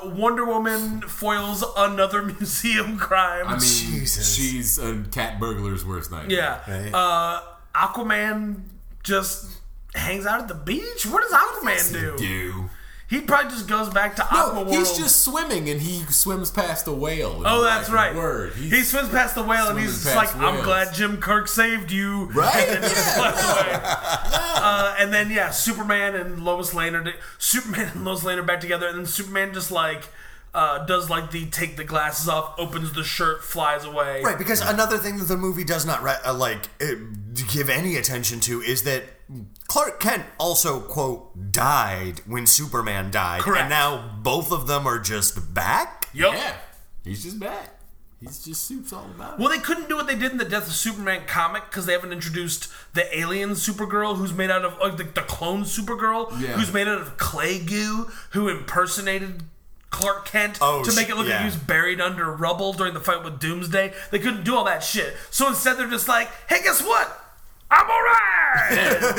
Speaker 1: *laughs* Uh, Wonder Woman foils another *laughs* museum crime.
Speaker 3: I mean,
Speaker 2: Jesus.
Speaker 3: she's a cat burglar's worst nightmare.
Speaker 1: yeah.
Speaker 2: Right.
Speaker 1: Uh, Aquaman just hangs out at the beach. What does Aquaman do?
Speaker 3: Do.
Speaker 1: He probably just goes back to
Speaker 3: No,
Speaker 1: Aquaworld.
Speaker 3: he's just swimming and he swims past a whale. And
Speaker 1: Oh,
Speaker 3: I'm
Speaker 1: that's
Speaker 3: like,
Speaker 1: right.
Speaker 3: Word. He's,
Speaker 1: He swims past the whale and
Speaker 3: swims
Speaker 1: he's just like,
Speaker 3: past
Speaker 1: "I'm
Speaker 3: whales."
Speaker 1: glad Jim Kirk saved you."
Speaker 3: Right?
Speaker 1: *laughs* And then just
Speaker 3: Yeah.
Speaker 1: swims away. Uh, and then yeah, Superman and Lois Lane are Superman and Lois Lane are back together, and then Superman just like uh, does like the take the glasses off, opens the shirt, flies away.
Speaker 2: Right, because another thing that the movie does not re- uh, like uh, give any attention to is that Clark Kent also quote died when Superman died,
Speaker 1: Correct.
Speaker 2: and now both of them are just back.
Speaker 1: Yup.
Speaker 3: yeah. He's just back. He's just soups all about it.
Speaker 1: Well, they couldn't do what they did in the Death of Superman comic because they haven't introduced the alien Supergirl, who's made out of uh, the, the clone Supergirl,
Speaker 3: Yeah.
Speaker 1: who's made out of clay goo, who impersonated Clark Kent
Speaker 2: Oh,
Speaker 1: to make it look
Speaker 2: sh- yeah.
Speaker 1: like he was buried under rubble during the fight with Doomsday. They couldn't do all that shit, so instead they're just like, "Hey, guess what? I'm
Speaker 2: *laughs*
Speaker 1: alright."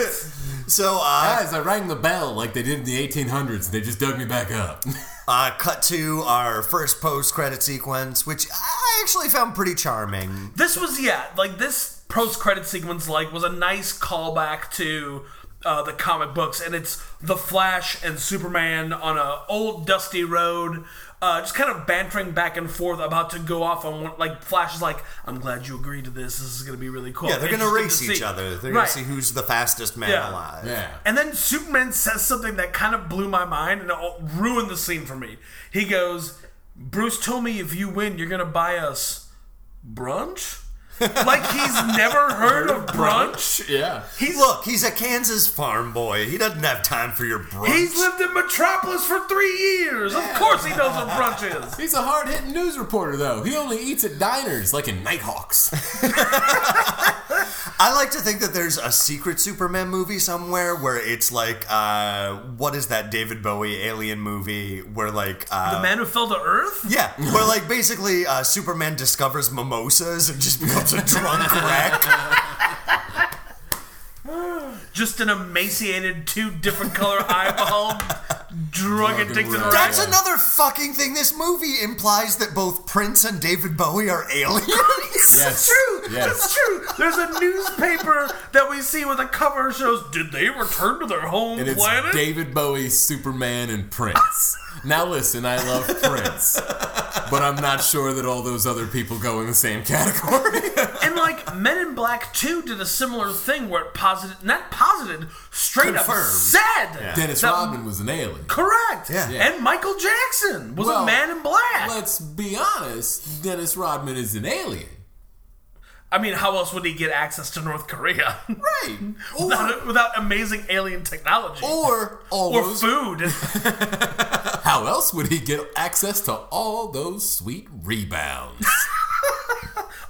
Speaker 2: So uh,
Speaker 3: Guys, I rang the bell like they did in the 1800s. They just dug me back up. *laughs*
Speaker 2: uh, cut to our first post credit sequence, which I actually found pretty charming.
Speaker 1: this was yeah, like this post credit sequence like was a nice callback to uh, the comic books, and it's the Flash and Superman on a old dusty road. Uh, just kind of bantering back and forth, about to go off on one. Like Flash is like, "I'm glad you agreed to this. This is going to be really cool."
Speaker 2: Yeah, they're gonna race
Speaker 1: Interesting to
Speaker 2: each
Speaker 1: see."
Speaker 2: other. They're
Speaker 1: right.
Speaker 2: gonna see who's the fastest man
Speaker 1: Yeah.
Speaker 2: alive.
Speaker 3: yeah.
Speaker 1: And then Superman says something that kind of blew my mind and it all- ruined the scene for me. He goes, Bruce told me if you win, you're going to buy us *laughs* brunch? like he's never heard of brunch.
Speaker 3: Yeah.
Speaker 1: He's,
Speaker 2: Look, he's a Kansas farm boy. He doesn't have time for your brunch.
Speaker 1: he's lived in Metropolis for three years. Of course he knows what brunch is.
Speaker 3: He's a hard hitting news reporter, though. He only eats at diners, like in Nighthawks.
Speaker 2: I like to think that there's a secret Superman movie somewhere where it's like, uh, what is that David Bowie alien movie where like, uh,
Speaker 1: The man who fell to earth?
Speaker 2: yeah, where like basically uh, Superman discovers mimosas and just becomes a
Speaker 1: *laughs*
Speaker 2: drunk wreck.
Speaker 1: Just an emaciated, two different color *laughs* eyeball, drug addicted
Speaker 3: wreck.
Speaker 1: wreck.
Speaker 2: That's another fucking thing. This movie implies that both Prince and David Bowie are
Speaker 1: *laughs*
Speaker 2: aliens.
Speaker 3: Yes.
Speaker 1: true.
Speaker 3: Yes.
Speaker 1: That's true. There's a newspaper that we see with a cover shows. Did they return to their home
Speaker 3: And it's
Speaker 1: planet?
Speaker 3: David Bowie, Superman, and Prince. now listen, I love Prince, but I'm not sure that all those other people go in the same category. *laughs*
Speaker 1: and like Men in Black Two did a similar thing where it posited, not posited, straight up
Speaker 2: Confirmed.
Speaker 1: said
Speaker 3: Dennis
Speaker 1: that-
Speaker 3: Rodman was an alien.
Speaker 1: Correct.
Speaker 2: Yeah.
Speaker 3: Yeah.
Speaker 1: And Michael Jackson was a
Speaker 3: Well,
Speaker 1: man in black.
Speaker 3: Let's be honest, Dennis Rodman is an alien.
Speaker 1: I mean, how else would he get access to North Korea
Speaker 3: Right. Or,
Speaker 1: *laughs* without, without amazing alien technology
Speaker 3: or all
Speaker 1: or
Speaker 3: those.
Speaker 1: food?
Speaker 3: How else would he get access to all those sweet rebounds?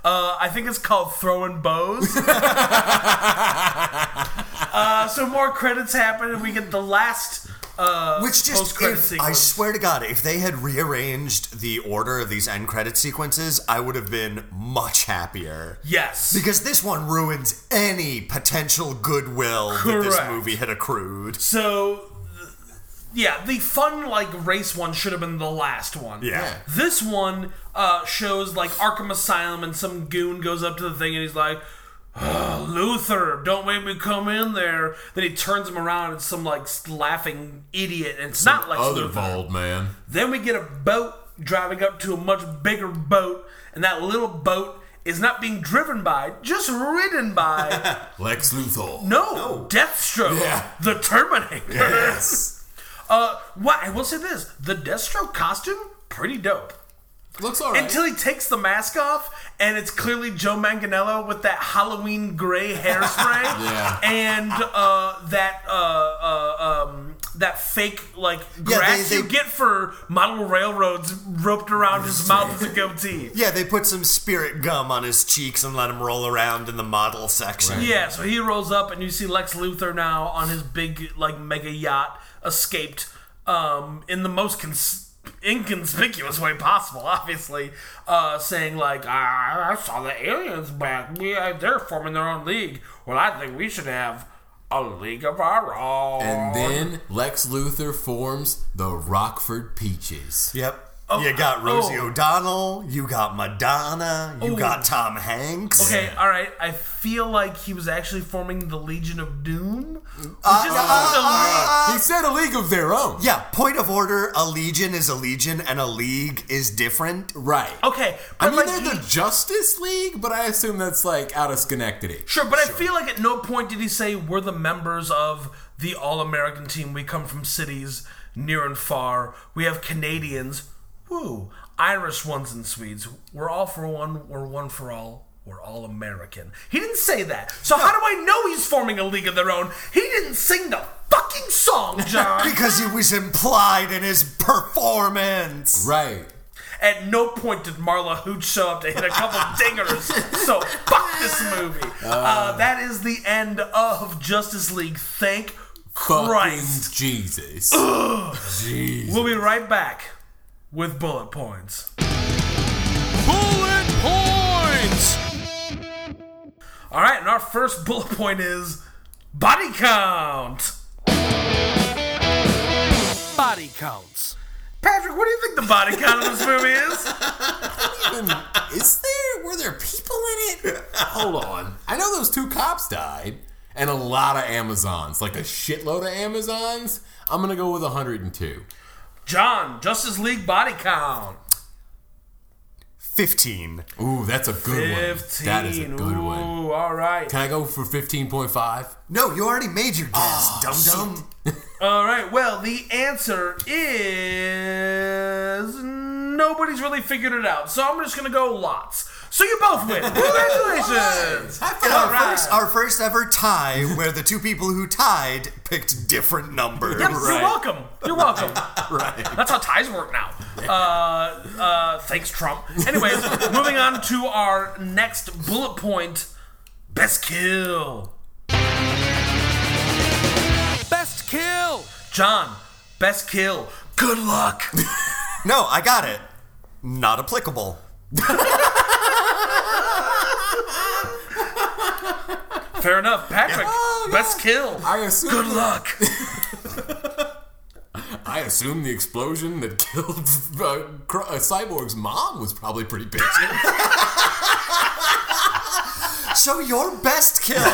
Speaker 1: Uh, I think it's called throwing
Speaker 2: *laughs*
Speaker 1: bows. uh, so more credits happen, and we get the last uh,
Speaker 2: Which just,
Speaker 1: post-credit
Speaker 2: if, I
Speaker 1: sequence.
Speaker 2: swear to God, if they had rearranged the order of these end credit sequences, I would have been much happier.
Speaker 1: yes.
Speaker 2: Because this one ruins any potential goodwill that this
Speaker 1: Correct.
Speaker 2: movie had accrued.
Speaker 1: so, th- yeah, the fun like race one should have been the last one.
Speaker 2: Yeah.
Speaker 1: This one uh, shows like Arkham Asylum, and some goon goes up to the thing and he's like, "Ugh, Luther, don't make me come in there. Then he turns him around and some like laughing idiot, and it's not like
Speaker 3: Other
Speaker 1: Luther.
Speaker 3: bald man.
Speaker 1: Then we get a boat driving up to a much bigger boat, and that little boat is not being driven by, just ridden by,
Speaker 3: *laughs* Lex Luthor.
Speaker 1: no, Deathstroke,
Speaker 3: Yeah.
Speaker 1: the Terminator.
Speaker 3: Yes.
Speaker 1: Uh, what I will say this: the Deathstroke costume, pretty dope.
Speaker 3: Looks alright.
Speaker 1: Until he takes the mask off, and it's clearly Joe Manganello with that Halloween gray
Speaker 2: *laughs*
Speaker 1: hairspray,
Speaker 3: Yeah.
Speaker 1: and uh, that uh, uh, um, that fake like
Speaker 2: they-
Speaker 1: grass you
Speaker 2: they-
Speaker 1: get for model railroads roped around his mouth as
Speaker 2: *laughs*
Speaker 1: a goatee.
Speaker 2: Yeah, they put some spirit gum on his cheeks and let him roll around in the model section.
Speaker 1: Yeah, so he rolls up, and you see Lex Luthor now on his big like mega yacht, escaped um, in the most cons- inconspicuous way possible, obviously, uh, saying like, "Ah, I-, "I saw the aliens back. We uh, they're forming their own league. Well, I think we should have a league of our own."
Speaker 3: and then Lex Luthor forms the Rockford Peaches.
Speaker 2: Yep. you got Rosie
Speaker 1: oh.
Speaker 2: O'Donnell, you got Madonna, you got Tom Hanks.
Speaker 1: Okay, all right. I feel like he was actually forming the Legion of Doom.
Speaker 3: Uh,
Speaker 1: Which is
Speaker 3: he said a league of their own.
Speaker 2: Yeah, point of order, a legion is a legion and a league is different.
Speaker 3: Right.
Speaker 1: okay, but
Speaker 3: uh. I mean,
Speaker 1: like
Speaker 3: they're
Speaker 1: he-
Speaker 3: the Justice League, but I assume that's like out of Schenectady.
Speaker 1: Sure, but I feel like at no point did he say we're the members of the All American team. We come from cities near and far. We have Canadians, woo, Irish ones and Swedes. We're all for one. We're one for all. We're all American. He didn't say that. So how do I know he's forming a league of their own? He didn't sing the fucking song,
Speaker 2: *laughs*
Speaker 1: John.
Speaker 2: Because it was implied in his performance.
Speaker 3: Right.
Speaker 1: at no point did Marla Hooch show up to hit a
Speaker 3: *laughs*
Speaker 1: couple dingers. So fuck this movie. Uh, that is the end of Justice League. Thank. Christ.
Speaker 3: Fucking Jesus. Jeez.
Speaker 1: We'll be right back with bullet points.
Speaker 4: Bullet points!
Speaker 1: All right, and our first *laughs* bullet point is body count.
Speaker 4: Body counts.
Speaker 1: Patrick, what do you think the body count of this movie is?
Speaker 3: Is there were there people in it? Hold on. I know those two cops died, and a lot of Amazons, like a shitload of Amazons. I'm gonna go with 102.
Speaker 1: John, Justice League body count.
Speaker 2: 15.
Speaker 3: Ooh, that's a good
Speaker 1: Fifteen.
Speaker 3: one. That is a good
Speaker 1: Ooh,
Speaker 3: one.
Speaker 1: all right.
Speaker 3: Can I go for 15.5?
Speaker 2: No, you already made your
Speaker 1: Ah,
Speaker 2: guess, dum dum.
Speaker 1: All right. Well, the answer is nobody's really figured it out. So I'm just gonna go lots. So you both win. Congratulations.
Speaker 2: Our,
Speaker 1: All right.
Speaker 2: first, our first ever tie where the two people who tied picked different numbers.
Speaker 1: Yep, You're welcome. You're welcome. That's how ties work now. Uh, uh, thanks, Trump. Anyways, moving on to our next bullet point best kill.
Speaker 4: Best kill!
Speaker 1: John, best kill. Good luck.
Speaker 2: No, I got it. Not applicable.
Speaker 1: Fair enough. Patrick, best kill.
Speaker 3: I assume.
Speaker 1: Good luck.
Speaker 3: I assume the explosion that killed *laughs* uh, Cro- uh, Cyborg's mom was probably pretty big. *laughs*
Speaker 2: So your best kill
Speaker 3: *laughs*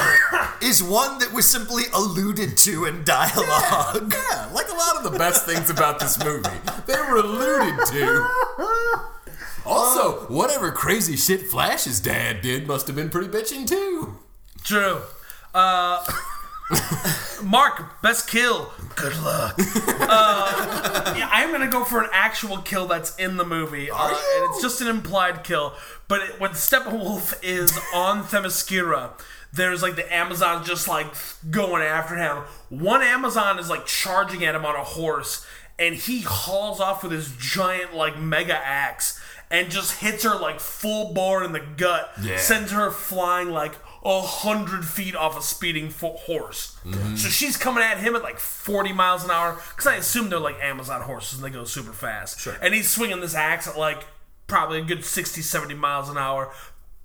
Speaker 2: is one that was simply alluded to in dialogue.
Speaker 3: yeah, like a lot of the best things about this movie, they were alluded to. Also, whatever crazy shit Flash's dad did must have been pretty bitchin' too.
Speaker 1: True. Uh, Mark, best kill. Good luck. Uh, yeah, I'm gonna go for an actual kill that's in the movie, uh, and it's just an implied kill. But it, when Steppenwolf is on Themyscira, there's like the Amazon just like going after him. One Amazon is like charging at him on a horse, and he hauls off with his giant like mega axe. and just hits her like full bore in the gut,
Speaker 3: Yeah.
Speaker 1: sends her flying like a hundred feet off a speeding fo- horse.
Speaker 3: Mm-hmm.
Speaker 1: So she's coming at him at like forty miles an hour because I assume they're like Amazon horses and they go super fast. Sure. And he's swinging this axe at like probably a good 60, 70 miles an hour.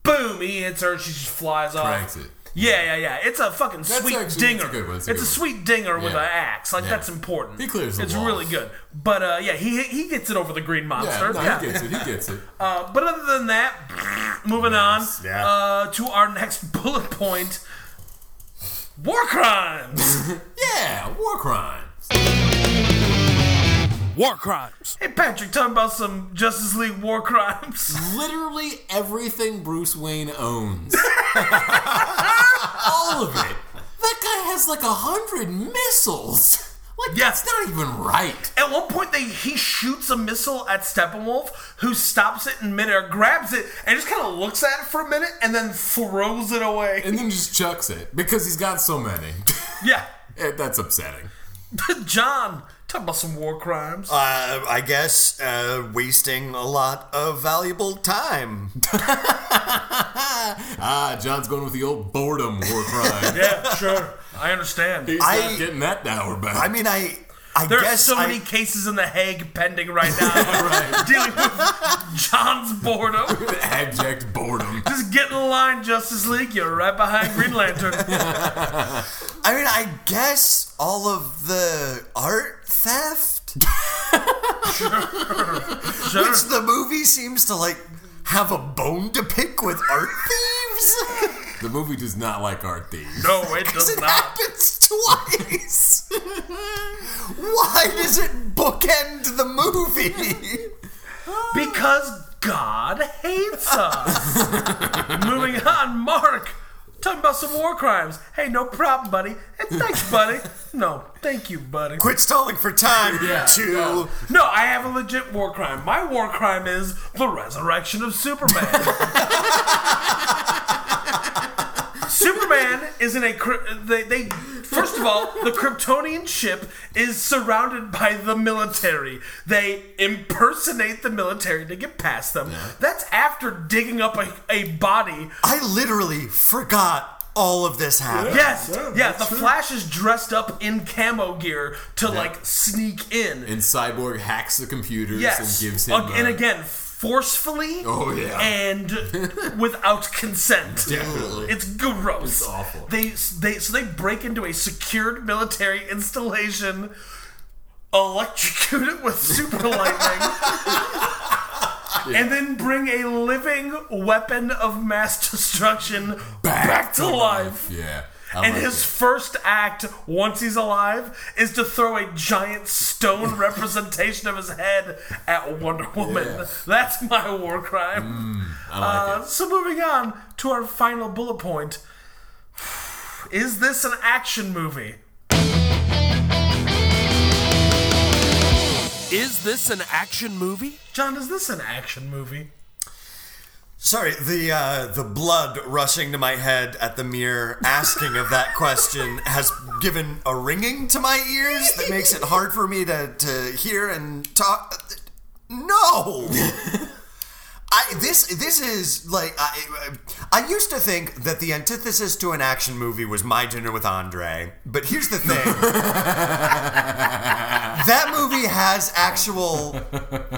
Speaker 1: Boom! He hits her. She just flies off.
Speaker 3: Cranks it.
Speaker 1: Yeah, yeah, yeah. It's a fucking
Speaker 3: That's
Speaker 1: sweet
Speaker 3: actually- that's a
Speaker 1: dinger.
Speaker 3: good one,
Speaker 1: It's
Speaker 3: that's
Speaker 1: a,
Speaker 3: a good one.
Speaker 1: sweet dinger with an
Speaker 3: Yeah.
Speaker 1: axe. Like
Speaker 3: Yeah.
Speaker 1: that's important.
Speaker 3: He clears the
Speaker 1: It's
Speaker 3: walls.
Speaker 1: really good. But uh, yeah, he he gets it over the green
Speaker 3: Yeah,
Speaker 1: monster.
Speaker 3: no,
Speaker 1: Yeah.
Speaker 3: he gets it. He gets it.
Speaker 1: *laughs* Uh, but other than that, *clears throat* moving on
Speaker 2: Yeah.
Speaker 1: uh, to our next *laughs* bullet point: war
Speaker 2: *laughs*
Speaker 1: crimes.
Speaker 3: yeah, war crimes.
Speaker 4: War crimes.
Speaker 1: hey, Patrick, talk about some Justice League war crimes. *laughs*
Speaker 3: Literally everything Bruce Wayne owns. All of it. That guy has like a hundred missiles. Like
Speaker 1: Yeah.
Speaker 3: that's not even right.
Speaker 1: At one point, they he shoots a missile at Steppenwolf, who stops it in midair, grabs it, and just kind of looks at it for a minute, and then throws it away.
Speaker 3: And then just chucks it because he's got so many. *laughs*
Speaker 1: Yeah, *laughs*
Speaker 3: Eh, that's upsetting.
Speaker 1: John, talk about some war crimes.
Speaker 2: Uh, I guess uh, wasting a lot of valuable time.
Speaker 3: Ah, John's going with the old boredom war crime.
Speaker 1: *laughs* yeah, sure,
Speaker 2: *laughs*
Speaker 1: I understand.
Speaker 3: He's
Speaker 2: I-
Speaker 3: not getting that hour back.
Speaker 2: I mean, I I
Speaker 1: There are
Speaker 2: guess
Speaker 1: so
Speaker 2: I-
Speaker 1: many cases in the Hague pending right
Speaker 2: *laughs*
Speaker 1: now dealing with John's boredom.
Speaker 3: *laughs* abject boredom.
Speaker 1: Just get in line, Justice League. You're right behind Green
Speaker 2: *laughs*
Speaker 1: Lantern.
Speaker 2: I mean, I guess all of the art theft,
Speaker 1: Sure.
Speaker 2: which the movie seems to like have a bone to pick with art
Speaker 3: *laughs*
Speaker 2: thieves.
Speaker 3: The movie does not like art thieves.
Speaker 1: No, it does
Speaker 2: it *laughs*
Speaker 1: not.
Speaker 2: happens twice. Why does it bookend the movie?
Speaker 1: Because God hates
Speaker 2: *laughs*
Speaker 1: us. Moving on, Mark. Talking about some war crimes. Hey, no problem, buddy. And thanks, buddy. No, thank you, buddy.
Speaker 2: Quit stalling for time.
Speaker 3: Yeah,
Speaker 2: to
Speaker 3: yeah.
Speaker 1: No, I have a legit war crime. My war crime is the resurrection of Superman. *laughs* Superman is in a. cr- They, they first of all, the Kryptonian ship is surrounded by the military. They impersonate the military to get past them. That's after digging up a, a body
Speaker 2: I literally forgot all of this happened.
Speaker 1: Yes,
Speaker 3: Yeah,
Speaker 1: yeah.
Speaker 3: that's
Speaker 1: the
Speaker 3: true.
Speaker 1: Flash is dressed up in camo gear to like sneak in.
Speaker 3: And Cyborg hacks the computers
Speaker 1: yes,
Speaker 3: and gives him.
Speaker 1: Ag- and
Speaker 3: uh,
Speaker 1: again, forcefully.
Speaker 3: Oh, yeah.
Speaker 1: and without consent.
Speaker 3: *laughs* Definitely.
Speaker 1: It's gross.
Speaker 3: It's awful.
Speaker 1: They they so they break into a secured military installation, electrocute it
Speaker 3: *laughs*
Speaker 1: with super lightning. And then bring a living weapon of mass destruction back, to life.
Speaker 3: Yeah. I
Speaker 1: And
Speaker 3: like
Speaker 1: his
Speaker 3: it.
Speaker 1: first act, once he's alive, is to throw a
Speaker 3: *laughs*
Speaker 1: giant stone representation of his head at Wonder Woman.
Speaker 3: Yeah. Mm,
Speaker 1: That's my war crime.
Speaker 3: I like
Speaker 1: Uh, so, moving on to our final bullet point *sighs* Is this an action movie?
Speaker 4: Is this an action movie?
Speaker 1: John, is this an action movie?
Speaker 2: Sorry, the uh, the blood rushing to my head at the mere asking of that question has given a ringing to my ears that makes it hard for me to, to hear and talk. No, I this this is like I I used to think that the antithesis to an action movie was My Dinner with Andre, but here's the thing. that movie has actual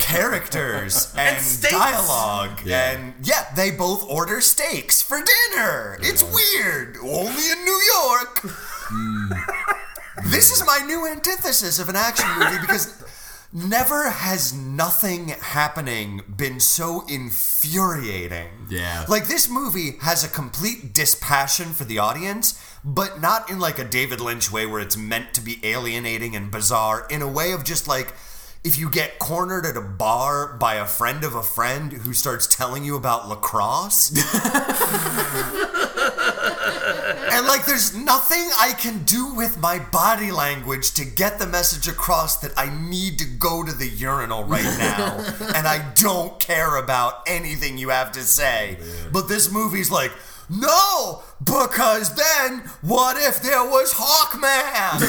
Speaker 2: characters and,
Speaker 1: steaks.
Speaker 2: dialogue and yeah they both order steaks for dinner it's weird only in new york this is my new antithesis of an action movie because never has nothing happening been so infuriating
Speaker 3: Yeah.
Speaker 2: like this movie has a complete dispassion for the audience, but not in like a David Lynch way where it's meant to be alienating and bizarre, in a way of just like if you get cornered at a bar by a friend of a friend who starts telling you about lacrosse. and like there's nothing I can do with my body language to get the message across that I need to go to the urinal right now and I don't care about anything you have to say. But this movie's like no, because then what if there was Hawkman?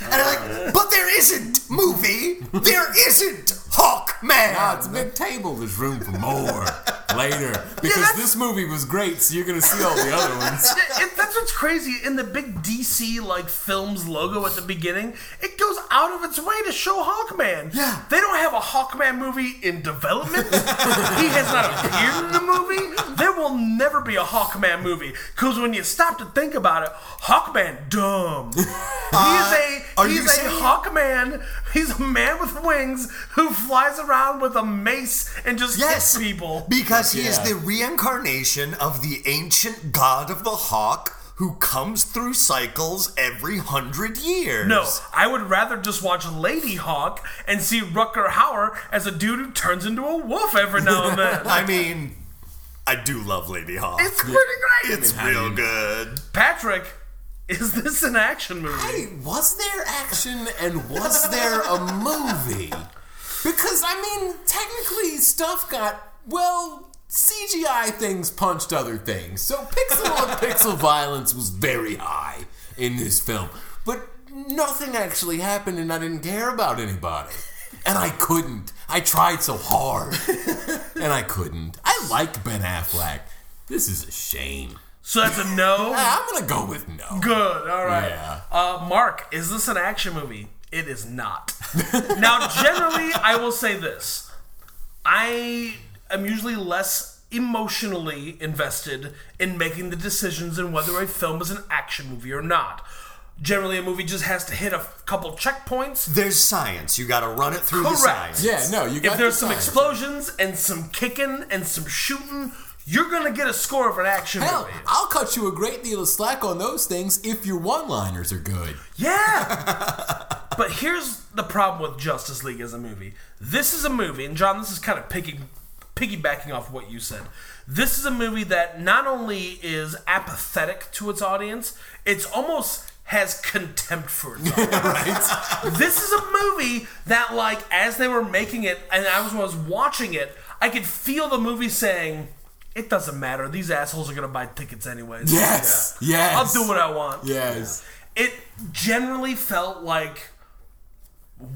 Speaker 2: and I'm like, but there isn't movie. There isn't Hawkman. man.
Speaker 3: Ah, it's a big table. There's room for
Speaker 1: *laughs*
Speaker 3: more later because
Speaker 1: that's-
Speaker 3: this movie was great. So you're gonna see all the other
Speaker 1: *laughs*
Speaker 3: ones.
Speaker 1: It, it- that's what's crazy. In the big DC like films logo at the beginning, it goes out of its way to show Hawkman.
Speaker 3: Yeah.
Speaker 1: they don't have a Hawkman movie in development. *laughs* he has not appeared in the movie. There will never be a Hawkman movie because when you stop to think about it,
Speaker 2: *laughs*
Speaker 1: Hawkman dumb. he's a
Speaker 2: Uh, are you
Speaker 1: he's a
Speaker 2: saying-
Speaker 1: Hawkman. He's a man with wings who flies around with a mace and just
Speaker 2: Yes,
Speaker 1: hits people.
Speaker 2: Because he is
Speaker 3: Yeah.
Speaker 2: the reincarnation of the ancient god of the hawk who comes through cycles every hundred years.
Speaker 1: No, I would rather just watch Lady Hawk and see Rucker Hauer as a dude who turns into a wolf every now and then.
Speaker 2: I mean, I do love Lady Hawk.
Speaker 1: *laughs* it's pretty great.
Speaker 2: It's real good.
Speaker 1: Patrick, is this an action movie?
Speaker 3: Hey, was there action and was there a movie? Because I mean, technically, stuff got well. CGI things punched other things, so pixel
Speaker 2: *laughs*
Speaker 3: on pixel violence was very high in this film. But nothing actually happened, and I didn't care about anybody. And I couldn't. I tried so hard, and I couldn't. I like Ben Affleck. This is a shame. Ah,
Speaker 1: So that's a no.
Speaker 3: I'm gonna go with no.
Speaker 1: Good. All right.
Speaker 3: Yeah.
Speaker 1: Uh, Mark, is this an action movie? It is not. *laughs* now, generally, I will say this. I am usually less emotionally invested in making the decisions in whether a film is an action movie or not. Generally, a movie just has to hit a f- couple checkpoints.
Speaker 2: There's science. You got to run it through
Speaker 1: Correct.
Speaker 2: the science.
Speaker 3: Yeah, no, you got
Speaker 1: If there's
Speaker 3: the
Speaker 1: some
Speaker 3: science.
Speaker 1: explosions and some kicking and some shooting, you're gonna get a score of an action
Speaker 3: Hell,
Speaker 1: movie.
Speaker 3: I'll cut you a great deal of slack on those things if your one-liners are good.
Speaker 1: Yeah.
Speaker 3: *laughs*
Speaker 1: but here's the problem with Justice League as a movie. This is a movie, and John, this is kind of picking, piggybacking off what you said. This is a movie that not only is apathetic to its audience, it's almost has contempt for
Speaker 3: *laughs*
Speaker 1: its audience this is a movie that like as they were making it and I was, was watching it, I could feel the movie saying, It doesn't matter, these assholes are gonna buy tickets anyways.
Speaker 3: Yes, yes.
Speaker 1: I'll do what I want.
Speaker 3: Yes.
Speaker 1: It generally felt like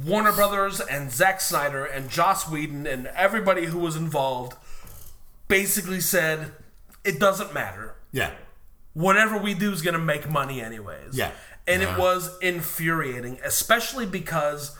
Speaker 1: Warner Brothers and Zack Snyder and Joss Whedon and everybody who was involved basically said, It doesn't matter
Speaker 2: Yeah.
Speaker 1: whatever we do is going to make money anyways.
Speaker 2: Yeah.
Speaker 1: And it was infuriating, especially because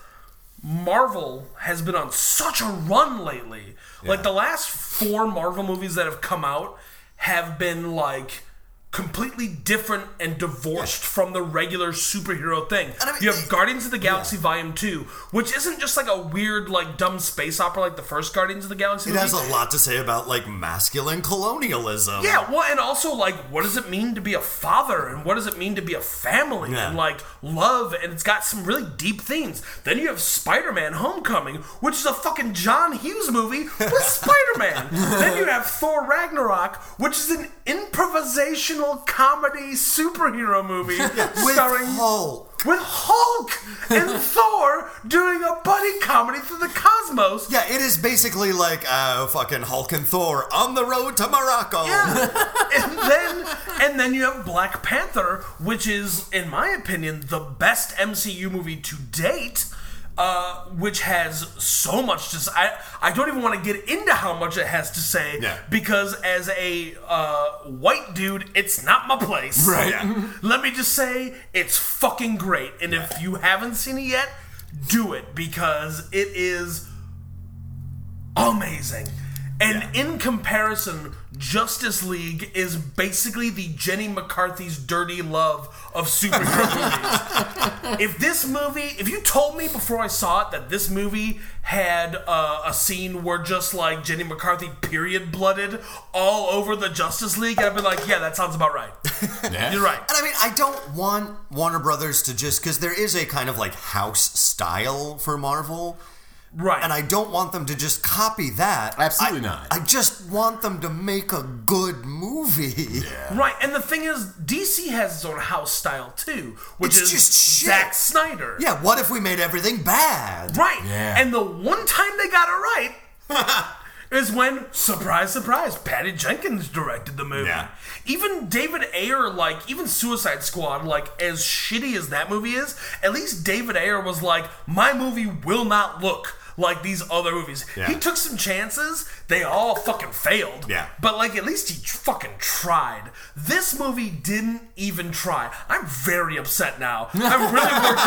Speaker 1: Marvel has been on such a run lately. Like the last four Marvel movies that have come out have been like completely different and divorced from the regular superhero thing.
Speaker 2: And I mean,
Speaker 1: you have
Speaker 2: it-
Speaker 1: Guardians of the Galaxy Volume 2, which isn't just like a weird like dumb space opera like the first Guardians of the Galaxy
Speaker 2: It
Speaker 1: movie.
Speaker 2: has a lot to say about like masculine colonialism.
Speaker 1: Yeah, well, and also like, what does it mean to be a father, and what does it mean to be a family,
Speaker 2: Yeah.
Speaker 1: and like love, and it's got some really deep themes. Then you have Spider-Man: Homecoming, which is a fucking John Hughes
Speaker 2: *laughs*
Speaker 1: movie with Spider-Man. then you have Thor: Ragnarok, which is an improvisational comedy
Speaker 2: *laughs*
Speaker 1: superhero movie
Speaker 2: With
Speaker 1: starring
Speaker 2: Hulk.
Speaker 1: with Hulk and Thor doing a buddy comedy through the cosmos.
Speaker 2: Yeah, it is basically like uh, fucking Hulk and Thor on the road to Morocco.
Speaker 1: Yeah. and then and then you have Black Panther, which is, in my opinion, the best MCU movie to date. Uh, which has so much to say. I, I don't even want to get into how much it has to say
Speaker 2: Yeah.
Speaker 1: because, as a uh, white dude, it's not my place.
Speaker 3: Right.
Speaker 2: Yeah.
Speaker 1: Let me just say, it's fucking great. And if you haven't seen it yet, do it because it is amazing. And in comparison, Justice League is basically the Jenny McCarthy's dirty love of superhero
Speaker 2: *laughs*
Speaker 1: movies. If this movie, if you told me before I saw it that this movie had uh, a scene where just like Jenny McCarthy period blooded all over the Justice League, I'd be like, yeah, that sounds about right.
Speaker 3: Yeah.
Speaker 1: You're right.
Speaker 2: *laughs* And I mean, I don't want Warner Brothers to just because there is a kind of like house style for Marvel,
Speaker 1: Right.
Speaker 2: and I don't want them to just copy that.
Speaker 3: Absolutely
Speaker 2: I-
Speaker 3: not.
Speaker 2: I just want them to make a good movie.
Speaker 1: Right, and the thing is, DC has its own house style too, which
Speaker 2: It's
Speaker 1: is
Speaker 2: just shit.
Speaker 1: Zack Snyder.
Speaker 2: Yeah, what if we made everything bad?
Speaker 1: Right.
Speaker 3: Yeah.
Speaker 1: And the one time they got it right is when, surprise, surprise, Patty Jenkins directed the movie.
Speaker 2: Yeah.
Speaker 1: Even David Ayer, like, even Suicide Squad, like, as shitty as that movie is, at least David Ayer was like, my movie will not look like these other movies.
Speaker 2: Yeah.
Speaker 1: He took some chances. They all fucking failed.
Speaker 2: Yeah.
Speaker 1: But like, at least he tr- fucking tried. This movie didn't even try. I'm very upset now. I'm really worked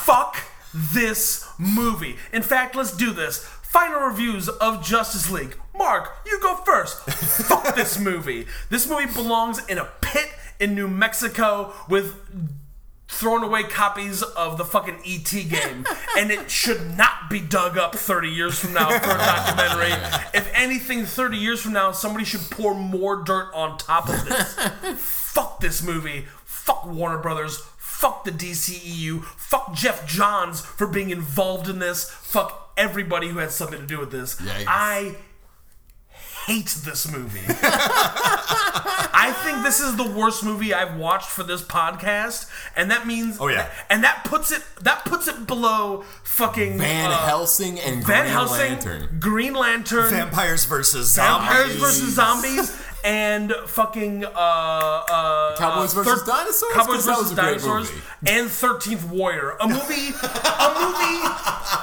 Speaker 2: *laughs*
Speaker 1: Fuck this movie. In fact, let's do this. Final reviews of Justice League. Mark, you go first. Fuck this movie. This movie belongs in a pit in New Mexico with thrown away copies of the fucking ET game, and it should not be dug up 30 years from now for a documentary. If anything, 30 years from now, somebody should pour more dirt on top of this. Fuck this movie. Fuck Warner Brothers. Fuck the DCEU. Fuck Jeff Johns for being involved in this. Fuck everybody who had something to do with this.
Speaker 3: Yikes.
Speaker 1: I hate this movie. *laughs* I think this is the worst movie I've watched for this podcast, and that means
Speaker 2: Oh, yeah.
Speaker 1: and that puts it that puts it below fucking
Speaker 3: Van
Speaker 1: uh,
Speaker 3: Helsing and
Speaker 1: Van
Speaker 3: Green
Speaker 1: Helsing,
Speaker 3: Lantern.
Speaker 1: Green Lantern,
Speaker 2: Vampires versus zombies.
Speaker 1: Vampires versus Zombies, and fucking uh, uh,
Speaker 3: Cowboys
Speaker 1: uh,
Speaker 3: versus
Speaker 1: thir-
Speaker 3: Dinosaurs? 'Cause
Speaker 1: Cowboys
Speaker 3: that
Speaker 1: versus
Speaker 3: was a great
Speaker 1: Dinosaurs,
Speaker 3: movie.
Speaker 1: and Thirteenth Warrior, a movie, a movie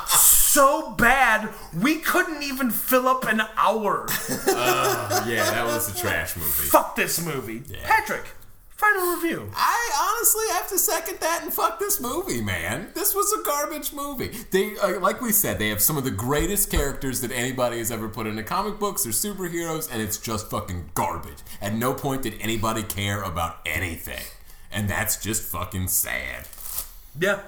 Speaker 1: so bad we couldn't even fill up an hour.
Speaker 3: Yeah, that was a
Speaker 1: *laughs*
Speaker 3: trash movie.
Speaker 1: Fuck this movie, Patrick. Final review.
Speaker 3: I honestly have to second that and fuck this movie, man. This was a garbage movie. They, uh, like we said, they have some of the greatest characters that anybody has ever put into comic books or superheroes, and it's just fucking garbage. At no point did anybody care about anything, and that's just fucking sad.
Speaker 1: Yeah.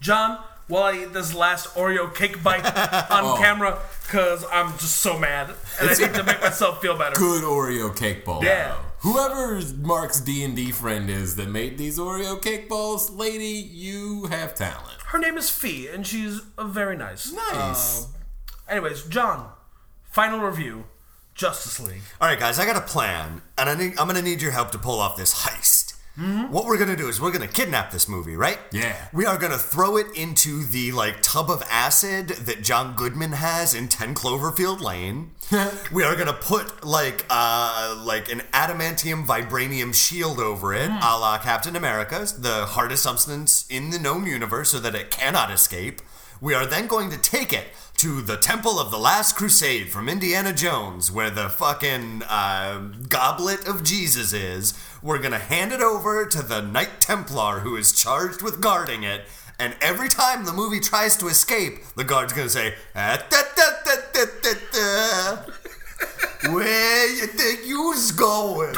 Speaker 1: John, while I eat this last Oreo cake *laughs* bite on camera, because I'm just so mad. And I need to make myself feel better.
Speaker 3: Good Oreo cake ball.
Speaker 1: Yeah.
Speaker 3: Whoever Mark's D and D friend is that made these Oreo cake balls, lady, you have talent.
Speaker 1: Her name is Fee, and she's uh, very nice.
Speaker 3: Nice.
Speaker 1: Anyways, John, final review Justice League.
Speaker 2: All right, guys, I got a plan, and I need, I'm going to need your help to pull off this heist. What we're going to do is we're going to kidnap this movie, right?
Speaker 3: Yeah.
Speaker 2: We are going to throw it into the like tub of acid that John Goodman has in 10 Cloverfield Lane. we are going to put like uh like an adamantium vibranium shield over it, a la Captain America's, the hardest substance in the known universe so that it cannot escape. We are then going to take it to the Temple of the Last Crusade from Indiana Jones, where the fucking uh, goblet of Jesus is. We're gonna hand it over to the Knight Templar who is charged with guarding it. And every time the movie tries to escape, the guard's gonna say, "Ah, da, da, da, da, da, da. Where you think you's going?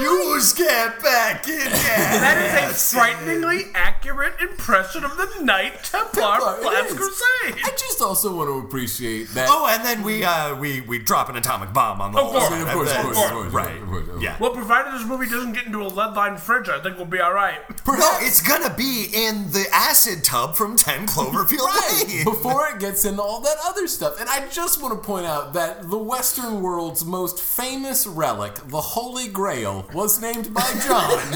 Speaker 2: You's get back in there.
Speaker 1: That is a frighteningly accurate impression of the Knight Templar
Speaker 3: Templar,
Speaker 1: of
Speaker 3: it
Speaker 1: Last
Speaker 3: is.
Speaker 1: Crusade.
Speaker 3: I just also want to appreciate that.
Speaker 2: Oh, and then we uh, we we drop an atomic bomb on the. whole
Speaker 1: course.
Speaker 2: thing.
Speaker 1: I mean,
Speaker 3: of course, of
Speaker 2: That-
Speaker 3: course,
Speaker 2: that-
Speaker 3: of course,
Speaker 2: right?
Speaker 3: of course, of course.
Speaker 2: Yeah.
Speaker 1: Well, provided this movie doesn't get into a lead line fridge, I think we'll be alright.
Speaker 2: No, it's gonna be in the acid tub from Ten
Speaker 3: *laughs*
Speaker 2: Cloverfield Lane.
Speaker 3: before it gets into all that other stuff. And I just want to point out that the Western world's most famous relic, the Holy Grail, was named by John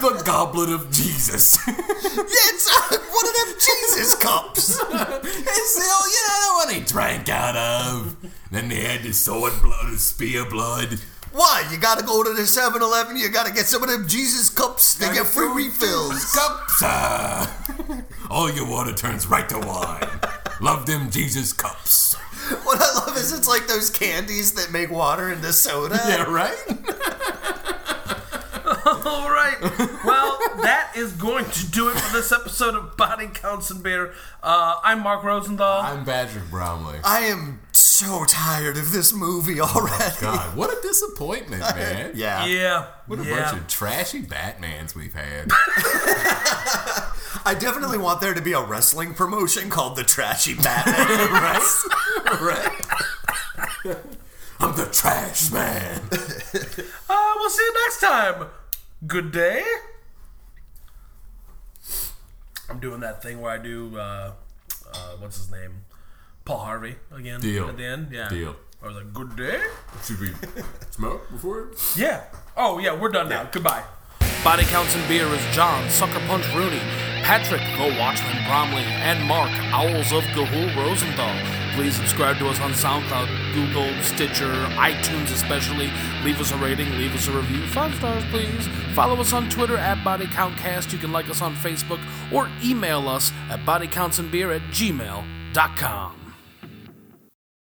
Speaker 3: the Goblet of Jesus. *laughs*
Speaker 2: It's uh, one of them Jesus cups. *laughs*
Speaker 3: it's the old, you know, the one he drank out of. Then they had the sword blood, the spear blood.
Speaker 2: Why? You gotta go to the 7 Eleven, you gotta get some of them Jesus cups to get free refills.
Speaker 3: Cups! ah. All your water turns right to wine. Love them Jesus cups.
Speaker 2: What I love is it's like those candies that make water into soda.
Speaker 3: Yeah, right?
Speaker 1: *laughs* All right. Well, that is going to do it for this episode of Body Counts and Beer. Uh, I'm Mark Rosenthal.
Speaker 3: I'm Patrick Bromley.
Speaker 2: I am so tired of this movie already.
Speaker 3: Oh, God, what a disappointment, man.
Speaker 2: Yeah.
Speaker 1: yeah.
Speaker 3: What a
Speaker 1: yeah.
Speaker 3: bunch of trashy Batmans we've
Speaker 2: *laughs*
Speaker 3: had.
Speaker 2: I definitely want there to be a wrestling promotion called the Trashy Batman. *laughs* right?
Speaker 3: right? I'm the trash man.
Speaker 1: uh, we'll see you next time. Good day. I'm doing that thing where I do uh, uh, what's his name, Paul Harvey again
Speaker 3: Deal.
Speaker 1: at the end. Yeah.
Speaker 3: Deal.
Speaker 1: I was like, good day.
Speaker 3: Should we smoke before?
Speaker 1: Yeah. Oh yeah, we're done now. Goodbye.
Speaker 4: Body Counts and Beer is John Sucker Punch Rooney, Patrick the Watchman Bromley, and Mark Owls of Gahool Rosenthal. please subscribe to us on SoundCloud, Google, Stitcher, iTunes especially. Leave us a rating, leave us a review. Five stars, please. Follow us on Twitter at BodyCountCast. You can like us on Facebook or email us at bodycountsandbeer at gmail.com.